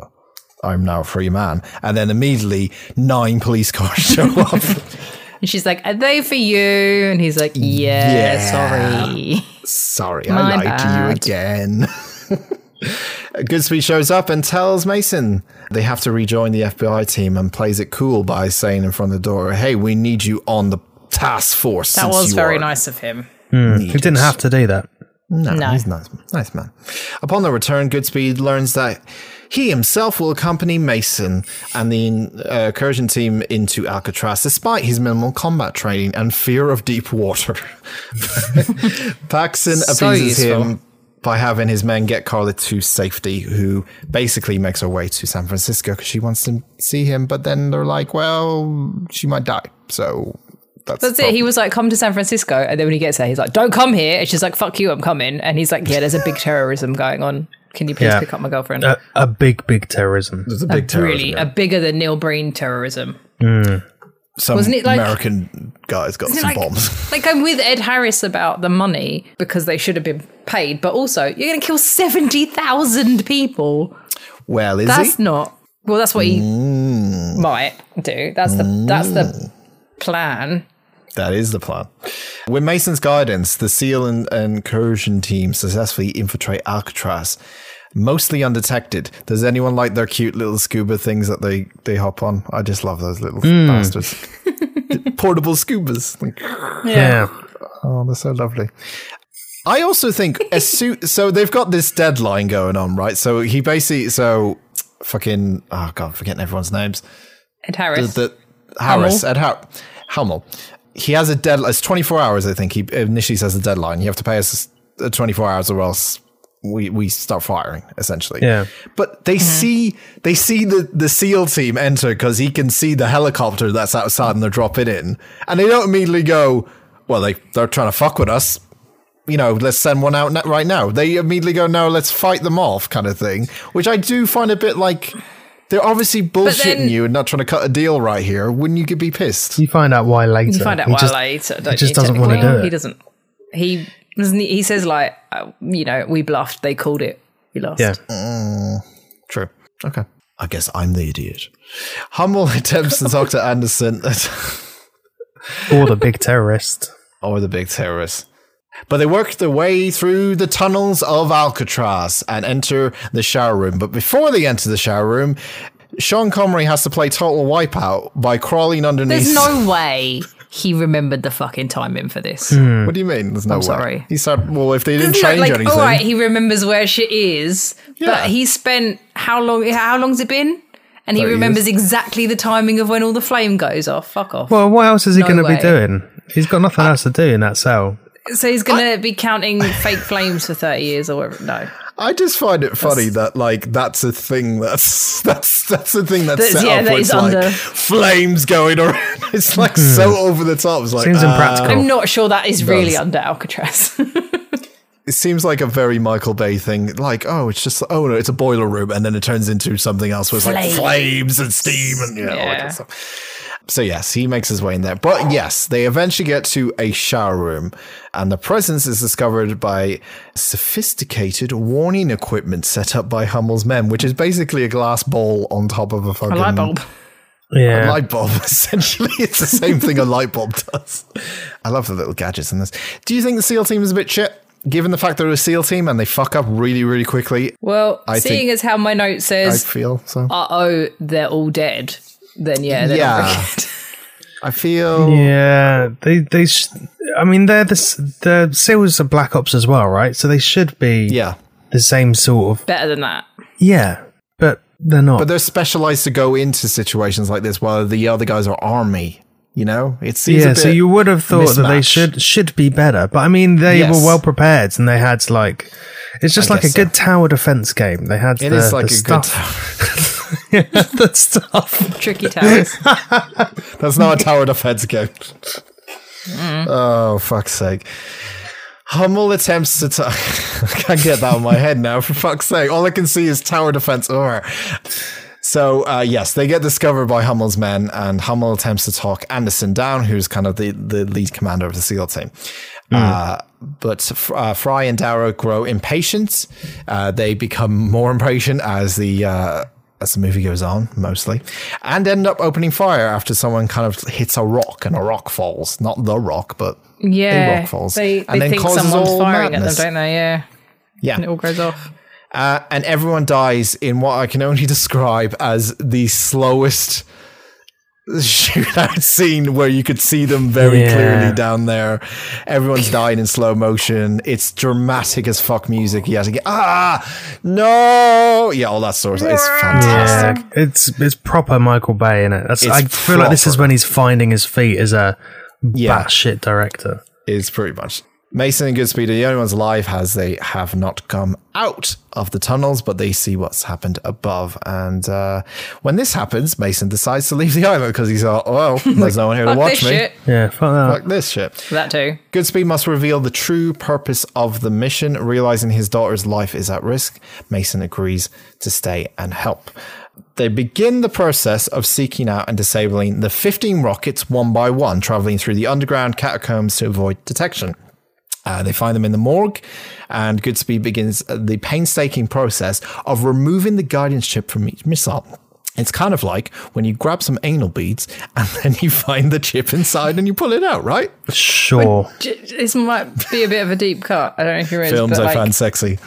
B: I'm now a free man. And then immediately, nine police cars show up.
A: And she's like, Are they for you? And he's like, Yeah, sorry.
B: Sorry, I
A: My
B: lied to you
A: bad.
B: again. Goodspeed shows up and tells Mason they have to rejoin the FBI team and plays it cool by saying in front of the door, "Hey, we need you on the task force."
A: That
B: since
A: was
B: you
A: very
B: are
A: nice of him.
C: He didn't have to do that.
B: No, he's a nice, nice man. Upon their return, Goodspeed learns that he himself will accompany Mason and the uh, incursion team into Alcatraz, despite his minimal combat training and fear of deep water. Paxson
A: So
B: appeases
A: useful.
B: him by having his men get Carla to safety, who basically makes her way to San Francisco because she wants to see him. But then they're like, well, she might die. So that's,
A: That's it. He was like, come to San Francisco. And then when he gets there, he's like, don't come here. And she's like, fuck you, I'm coming. And he's like, yeah, there's a big terrorism going on. Can you please
C: Yeah.
A: pick up my girlfriend?
C: A, a big, big terrorism.
B: a big
A: really, a bigger than Neil Breen terrorism.
B: Some
A: wasn't it like-
B: American guy's got some
A: like,
B: bombs.
A: like I'm with Ed Harris about the money because they should have been paid, but also you're going to kill 70,000 people.
B: Well, is
A: That's
B: he?
A: not. Well, that's what he
B: Mm.
A: might do. That's the that's the plan.
B: That is the plan. With Mason's guidance, the SEAL and, and Coercion team successfully infiltrate Alcatraz, mostly undetected. Does anyone like their cute little scuba things that they, they hop on? I just love those little bastards. Portable scubas. Like,
C: Yeah.
B: Oh, they're so lovely. I also think as soon so they've got this deadline going on, right? So he basically so fucking oh god, I'm forgetting everyone's names.
A: Ed Harris.
B: The, the Harris Ed Har- Hummel. He has a deadline. It's 24 hours, I think. He initially says the deadline. You have to pay us uh, 24 hours, or else we, we start firing. Essentially,
C: Yeah.
B: But they
A: Mm-hmm.
B: see they see the the SEAL team enter because he can see the helicopter that's outside, and they're dropping in, and they don't immediately go. Well, they they're trying to fuck with us you know, let's send one out na- right now. They immediately go, no, let's fight them off, kind of thing, which I do find a bit like they're obviously bullshitting
A: then-
B: you and not trying to cut a deal right here. Wouldn't you get be pissed?
C: You find out why later.
A: you find out
C: He
A: why
C: just-
A: later. Don't
C: he just
A: you,
C: doesn't want to
A: technically?
C: do it.
A: He doesn't. He doesn't. He says like, uh, you know, we bluffed. They called it. We lost.
C: Yeah.
B: True. Okay. I guess I'm the idiot. Hummel attempts to talk to Anderson
C: Or the big terrorist.
B: or the big terrorists. But they work their way through the tunnels of Alcatraz and enter the shower room. But before they enter the shower room, Sean Connery has to play total wipeout by crawling underneath.
A: There's no way he remembered the fucking timing for this.
C: Hmm.
B: What do you mean? There's no way.
A: sorry.
B: He said, well, if they didn't
A: Isn't that,
B: change
A: like,
B: anything,
A: All right, he remembers where shit is,
B: Yeah.
A: but he spent how long? How long's it been? And he
B: 30 years.
A: remembers exactly the timing of when all the flame goes off. Fuck off.
C: Well, what else is he
A: No
C: going to
A: way.
C: be doing? He's got nothing else to do in that cell.
A: so he's gonna be counting fake flames for thirty years or whatever. No,
B: I just find it funny that like that's a thing that's that's that's a thing that's,
A: That's-
B: set
A: yeah,
B: up
A: that
B: where
A: is
B: it's like
A: under-
B: flames going around. It's like so
A: Hmm.
B: over the top. It's like
C: Seems
B: uh,
C: impractical.
A: I'm not sure that is really
B: Does.
A: under Alcatraz.
B: it seems like a very Michael Bay thing. Like oh, it's just oh no, it's a boiler room, and then it turns into something else where it's like
A: Flames.
B: flames and steam and yeah, all that
A: Yeah.
B: good stuff. So yes, he makes his way in there. But yes, they eventually get to a shower room, and the presence is discovered by sophisticated warning equipment set up by Hummel's men, which is basically a glass bowl on top of a fucking
C: Um,
A: light bulb.
C: yeah.
B: light bulb. Essentially, it's the same thing a light bulb does. I love the little gadgets in this. Do you think the SEAL team is a bit shit, given the fact they're a SEAL team and they fuck up really, really quickly?
A: Well,
B: I
A: seeing
B: think-
A: as how my note
B: I
A: says,
B: feel so.
A: "Uh oh, they're all dead," then yeah, they're not
B: Yeah.
A: very good.
B: I feel.
C: Yeah, they they. Sh- I mean, they're the s- the seals are black ops as well, right? So they should be
B: yeah.
C: the same sort of.
A: better than that.
C: Yeah, but they're not.
B: But they're specialized to go into situations like this, while the other guys are army. You know, it seems. a
C: yeah,
B: bit
C: so you would have thought that they
B: mismatched.
C: should should be better, but I mean, they
B: Yes.
C: were well prepared and they had like. It's just like a
B: guess so.
C: good tower defense game. They had
B: It
C: the,
B: is like
C: the
B: a good
C: stuff. yeah, the stuff.
A: Tricky towers.
B: That's not a tower defense game. Oh, fuck's sake. Hummel attempts to. ta- I can't get that out of my head now, for fuck's sake. All I can see is tower defense. Or. So, uh, yes, they get discovered by Hummel's men, and Hummel attempts to talk Anderson down, who's kind of the, the lead commander of the SEAL team. Uh, but F- uh, Fry and Darrow grow impatient. Uh, they become more impatient as the. Uh, as the movie goes on, mostly, and end up opening fire after someone kind of hits a rock and a rock falls. Not the rock, but
A: yeah,
B: a rock falls.
A: they, they
B: and then
A: think
B: causes
A: someone's
B: all
A: firing
B: madness.
A: at them, don't they? Yeah,
B: Yeah.
A: and it all goes off.
B: Uh, and everyone dies in what I can only describe as the slowest shootout scene where you could see them very
C: Yeah.
B: clearly down there. Everyone's dying in slow motion. It's dramatic as fuck music. You have to get, ah, no. Yeah, all that sort of It's fantastic.
C: Yeah, it's it's proper Michael Bay in it. That's, I
B: It's
C: feel like this is
B: proper.
C: when he's finding his feet as a
B: Yeah.
C: batshit director.
B: It's pretty much. Mason and Goodspeed are the only ones alive as they have not come out of the tunnels, but they see what's happened above. And uh, when this happens, Mason decides to leave the island because he's like, "Oh, "Well, there's no one here to
A: Fuck
B: watch
A: this
B: me."
A: shit.
C: Yeah, fuck that.
B: Fuck this shit.
A: That too.
B: Goodspeed must reveal the true purpose of the mission, realizing his daughter's life is at risk. Mason agrees to stay and help. They begin the process of seeking out and disabling the 15 rockets one by one, traveling through the underground catacombs to avoid detection. Uh, they find them in the morgue, and Goodspeed begins the painstaking process of removing the guidance chip from each missile. It's kind of like when you grab some anal beads and then you find the chip inside and you pull it out, right?
C: Sure.
A: J- This might be a bit of a deep cut. I don't know if you realize,
B: films
A: but
B: I
A: like,
B: found sexy.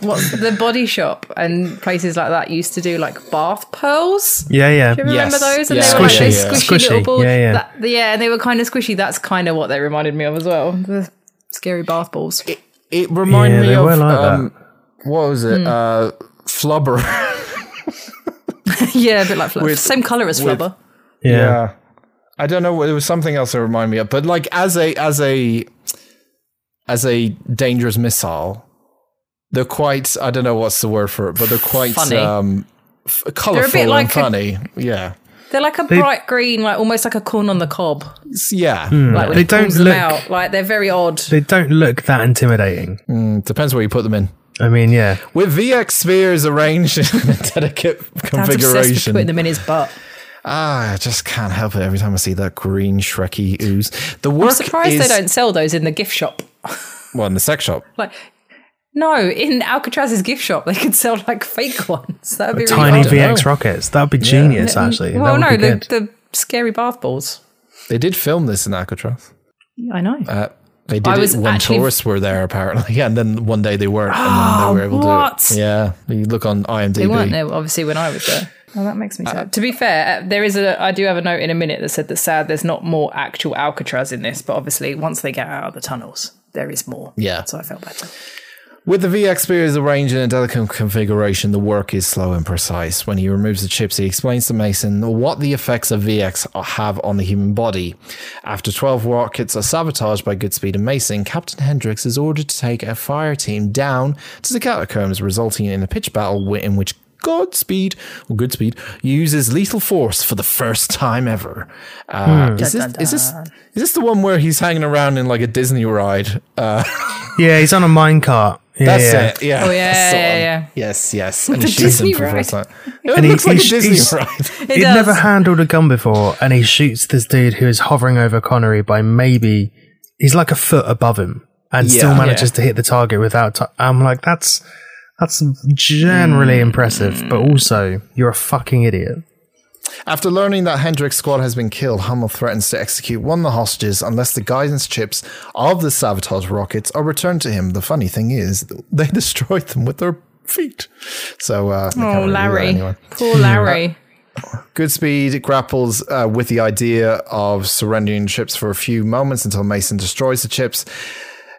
A: what's the body shop and places like that used to do like bath pearls.
C: Yeah, yeah.
A: Do you remember
B: Yes.
A: those? And
B: Yeah.
A: they were like
B: Squishy,
A: those
B: yeah.
A: squishy,
C: Squishy,
A: little balls.
C: yeah, yeah.
A: That- yeah, and they were kind of squishy. That's kind of what they reminded me of as well. The scary bath balls.
B: It reminded
C: Yeah,
B: me
C: they
B: of
C: were like
B: um, what was
A: Hmm.
B: it? Uh, flubber.
A: yeah, a bit like flubber. Same color as flubber.
C: Yeah.
B: I don't know. It was something else that reminded me of, but like as a as a as a dangerous missile, they're quite. I don't know what's the word for it, but they're quite
A: Funny.
B: um f- colorful
A: like
B: and
A: a-
B: funny. yeah,
A: They're like a bright green, like almost like a corn on the cob.
B: It's- yeah.
A: Like when
C: Mm. They
A: he pulls them
C: don't look-
A: out, like they're very odd.
C: They don't look that intimidating.
B: Mm, depends where you put them in.
C: I mean, yeah.
B: With VX spheres arranged in a delicate
A: Dad's obsessed with
B: configuration,
A: putting them in his butt.
B: Ah, I just can't help it every time I see that green Shrekky ooze. The work
A: I'm surprised
B: is
A: they don't sell those in the gift shop.
B: well in the sex shop.
A: Like, no, in Alcatraz's gift shop, they could sell like fake ones. That would be really
C: Tiny
A: odd.
C: VX rockets. That would be genius, actually.
A: Well,
C: that
A: no,
C: would be
A: the,
C: good.
A: the scary bath balls.
B: They did film this in Alcatraz.
A: I know.
B: They did
A: I was
B: it when
A: actually- Ah,
B: tourists were there, apparently, and then one day they weren't, and then they were able
A: what?
B: to. do it. Yeah, you look on IMDb.
A: They weren't there, obviously, when I was there. Well, Oh, that makes me sad. to be fair, uh, there is a. I do have a note in a minute that said that sad. There's not more actual Alcatraz in this, but obviously, once they get out of the tunnels, there is more.
B: Yeah.
A: So I felt better.
B: With the VX spears arranged in a delicate configuration, the work is slow and precise. When he removes the chips, he explains to Mason what the effects of VX are- have on the human body. After 12 rockets are sabotaged by Goodspeed and Mason, Captain Hendricks is ordered to take a fire team down to the catacombs, resulting in a pitch battle wi- in which Godspeed, or Goodspeed, uses lethal force for the first time ever. Uh, is, this, is, this, is this the one where he's hanging around in like a Disney ride
C: yeah, he's on a minecart. Yeah,
B: that's
C: yeah.
B: it. Yeah.
A: Oh, yeah,
B: That's the
A: yeah,
B: one.
A: yeah.
B: Yes, yes. And
A: The
B: she shoots
A: Disney
B: him for the
A: ride.
B: first time. It
C: And he-
B: looks like a
C: he's-
B: Disney
C: he's-
B: ride.
A: It
C: He'd
A: does.
C: never handled a gun before, and he shoots this dude who is hovering over Connery by maybe he's like a foot above him, and still
B: Yeah.
C: manages to hit the target without. T- I'm like, that's that's generally
B: Mm.
C: impressive, but also you're a fucking idiot.
B: After learning that Hendrick's squad has been killed, Hummel threatens to execute one of the hostages unless the guidance chips of the sabotage rockets are returned to him. The funny thing is, they destroyed them with their feet. So, uh, they can't
A: Oh,
B: really do that
A: Larry.
B: anyway.
A: Poor Larry.
B: Goodspeed grapples uh, with the idea of surrendering chips for a few moments until Mason destroys the chips,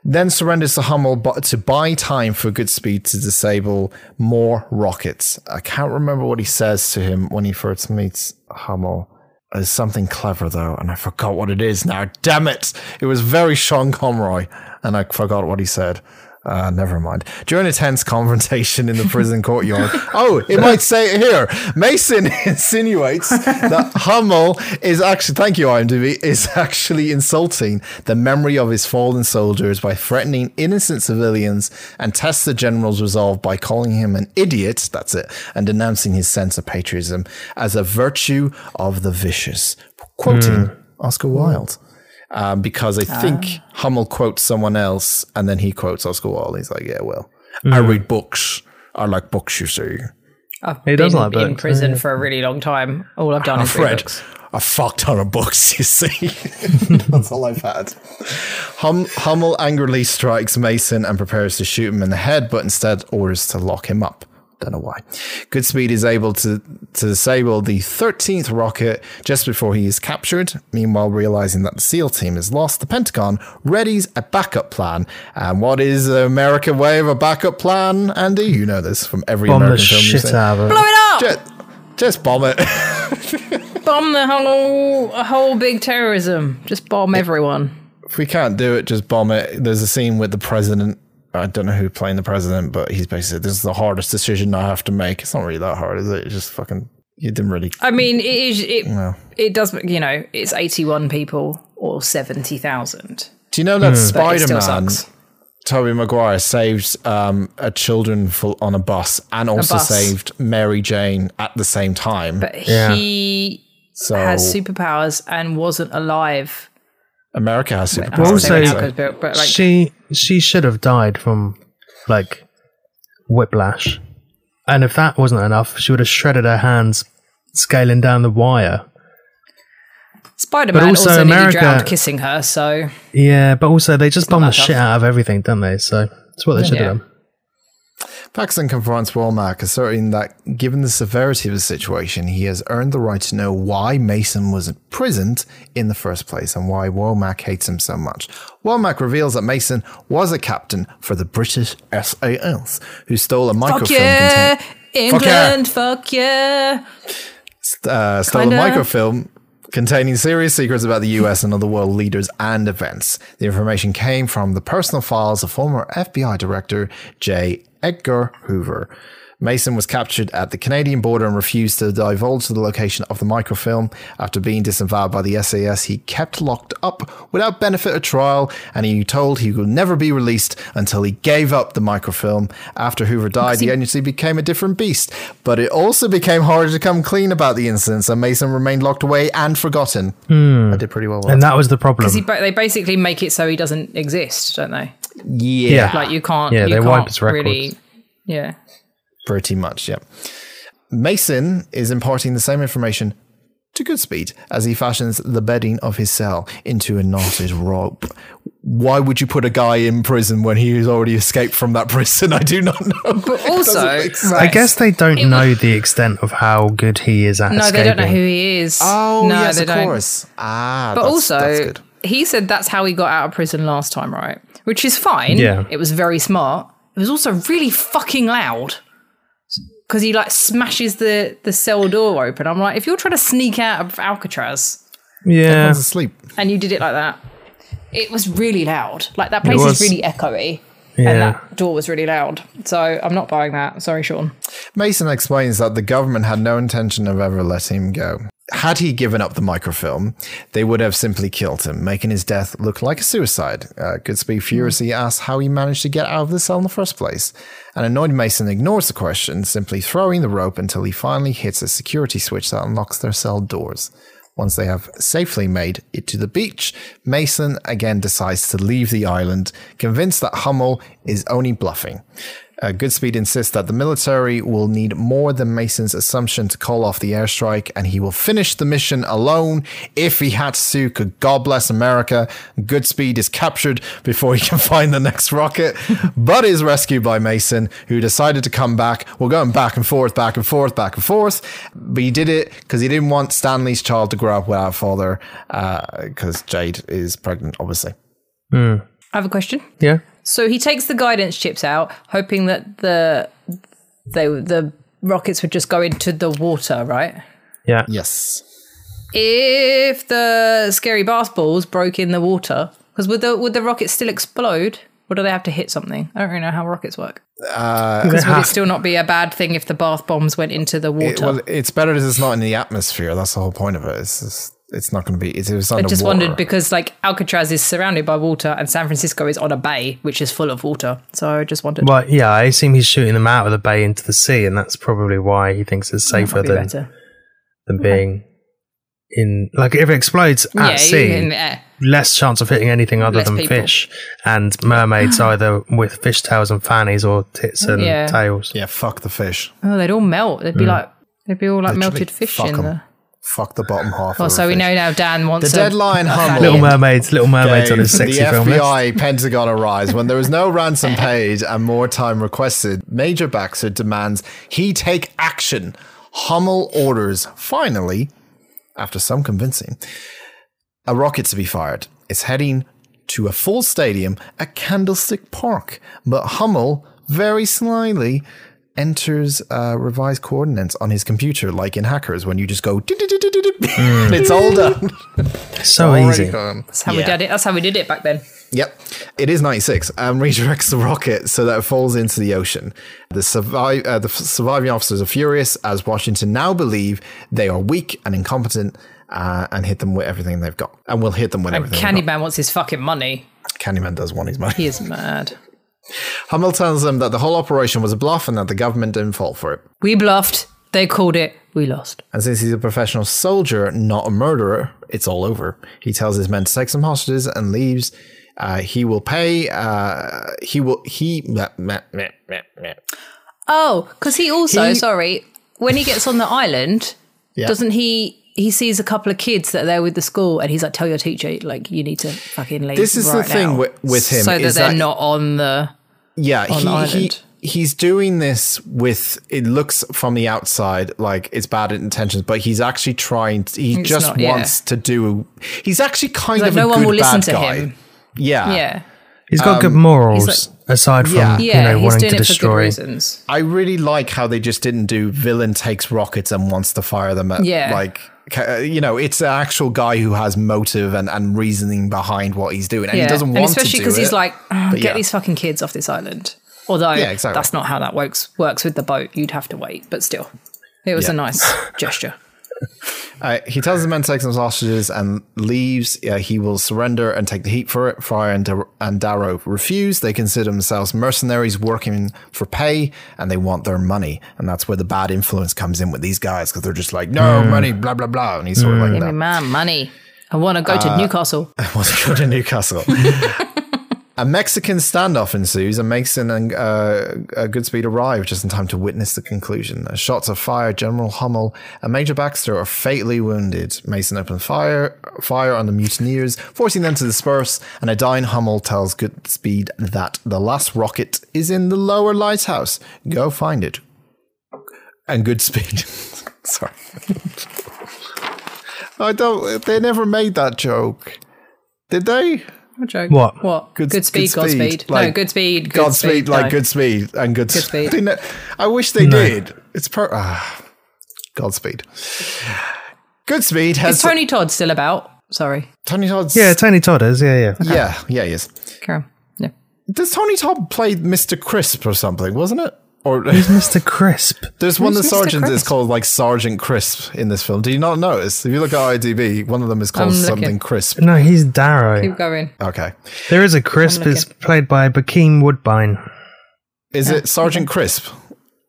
B: then surrenders to Hummel bu- to buy time for Goodspeed to disable more rockets. I can't remember what he says to him when he first meets Hummel. There's something clever though, and I forgot what it is now. Damn it! It was very Sean Conroy, and I forgot what he said. Uh, never mind. During a tense confrontation in the prison courtyard, oh, it might say it here. Mason insinuates that Hummel is actually, thank you, IMDb, is actually insulting the memory of his fallen soldiers by threatening innocent civilians and tests the general's resolve by calling him an idiot, that's it, and denouncing his sense of patriotism as a virtue of the vicious. Quoting Oscar Wilde um, because I think Hummel quotes someone else and then he quotes Oscar Wilde. He's like, "Yeah, well, I read books. I like books, you see.
A: I've
C: He
A: been
C: does like
A: in
C: books,
A: prison for a really long time. All I've done is read
B: Ah, Fred,
A: books.
B: a fuck ton of books, you see. That's all I've had." Hum- Hummel angrily strikes Mason and prepares to shoot him in the head, but instead orders to lock him up. Don't know why. Goodspeed is able to, to disable the 13th rocket just before he is captured. Meanwhile, realizing that the SEAL team is lost, the Pentagon readies a backup plan. And what is the American way of a backup plan, Andy? You know this from every
C: Bomb the
B: American film. you've
C: shit
B: seen.
C: out of it.
A: Blow it up!
B: Just, just bomb it.
A: bomb the whole whole big terrorism. Just bomb everyone.
B: If we can't do it, just bomb it. There's a scene with the president. I don't know who playing the president, but he's basically this is the hardest decision I have to make. It's not really that hard, is it? It's just fucking. You didn't really.
A: I mean, it is it. It does. You know, it's eighty-one people or seventy thousand.
B: Do you know that
A: But it
B: Spider
A: still
B: Man,
A: sucks.
B: Tobey Maguire, saved um, a children full, on a bus and also
A: bus.
B: saved Mary Jane at the same time?
A: But he
B: so
C: Oh.
A: has superpowers and wasn't alive.
B: America has
A: I was
B: superpowers.
A: gonna
C: also-
A: say right now 'cause- but, but, like,
C: she she should have died from like whiplash, and if that wasn't enough, she would have shredded her hands scaling down the wire.
A: Spider-Man
C: also
A: also, nearly
C: America-
A: drowned kissing her. So
C: Yeah, but also they just bomb the
A: that tough.
C: shit out of everything, don't they? So that's what they should
A: Yeah.
C: have done.
B: Paxton confronts Walmark, asserting that given the severity of the situation, he has earned the right to know why Mason was imprisoned in the first place and why Womack hates him so much. Womack reveals that Mason was a captain for the British SAS, who stole a microfilm
A: fuck yeah,
B: contain-
A: England, fuck
C: Um,
A: yeah.
B: uh, stole
A: Kinda.
B: a microfilm containing serious secrets about the US and other world leaders and events. The information came from the personal files of former FBI Director J. Edgar Hoover. Mason was captured at the Canadian border and refused to divulge the location of the microfilm. After being disavowed by the SAS, he kept locked up without benefit of trial, and he told he would never be released until he gave up the microfilm. After Hoover died, the agency became a different beast, but it also became harder to come clean about the incidents, and Mason remained locked away and forgotten. I did pretty well. With
C: And that was the problem.
A: He, ba- they basically make it so he doesn't exist, don't they?
B: yeah,
C: yeah,
A: Like you can't.
C: Yeah,
A: you
C: they
A: can't
C: wipe his records.
A: really. Yeah.
B: pretty much. Yeah. Mason is imparting the same information to Goodspeed as he fashions the bedding of his cell into a knotted rope. Why would you put a guy in prison when he has already escaped from that prison? I do not know.
A: But also,
C: I guess they don't know the extent of how good he is at
A: no,
C: escaping.
A: they don't know who he is.
B: Oh,
A: no,
B: yes,
A: they
B: of
A: don't.
B: course. Ah,
A: But
B: that's,
A: also,
B: that's good.
A: he said that's how he got out of prison last time, right? Which is fine.
C: Yeah.
A: It was very smart. It was also really fucking loud because he like smashes the the cell door open. I'm like, if you're trying to sneak out of Alcatraz
C: yeah,
B: Everyone's asleep.
A: and you did it like that, it was really loud. Like that place is
C: was.
A: really echoey.
C: yeah.
A: And that door was really loud. So I'm not buying that. Sorry, Sean.
B: Mason explains that the government had no intention of ever letting him go. Had he given up the microfilm, they would have simply killed him, making his death look like a suicide. Uh, Goodspeed furiously asks how he managed to get out of the cell in the first place. An annoyed Mason ignores the question, simply throwing the rope until he finally hits a security switch that unlocks their cell doors. Once they have safely made it to the beach, Mason again decides to leave the island, convinced that Hummel is only bluffing. Uh, Goodspeed insists that the military will need more than Mason's assumption to call off the airstrike, and he will finish the mission alone if he had to. 'cause God bless America. Goodspeed is captured before he can find the next rocket, but is rescued by Mason, who decided to come back. We're going back and forth, back and forth, back and forth. But he did it because he didn't want Stanley's child to grow up without a father, because Jade is pregnant, obviously.
A: I have a question.
C: yeah.
A: So he takes the guidance chips out, hoping that the they, the rockets would just go into the water, right?
C: Yeah.
B: Yes.
A: If the scary basketballs broke in the water, because would the would the rockets still explode, or do they have to hit something? I don't really know how rockets work. Because would it still not be a bad thing if the bath bombs went into the water?
B: It- well, it's better that it's not in the atmosphere. That's the whole point of it. It's just, it's not going to be. It's, it's
A: I
B: underwater.
A: just wondered because like Alcatraz is surrounded by water, and San Francisco is on a bay which is full of water. So I just wondered.
C: Well, yeah, I assume he's shooting them out of the bay into the sea, and that's probably why he thinks it's
A: that
C: safer
A: might be
C: than,
A: better.
C: than being in. Like, if it explodes at
A: yeah,
C: sea,
A: in the air.
C: less chance of hitting anything other
A: Less
C: than
A: people.
C: fish and mermaids, either with fish tails and fannies or tits and
A: Yeah.
C: tails.
B: Yeah, fuck the fish.
A: Oh, they'd all melt. They'd be like they'd be all like melted fish
B: fuck
A: in
B: 'em.
A: there.
B: Fuck the bottom half.
A: Oh,
B: of
A: so
B: the
A: we
B: fish.
A: know now Dan wants
B: The
A: a-
B: deadline
A: a
B: Hummel.
A: fanny.
C: Little mermaids, little mermaids on his
B: Gave
C: sexy
B: the
C: film list.
B: FBI Pentagon a rise when there was no ransom paid and more time requested. Major Baxter demands he take action. Hummel orders finally, after some convincing, a rocket to be fired. It's heading to a full stadium at Candlestick Park, but Hummel very slyly enters uh, revised coordinates on his computer, like in Hackers, when you just go, and it's all done.
C: So
B: Already
C: easy.
B: gone.
A: That's how we did it. That's how we did it back then.
B: Yep. It is 96 and redirects the rocket so that it falls into the ocean. The, survive, uh, the f- surviving officers are furious as Washington now believe they are weak and incompetent uh, and hit them with everything they've got. And will hit them with everything. they've
A: Candyman wants his fucking money.
B: got. Candyman does want his money.
A: He is mad.
B: Hummel tells them that the whole operation was a bluff and that the government didn't fall for it.
A: We bluffed. They called it. We lost.
B: And since he's a professional soldier, not a murderer, it's all over. He tells his men to take some hostages and leaves. Uh, he will pay. Uh, he will. He. meh, meh, meh, meh, meh.
A: Oh, because he also
B: He-
A: sorry when he gets on the island,
B: Yeah.
A: doesn't he? He sees a couple of kids that are there with the school, and he's like, "Tell your teacher, like, you need to fucking leave."
B: This is the
A: right
B: thing
A: now."
B: with- with him,
A: so that
B: is
A: they're
B: that-
A: not on the.
B: Yeah,
A: on the
B: he, he
A: island.
B: he's doing this with it looks from the outside like it's bad intentions, but he's actually trying. To, he
A: It's
B: just
A: not, yeah.
B: wants to do. He's actually kind
A: Like,
B: of
A: no
B: a
A: one
B: good
A: will listen
B: bad
A: to
B: guy.
A: him.
B: Yeah,
A: Yeah,
C: He's got good morals, aside from
B: Um, Yeah.
A: yeah.
C: you know
A: he's
C: wanting
A: doing
C: to
A: it for good
C: destroy.
A: reasons.
B: I really like how they just didn't do villain takes rockets and wants to fire them at
A: Yeah.
B: like ca- uh, you know it's an actual guy who has motive and, and reasoning behind what he's doing and
A: yeah,
B: he doesn't want
A: and especially
B: to do
A: because
B: it
A: he's like, "Oh,
B: But
A: "Get
B: yeah.
A: these fucking kids off this island." Although
B: Yeah, exactly.
A: that's not how that works. Works with the boat. You'd have to wait, but still, it was a
B: Yeah.
A: nice gesture.
B: Uh, he tells the men to take some hostages and leaves. Uh, he will surrender and take the heat for it. Fryer and, Dar- and Darrow refuse. They consider themselves mercenaries working for pay and they want their money. And that's where the bad influence comes in with these guys because they're just like, no money, blah, blah, blah. And he's sort of like,
A: Give me
B: no. Uh,
A: my money. I want to go to Newcastle.
B: wants to go to Newcastle. a Mexican standoff ensues, and Mason and uh, uh, Goodspeed arrive just in time to witness the conclusion. As shots are fired, General Hummel and Major Baxter are fatally wounded. Mason opens fire, fire on the mutineers, forcing them to disperse. And a dying Hummel tells Goodspeed that the last rocket is in the lower lighthouse. Go find it. And Goodspeed. Sorry. I don't. They never made that joke, did they?
A: What joke?
C: What?
A: What? Good, speed, Godspeed. no, good speed. Good
B: Godspeed,
A: speed,
B: like
A: no.
B: Goodspeed and good,
A: Good speed.
B: speed. I wish they did. It's per. Ah, Godspeed. Goodspeed has
A: Is Tony Todd still about? Sorry,
B: Tony Todd's.
C: Yeah, Tony Todders. Yeah, yeah.
B: yeah, yeah, yes.
A: Karen. No.
B: Does Tony Todd play Mr. Crisp or something? Wasn't it? Or
C: Mr. Crisp.
B: there's one of the
A: Who's Mr.
B: sergeants is
A: Crisp?
B: called like Sergeant Crisp in this film. Do you not notice? If you look at IDB, one of them is called
A: I'm looking.
B: something crisp.
C: No, he's Darrow.
A: Keep going.
B: Okay,
C: There is a Crisp. It's played by Bakeem Woodbine.
B: is it Sergeant Crisp?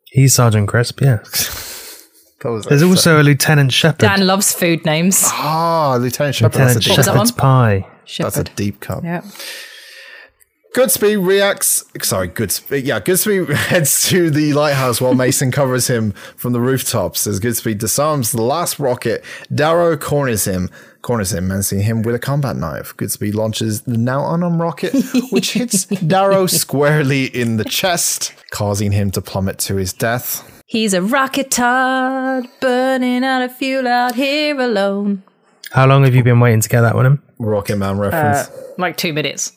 C: He's Sergeant Crisp. Yeah.
B: That was
C: There's also a Lieutenant Shepherd.
A: Dan loves food names.
B: ah Lieutenant Shepard. That's a
A: What
B: deep,
C: Lieutenant
A: was that
C: Shepherd's
A: one?
C: pie.
B: that's a
A: Shepherd.
B: deep cut.
A: Yeah.
B: Goodspeed reacts. Sorry, Goodspeed. Yeah, Goodspeed heads to the lighthouse while Mason covers him from the rooftops as Goodspeed disarms the last rocket. Darrow corners him, corners him, and seeing him with a combat knife. Goodspeed launches the now unarmed rocket, which hits Darrow squarely in the chest, causing him to plummet to his death.
A: He's a rocket Todd, burning out of fuel out here alone.
C: How long have you been waiting to get that one in?
B: Rocket Man reference.
A: Like two minutes.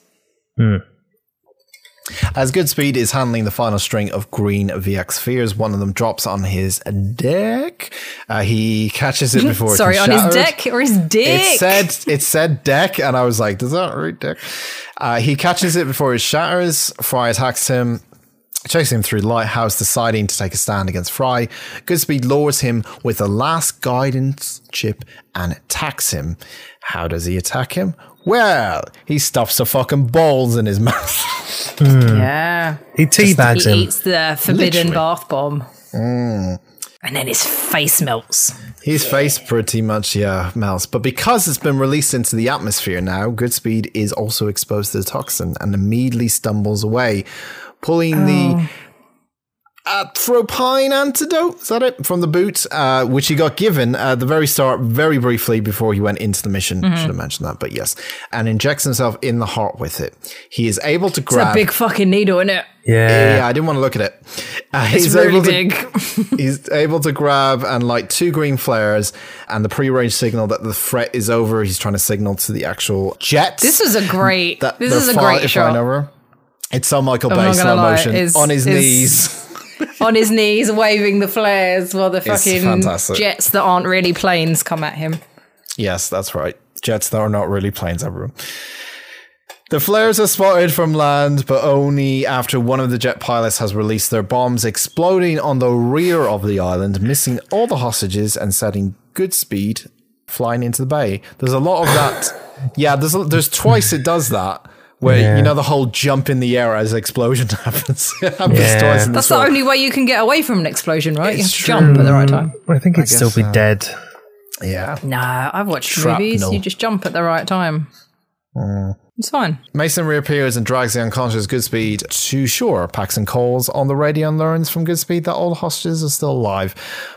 B: As Goodspeed is handling the final string of green VX spheres, one of them drops on his deck. Uh, he catches it before it
A: Sorry,
B: can
A: on his
B: shatter.
A: deck or his dick.
B: It said it said deck, and I was like, "Does that read deck?" Uh, he catches it before it shatters. Fry attacks him, chasing him through the lighthouse, deciding to take a stand against Fry. Goodspeed lures him with the last guidance chip and attacks him. How does he attack him? Well, he stuffs the fucking balls in his mouth.
A: yeah.
C: He teabags
A: He
C: him.
A: eats the forbidden
B: Literally.
A: bath bomb. Mm. And then his face melts.
B: His face pretty much, yeah, melts. But because it's been released into the atmosphere now, Goodspeed is also exposed to the toxin and immediately stumbles away, pulling
A: Oh.
B: the atropine antidote, is that it, from the boot, uh, which he got given at the very start, very briefly before he went into the mission.
A: Mm-hmm.
B: Should have mentioned that, but yes. And injects himself in the heart with it. He is able to
A: It's
B: grab.
A: a big fucking needle, isn't it?
C: Yeah.
B: yeah, I didn't want to look at it. Uh,
A: It's
B: he's
A: really
B: able to-
A: big.
B: He's able to grab and light two green flares and the prearranged signal that the threat is over. He's trying to signal to the actual jets.
A: This is a great.
B: that
A: this
B: they're
A: is a
B: far-
A: great
B: flying
A: shot.
B: Over. It's some Michael
A: not
B: Bay
A: gonna
B: slow
A: lie,
B: motion
A: it's-
B: on his
A: it's-
B: knees.
A: on his knees waving the flares while the
B: It's
A: fucking
B: fantastic.
A: jets that aren't really planes come at him.
B: Yes, that's right. Jets that are not really planes, everyone. The flares are spotted from land, but only after one of the jet pilots has released their bombs, exploding on the rear of the island, missing all the hostages and setting good speed flying into the bay. There's a lot of that. yeah, there's a, there's twice it does that. Where you know the whole jump in the air as explosion happens. it happens
C: Yeah.
B: twice in
A: That's
B: this
A: the
B: one.
A: only way you can get away from an explosion, right? you have
B: It's
A: to jump at the right time.
C: Mm, I think he'd still be
D: guess, uh,
C: dead.
B: Yeah.
A: Nah, I've watched movies.
B: Shrapnel.
A: You just jump at the right time. It's fine.
B: Mason reappears and drags the unconscious Goodspeed to shore. Paxton calls on the radio and learns from Goodspeed that all the hostages are still alive,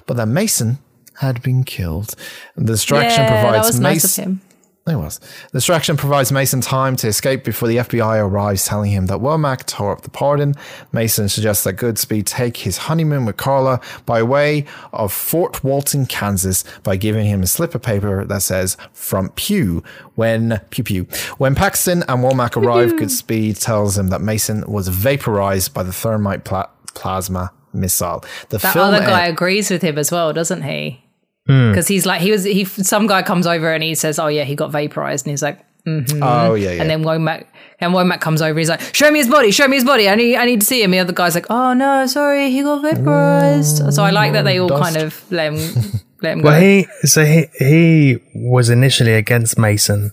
B: but that Mason had been killed. The distraction
A: yeah, that
B: provides
A: was nice of
B: Mason.
A: him.
B: It was. The distraction provides Mason time to escape before the FBI arrives, telling him that Womack tore up the pardon. Mason suggests that Goodspeed take his honeymoon with Carla by way of Fort Walton, Kansas, by giving him a slip of paper that says "Front Pew." When pew pew. When Paxton and Womack arrive, Goodspeed tells him that Mason was vaporized by the thermite pla- plasma missile. The
A: Oh, That
B: film
A: other guy
B: en-
A: agrees with him as well, doesn't he?
C: Hmm.
A: Because he's like, he was, he, some guy comes over and he says, oh yeah, he got vaporized. And he's like,
B: oh yeah, yeah.
A: mm-hmm. And then Womack and Womack comes over. He's like, "Show me his body. Show me his body. I need, I need to see him." The other guy's like, "Oh no, sorry, he got vaporized." So I like that they all
B: dust.
A: kind of let him, let him go.
C: Well, he so he he was initially against Mason,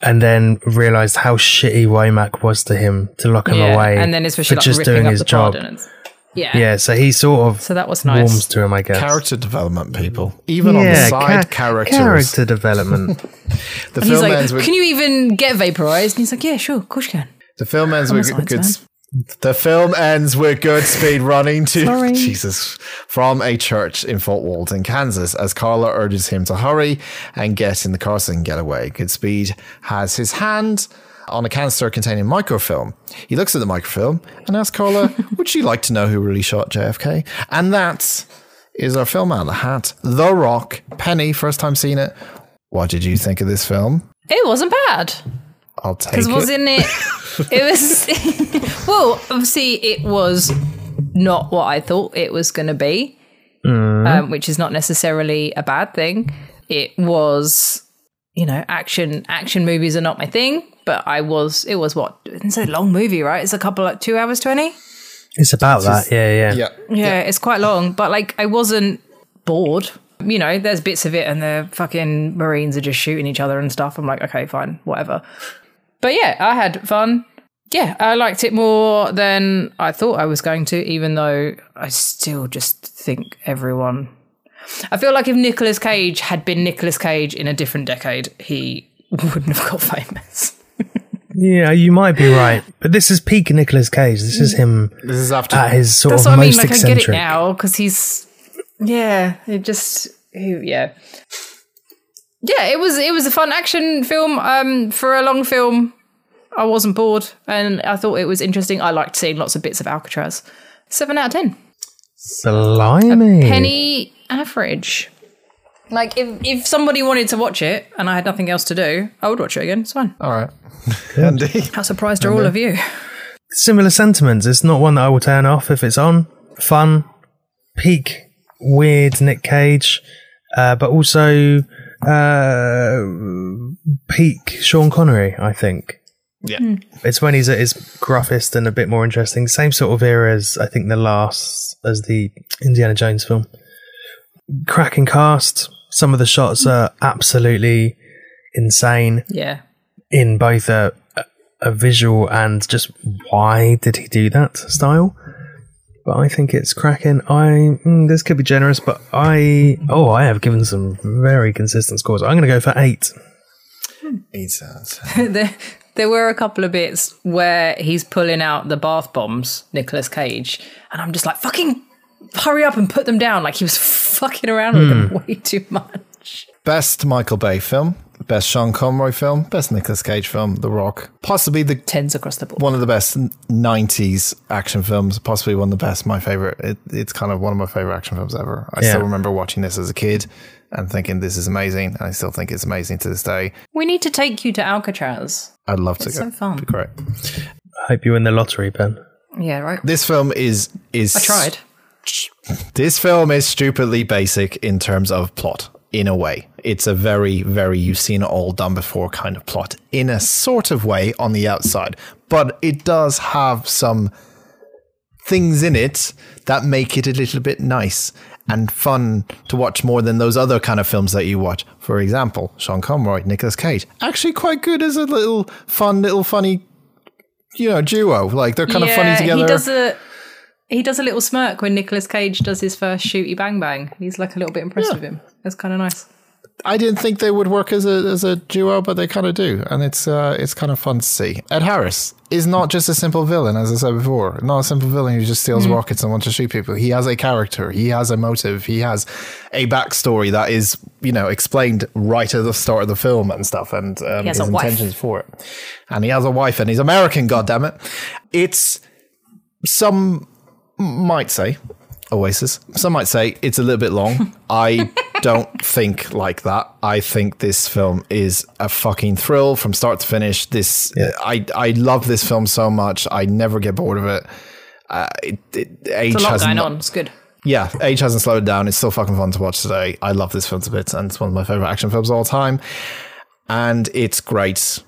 C: and then realized how shitty Womack was to him to lock him
A: Yeah.
C: away,
A: and then especially
C: for
A: like
C: just
A: ripping
C: doing
A: up
C: his
A: the
C: job.
A: pardons. Yeah.
C: Yeah, so he sort of
A: So that was nice.
C: warms to him, I guess.
B: Character development, people. Even on the
C: Yeah,
B: side,
C: ca-
B: characters.
C: character development.
B: The
A: And he's
B: film
A: like,
B: ends with
A: "Can you even get vaporized?" And he's like, "Yeah, sure, of course you can."
B: The film ends
A: I'm a
B: with
A: science
B: good.
A: man.
B: The film ends with Goodspeed running to
A: Sorry.
B: Jesus from a church in Fort Walton, Kansas, as Carla urges him to hurry and get in the car so he can get away. Goodspeed has his hand on a canister containing microfilm. He looks at the microfilm and asks Carla, "Would she like to know who really shot JFK?" And that is our film out of the hat. The Rock, Penny, first time seeing it. What did you think of this film?
A: It wasn't bad.
B: I'll take
A: Because
B: it.
A: wasn't it? It was. well, obviously, it was not what I thought it was going to be,
B: Mm.
A: um, which is not necessarily a bad thing. It was, you know, action action movies are not my thing, but I was. It was what? It's a long movie, right? It's a couple like two hours twenty.
C: it's about that. Yeah, yeah.
B: yeah.
A: Yeah, it's quite long, but like I wasn't bored. You know, there's bits of it, and the fucking Marines are just shooting each other and stuff. I'm like, okay, fine, whatever. But yeah, I had fun. Yeah, I liked it more than I thought I was going to, even though I still just think everyone. I feel like if Nicolas Cage had been Nicolas Cage in a different decade, he wouldn't have got famous.
C: Yeah, you might be right, but this is peak Nicolas Cage. This is him
B: This is after
A: Uh,
C: at his sort
A: Mm. That's
C: of
A: what I mean.
C: most
A: Like, I
C: eccentric.
A: get it now because he's, yeah, it just, he, yeah, yeah. It was it was a fun action film. Um, for a long film, I wasn't bored, and I thought it was interesting. I liked seeing lots of bits of Alcatraz. Seven out of ten.
C: Blimey.
A: Penny average. Like if if somebody wanted to watch it and I had nothing else to do, I would watch it again. It's fine.
C: Oh.
B: All right. Andy.
A: How surprised are all of you?
C: similar sentiments. It's not one that I will turn off if it's on. Fun, peak, weird Nick Cage, uh, but also uh, peak Sean Connery. I think.
B: Yeah.
C: It's when he's at his gruffest and a bit more interesting. Same sort of era as I think the last as the Indiana Jones film. Cracking cast. Some of the shots are absolutely insane
A: Yeah.
C: in both a a visual and just why did he do that style. But I think it's cracking. I mm, this could be generous, but I oh I have given some very consistent scores. I'm going to go for eight.
B: Eight out of ten.
A: there, there were a couple of bits where he's pulling out the bath bombs, Nicolas Cage, and I'm just like, fucking hurry up and put them down. Like he was fucking around with them way too much.
B: Best Michael Bay film, best Sean Conroy film, best Nicolas Cage film, The Rock. Possibly the
A: Tens across the board.
B: one of the best n- 90s action films, possibly one of the best, my favorite. It, it's kind of one of my favorite action films ever. I still
C: Yeah.
B: remember watching this as a kid and thinking this is amazing, and I still think it's amazing to this day.
A: We need to take you to Alcatraz.
B: I'd love to
A: It's
B: go.
A: so fun.
B: Be great.
C: I hope you win the lottery, Ben.
A: Yeah, right.
B: This film is is
A: I tried.
B: This film is stupidly basic in terms of plot, in a way. It's a very, very you've seen it all done before kind of plot, in a sort of way on the outside. But it does have some things in it that make it a little bit nice and fun to watch more than those other kind of films that you watch. For example, Sean Conroy, Nicolas Cage, actually quite good as a little fun, little funny, you know, duo. Like they're kind of funny together.
A: He does a he does a little smirk when Nicolas Cage does his first shooty bang bang. He's like a little bit impressed with him. That's kind of nice.
B: I didn't think they would work as a as a duo, but they kind of do, and it's uh, it's kind of fun to see. Ed Harris is not just a simple villain, as I said before, not a simple villain who just
A: Hmm.
B: steals rockets and wants to shoot people. He has a character, he has a motive, he has a backstory that is you know explained right at the start of the film and stuff, and um,
A: has
B: his
A: a wife.
B: intentions for it. And he has a wife, and he's American. God damn it! It's some might say Oasis. Some might say it's a little bit long. I don't think like that. I think this film is a fucking thrill from start to finish. This I I love this film so much. I never get bored of it. Uh, it, it
A: There's
B: age
A: a lot
B: has
A: going
B: not,
A: on. It's good.
B: yeah, age hasn't slowed down. It's still fucking fun to watch today. I love this film to bits, and it's one of my favorite action films of all time. And it's great.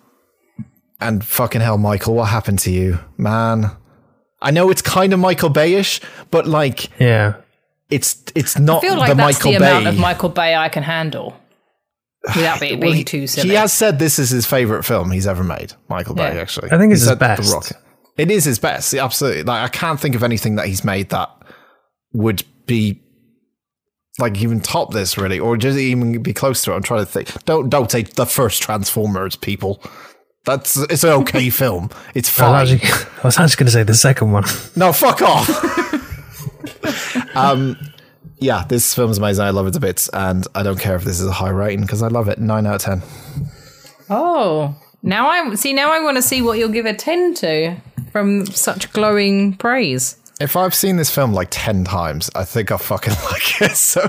B: And fucking hell, Michael, what happened to you, man? I know it's kind of Michael Bayish, but like
C: Yeah.
B: it's it's not
A: I feel like
B: the
A: that's
B: Michael
A: the
B: Bay.
A: amount of Michael Bay I can handle without it being
B: Well, he,
A: too silly.
B: he has said this is his favorite film he's ever made. Michael Bay,
A: Yeah.
B: actually,
C: I think it's
B: He
C: his
B: said The
C: best.
B: Rock. It is his best, yeah, absolutely. Like I can't think of anything that he's made that would be like even top this, really, or just even be close to it. I'm trying to think. Don't don't say the first Transformers, people. That's it's an okay film. It's
C: I
B: fine.
C: was actually, I was actually going to say the second one.
B: No, fuck off. um, yeah, this film's amazing. I love it to bits, and I don't care if this is a high rating because I love it. Nine out of ten.
A: oh, now I see. Now I want to see what you'll give a ten to from such glowing praise.
B: If I've seen this film like ten times, I think I fucking like it. So,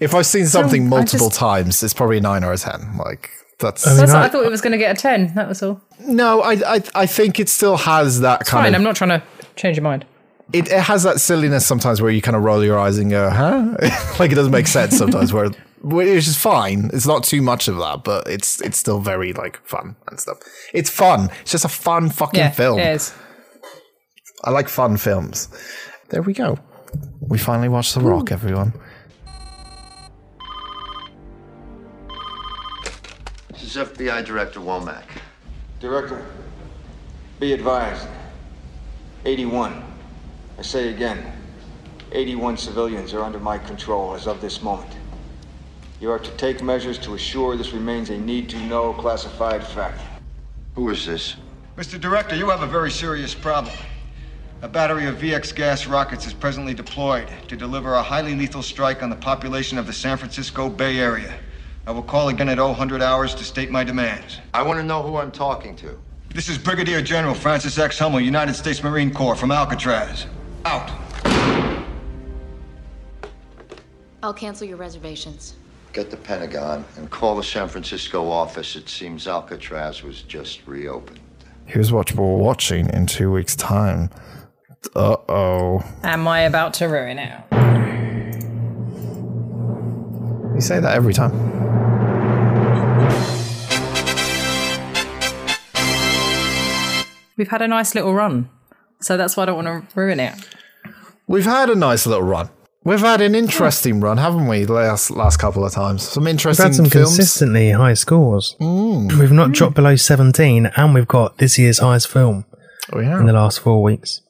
B: if I've seen something
A: I
B: multiple
A: just-
B: times, it's probably a nine or a ten. Like that's
A: That's
C: No,
A: what
C: I-
A: I thought it was going to get a ten. That was all.
B: no, I, I I think it still has that kind
A: Fine.
B: of
A: I'm not trying to change your mind.
B: it, it has that silliness sometimes where you kind of roll your eyes and go, huh? like it doesn't make sense sometimes where which is fine. It's not too much of that, but it's it's still very like fun and stuff. It's fun. It's just a fun fucking
A: Yeah.
B: film.
A: it is.
B: I like fun films. There we go. We finally watched The Rock, everyone.
L: This is FBI Director Womack. Director, be advised. 81. I say again, 81 civilians are under my control as of this moment. You are to take measures to assure this remains a need to know classified fact. Who is this? Mr. Director, you have a very serious problem. A battery of VX gas rockets is presently deployed to deliver a highly lethal strike on the population of the San Francisco Bay Area. I will call again at 0100 hours to state my demands. I want to know who I'm talking to. This is Brigadier General Francis X. Hummel, United States Marine Corps from Alcatraz. Out.
M: I'll cancel your reservations.
L: Get the Pentagon and call the San Francisco office. It seems Alcatraz was just reopened.
B: Here's what we're watching in two weeks' time. Uh oh.
A: Am I about to ruin it?
B: You say that every time.
A: We've had a nice little run, so that's why I don't want to ruin it.
B: We've had a nice little run. We've had an interesting run, haven't we? Last last couple of times, some
C: We've
B: interesting
C: had some
B: films.
C: consistently high scores. We've not dropped below 17, and we've got this year's highest film
B: We have.
C: in the last four weeks.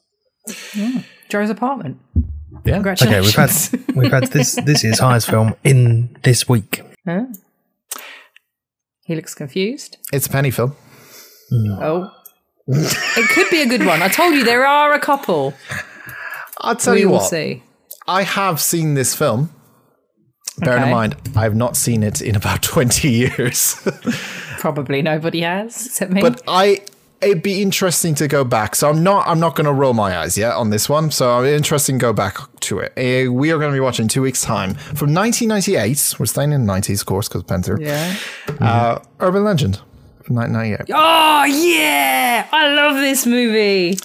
A: Joe's apartment.
B: Yeah.
C: Okay, we've had
A: Congratulations.
C: we've had this this year's highest film in this week.
A: Huh? He looks confused.
B: It's a penny film.
A: Oh. it could be a good one. I told you there are a couple.
B: I'll tell
A: we
B: you
A: will
B: what.
A: see.
B: I have seen this film. Bearing
A: Okay.
B: in mind, I have not seen it in about twenty years.
A: Probably nobody has except me.
B: but I it'd be interesting to go back. So I'm not I'm not going to roll my eyes yet on this one. So I'm interested to go back to it. Uh, we are going to be watching two weeks time from 1998. We're staying in the 90s, of course, because Panther.
A: yeah.
B: Uh, Urban Legend 1998.
A: Oh yeah, I love this movie.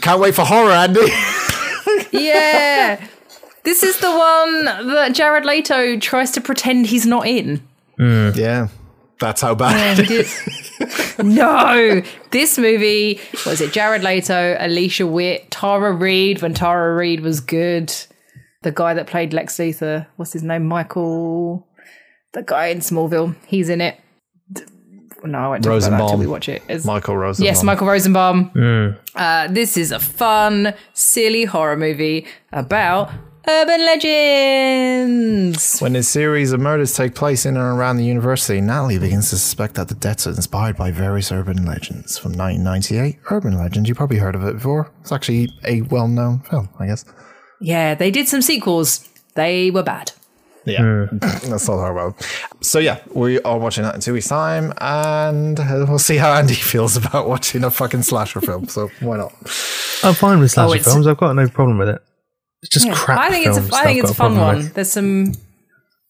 N: Can't wait for horror, Andy.
A: Yeah, this is the one that Jared Leto tries to pretend he's not in.
N: Yeah, that's how bad. it is.
A: No, this movie was it Jared Leto, Alicia Witt, Tara Reid when Tara Reid was good. The guy that played Lex Luthor, what's his name? Michael, the guy in Smallville, he's in it. D- No, I won't talk about that
B: Rosenbaum.
A: until we watch it. It's-
B: Michael Rosenbaum.
A: Yes, Michael Rosenbaum. Uh, this is a fun, silly horror movie about urban legends.
B: When a series of murders take place in and around the university, Natalie begins to suspect that the deaths are inspired by various urban legends. From 1998, Urban Legend, you probably heard of it before. It's actually a well known film, I guess.
A: Yeah, they did some sequels. They were bad.
B: Yeah. That's not horrible. So, yeah, we are watching that in two weeks' time, and uh, we'll see how Andy feels about watching a fucking slasher film. So, why not?
C: I'm fine with slasher
A: Oh, it's-
C: films. I've got no problem with it. It's just crap.
A: I think
C: films
A: it's a, I
C: that
A: think
C: I've
A: it's a
C: got
A: fun one.
C: problem with.
A: There's some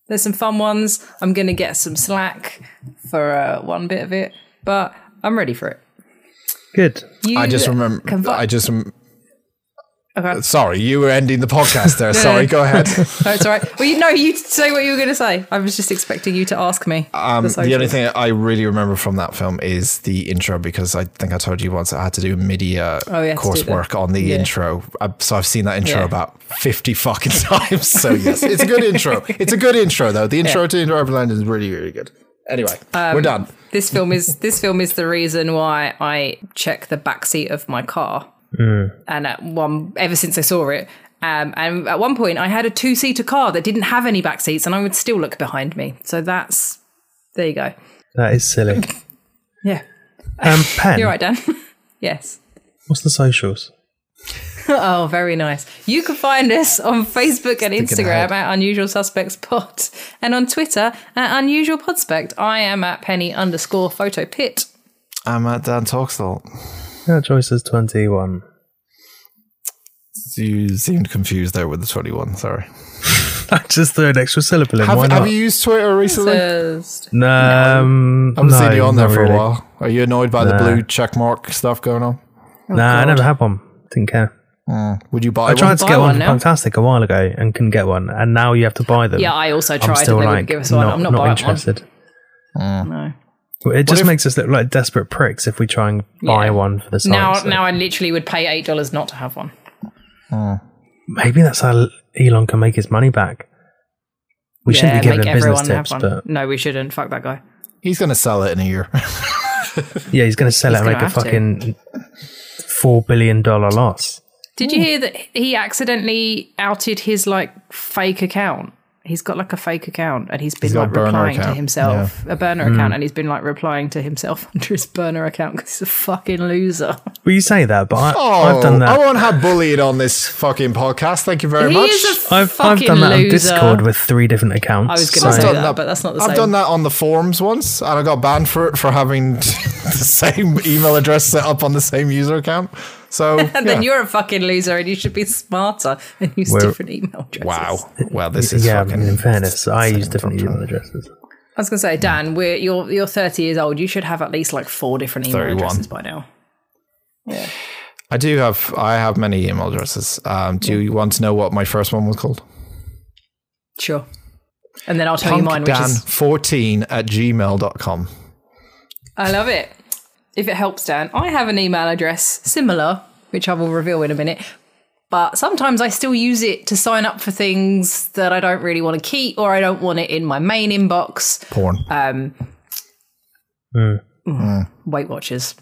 A: there's some fun ones. I'm gonna get some slack for uh, one bit of it, but I'm ready for it.
C: Good.
A: You
N: I just remember.
A: can vi-
N: I just. rem-
A: Okay.
N: Sorry, you were ending the podcast there. Sorry, go ahead.
A: No, Oh, it's all right. Well, you know, you say what you were going to say. I was just expecting you to ask me.
B: Um,
A: the
B: the only
A: socials.
B: thing I really remember from that film is the intro because I think I told you once I had to do media
A: Oh, you had to do that.
B: coursework on the
A: Yeah.
B: intro. I, so I've seen that intro
A: Yeah.
B: about 50 fucking times. So yes, it's a good intro. It's a good intro though. The intro to Into Urban Land is really, really good. Anyway,
A: Um,
B: we're done.
A: this film is this film is the reason why I check the backseat of my car. And at one, ever since I saw it, um, and at one point I had a two seater car that didn't have any back seats, and I would still look behind me. So that's there you go.
C: That is silly.
A: Yeah,
C: Um, Pen.
A: you're right, Dan. yes.
C: What's the socials?
A: Oh, very nice. You can find us on Facebook and Instagram
B: ahead.
A: at Unusual Suspects Pod and on Twitter at Unusual Podspect. I am at Penny underscore photo pit.
B: I'm at Dan Talkstall.
C: That choice is twenty-one.
B: You seemed confused there with the 21. Sorry.
C: I just threw an extra syllable in. Why
B: Have,
C: not?
B: have you used Twitter recently?
A: Just-
C: No, um,
B: I haven't
C: no,
B: seen you on there
C: not
B: for
C: really.
B: a while. Are you annoyed by the blue check mark stuff going on?
A: Oh,
C: nah, I never had one. Didn't care.
B: Would you buy
C: I
B: one?
C: tried to
A: Buy
C: get one
A: one
C: for
A: now.
C: Fantastic a while ago and couldn't get one, and now you have to buy them.
A: Yeah, I also
C: I'm
A: tried
C: still
A: and they
C: like
A: wouldn't give us one.
C: not,
A: I'm not,
C: not
A: buying
C: interested.
A: one. No.
C: Well, It just makes us look like desperate pricks if we try and buy
A: Yeah.
C: one for the site.
A: Now,
C: so-
A: now I literally would pay eight dollars not to have one.
C: maybe that's how Elon can make his money back. We shouldn't be giving him business tips, but
A: No, we shouldn't. Fuck that guy.
B: He's going to sell it in a year.
C: yeah, he's going to sell it and
A: gonna
C: make a
A: have to.
C: fucking four billion dollar loss.
A: Did you hear that he accidentally outed his like fake account? He's got like a fake account and he's been
B: got
A: like
B: a burner
A: replying to
B: account,
A: himself, a burner
C: Mm.
A: account, and he's been like replying to himself under his burner account because he's a fucking loser.
C: Well, you say that, but I,
B: Oh,
C: I've done that.
B: I won't have bullied on this fucking podcast. Thank you very
A: he
B: much.
A: is a
C: I've, I've
A: fucking
C: done that
A: loser.
C: on Discord with three different accounts.
A: I was gonna
C: so-
A: say that, but that's not the
B: I've
A: same.
B: done that on the forums once, and I got banned for it for having the same email address set up on the same user account. So
A: and
B: yeah.
A: then you're a fucking loser, and you should be smarter and use
C: Well-
A: different email addresses.
B: wow. Well, this is
C: yeah, I
B: fucking
C: mean, in fairness, I use different
B: doctrine.
C: email addresses.
A: I was gonna say, Dan, we're, you're you're 30 years old. You should have at least like four different email
B: 31.
A: addresses by now.
B: I do have. I have many email addresses. Um, do you want to know what my first one was called?
A: Sure. And then I'll tell you mine, which is
B: Punkdan14 at gmail.com.
A: I love it. If it helps, Dan, I have an email address similar, which I will reveal in a minute. But sometimes I still use it to sign up for things that I don't really want to keep or I don't want it in my main inbox.
B: Porn.
A: Um, mm, Weight Watchers.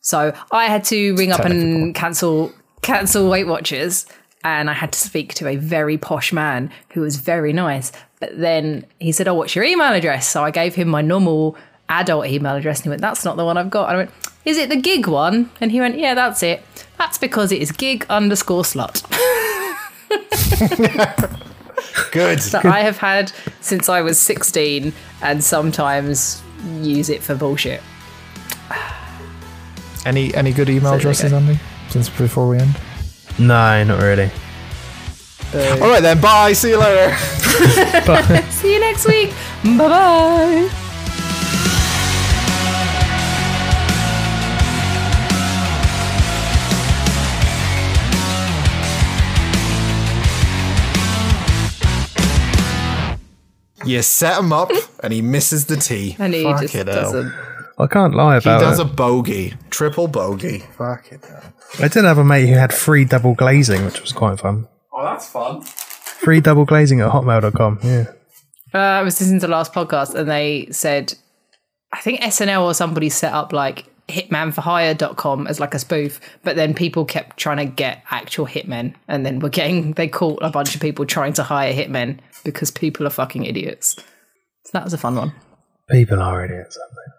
A: So I had to ring up and cancel cancel Weight Watchers, and I had to speak to a very posh man who was very nice. But then he said, "Oh, what's your email address?" So I gave him my normal adult email address, and he went, "That's not the one I've got." And I went, "Is it the gig one?" And he went, "Yeah, that's it. That's because it is gig underscore slut."
B: Good.
A: that I have had since I was 16 and sometimes use it for bullshit.
B: Any any good
A: there
B: email
A: you
B: addresses,
A: go.
B: Andy? Since before we end.
C: No, not really.
B: All right then. Bye. See you later.
A: See you next week. Bye bye.
B: You set him up, and he misses the tee.
A: And he
B: Fuck
A: just
B: it
A: doesn't.
C: I can't lie
B: He
C: about
B: does
C: it.
B: a bogey, triple bogey. Fuck it.
C: I did have a mate who had free double glazing, which was quite fun.
B: Oh, that's fun.
C: Free double glazing at hotmail.com. Yeah.
A: Uh, I was listening to the last podcast and they said, I think SNL or somebody set up like hitmanforhire.com as like a spoof, but then people kept trying to get actual hitmen. And then we're getting, they caught a bunch of people trying to hire hitmen because people are fucking idiots. So that was a fun one.
C: People are idiots, aren't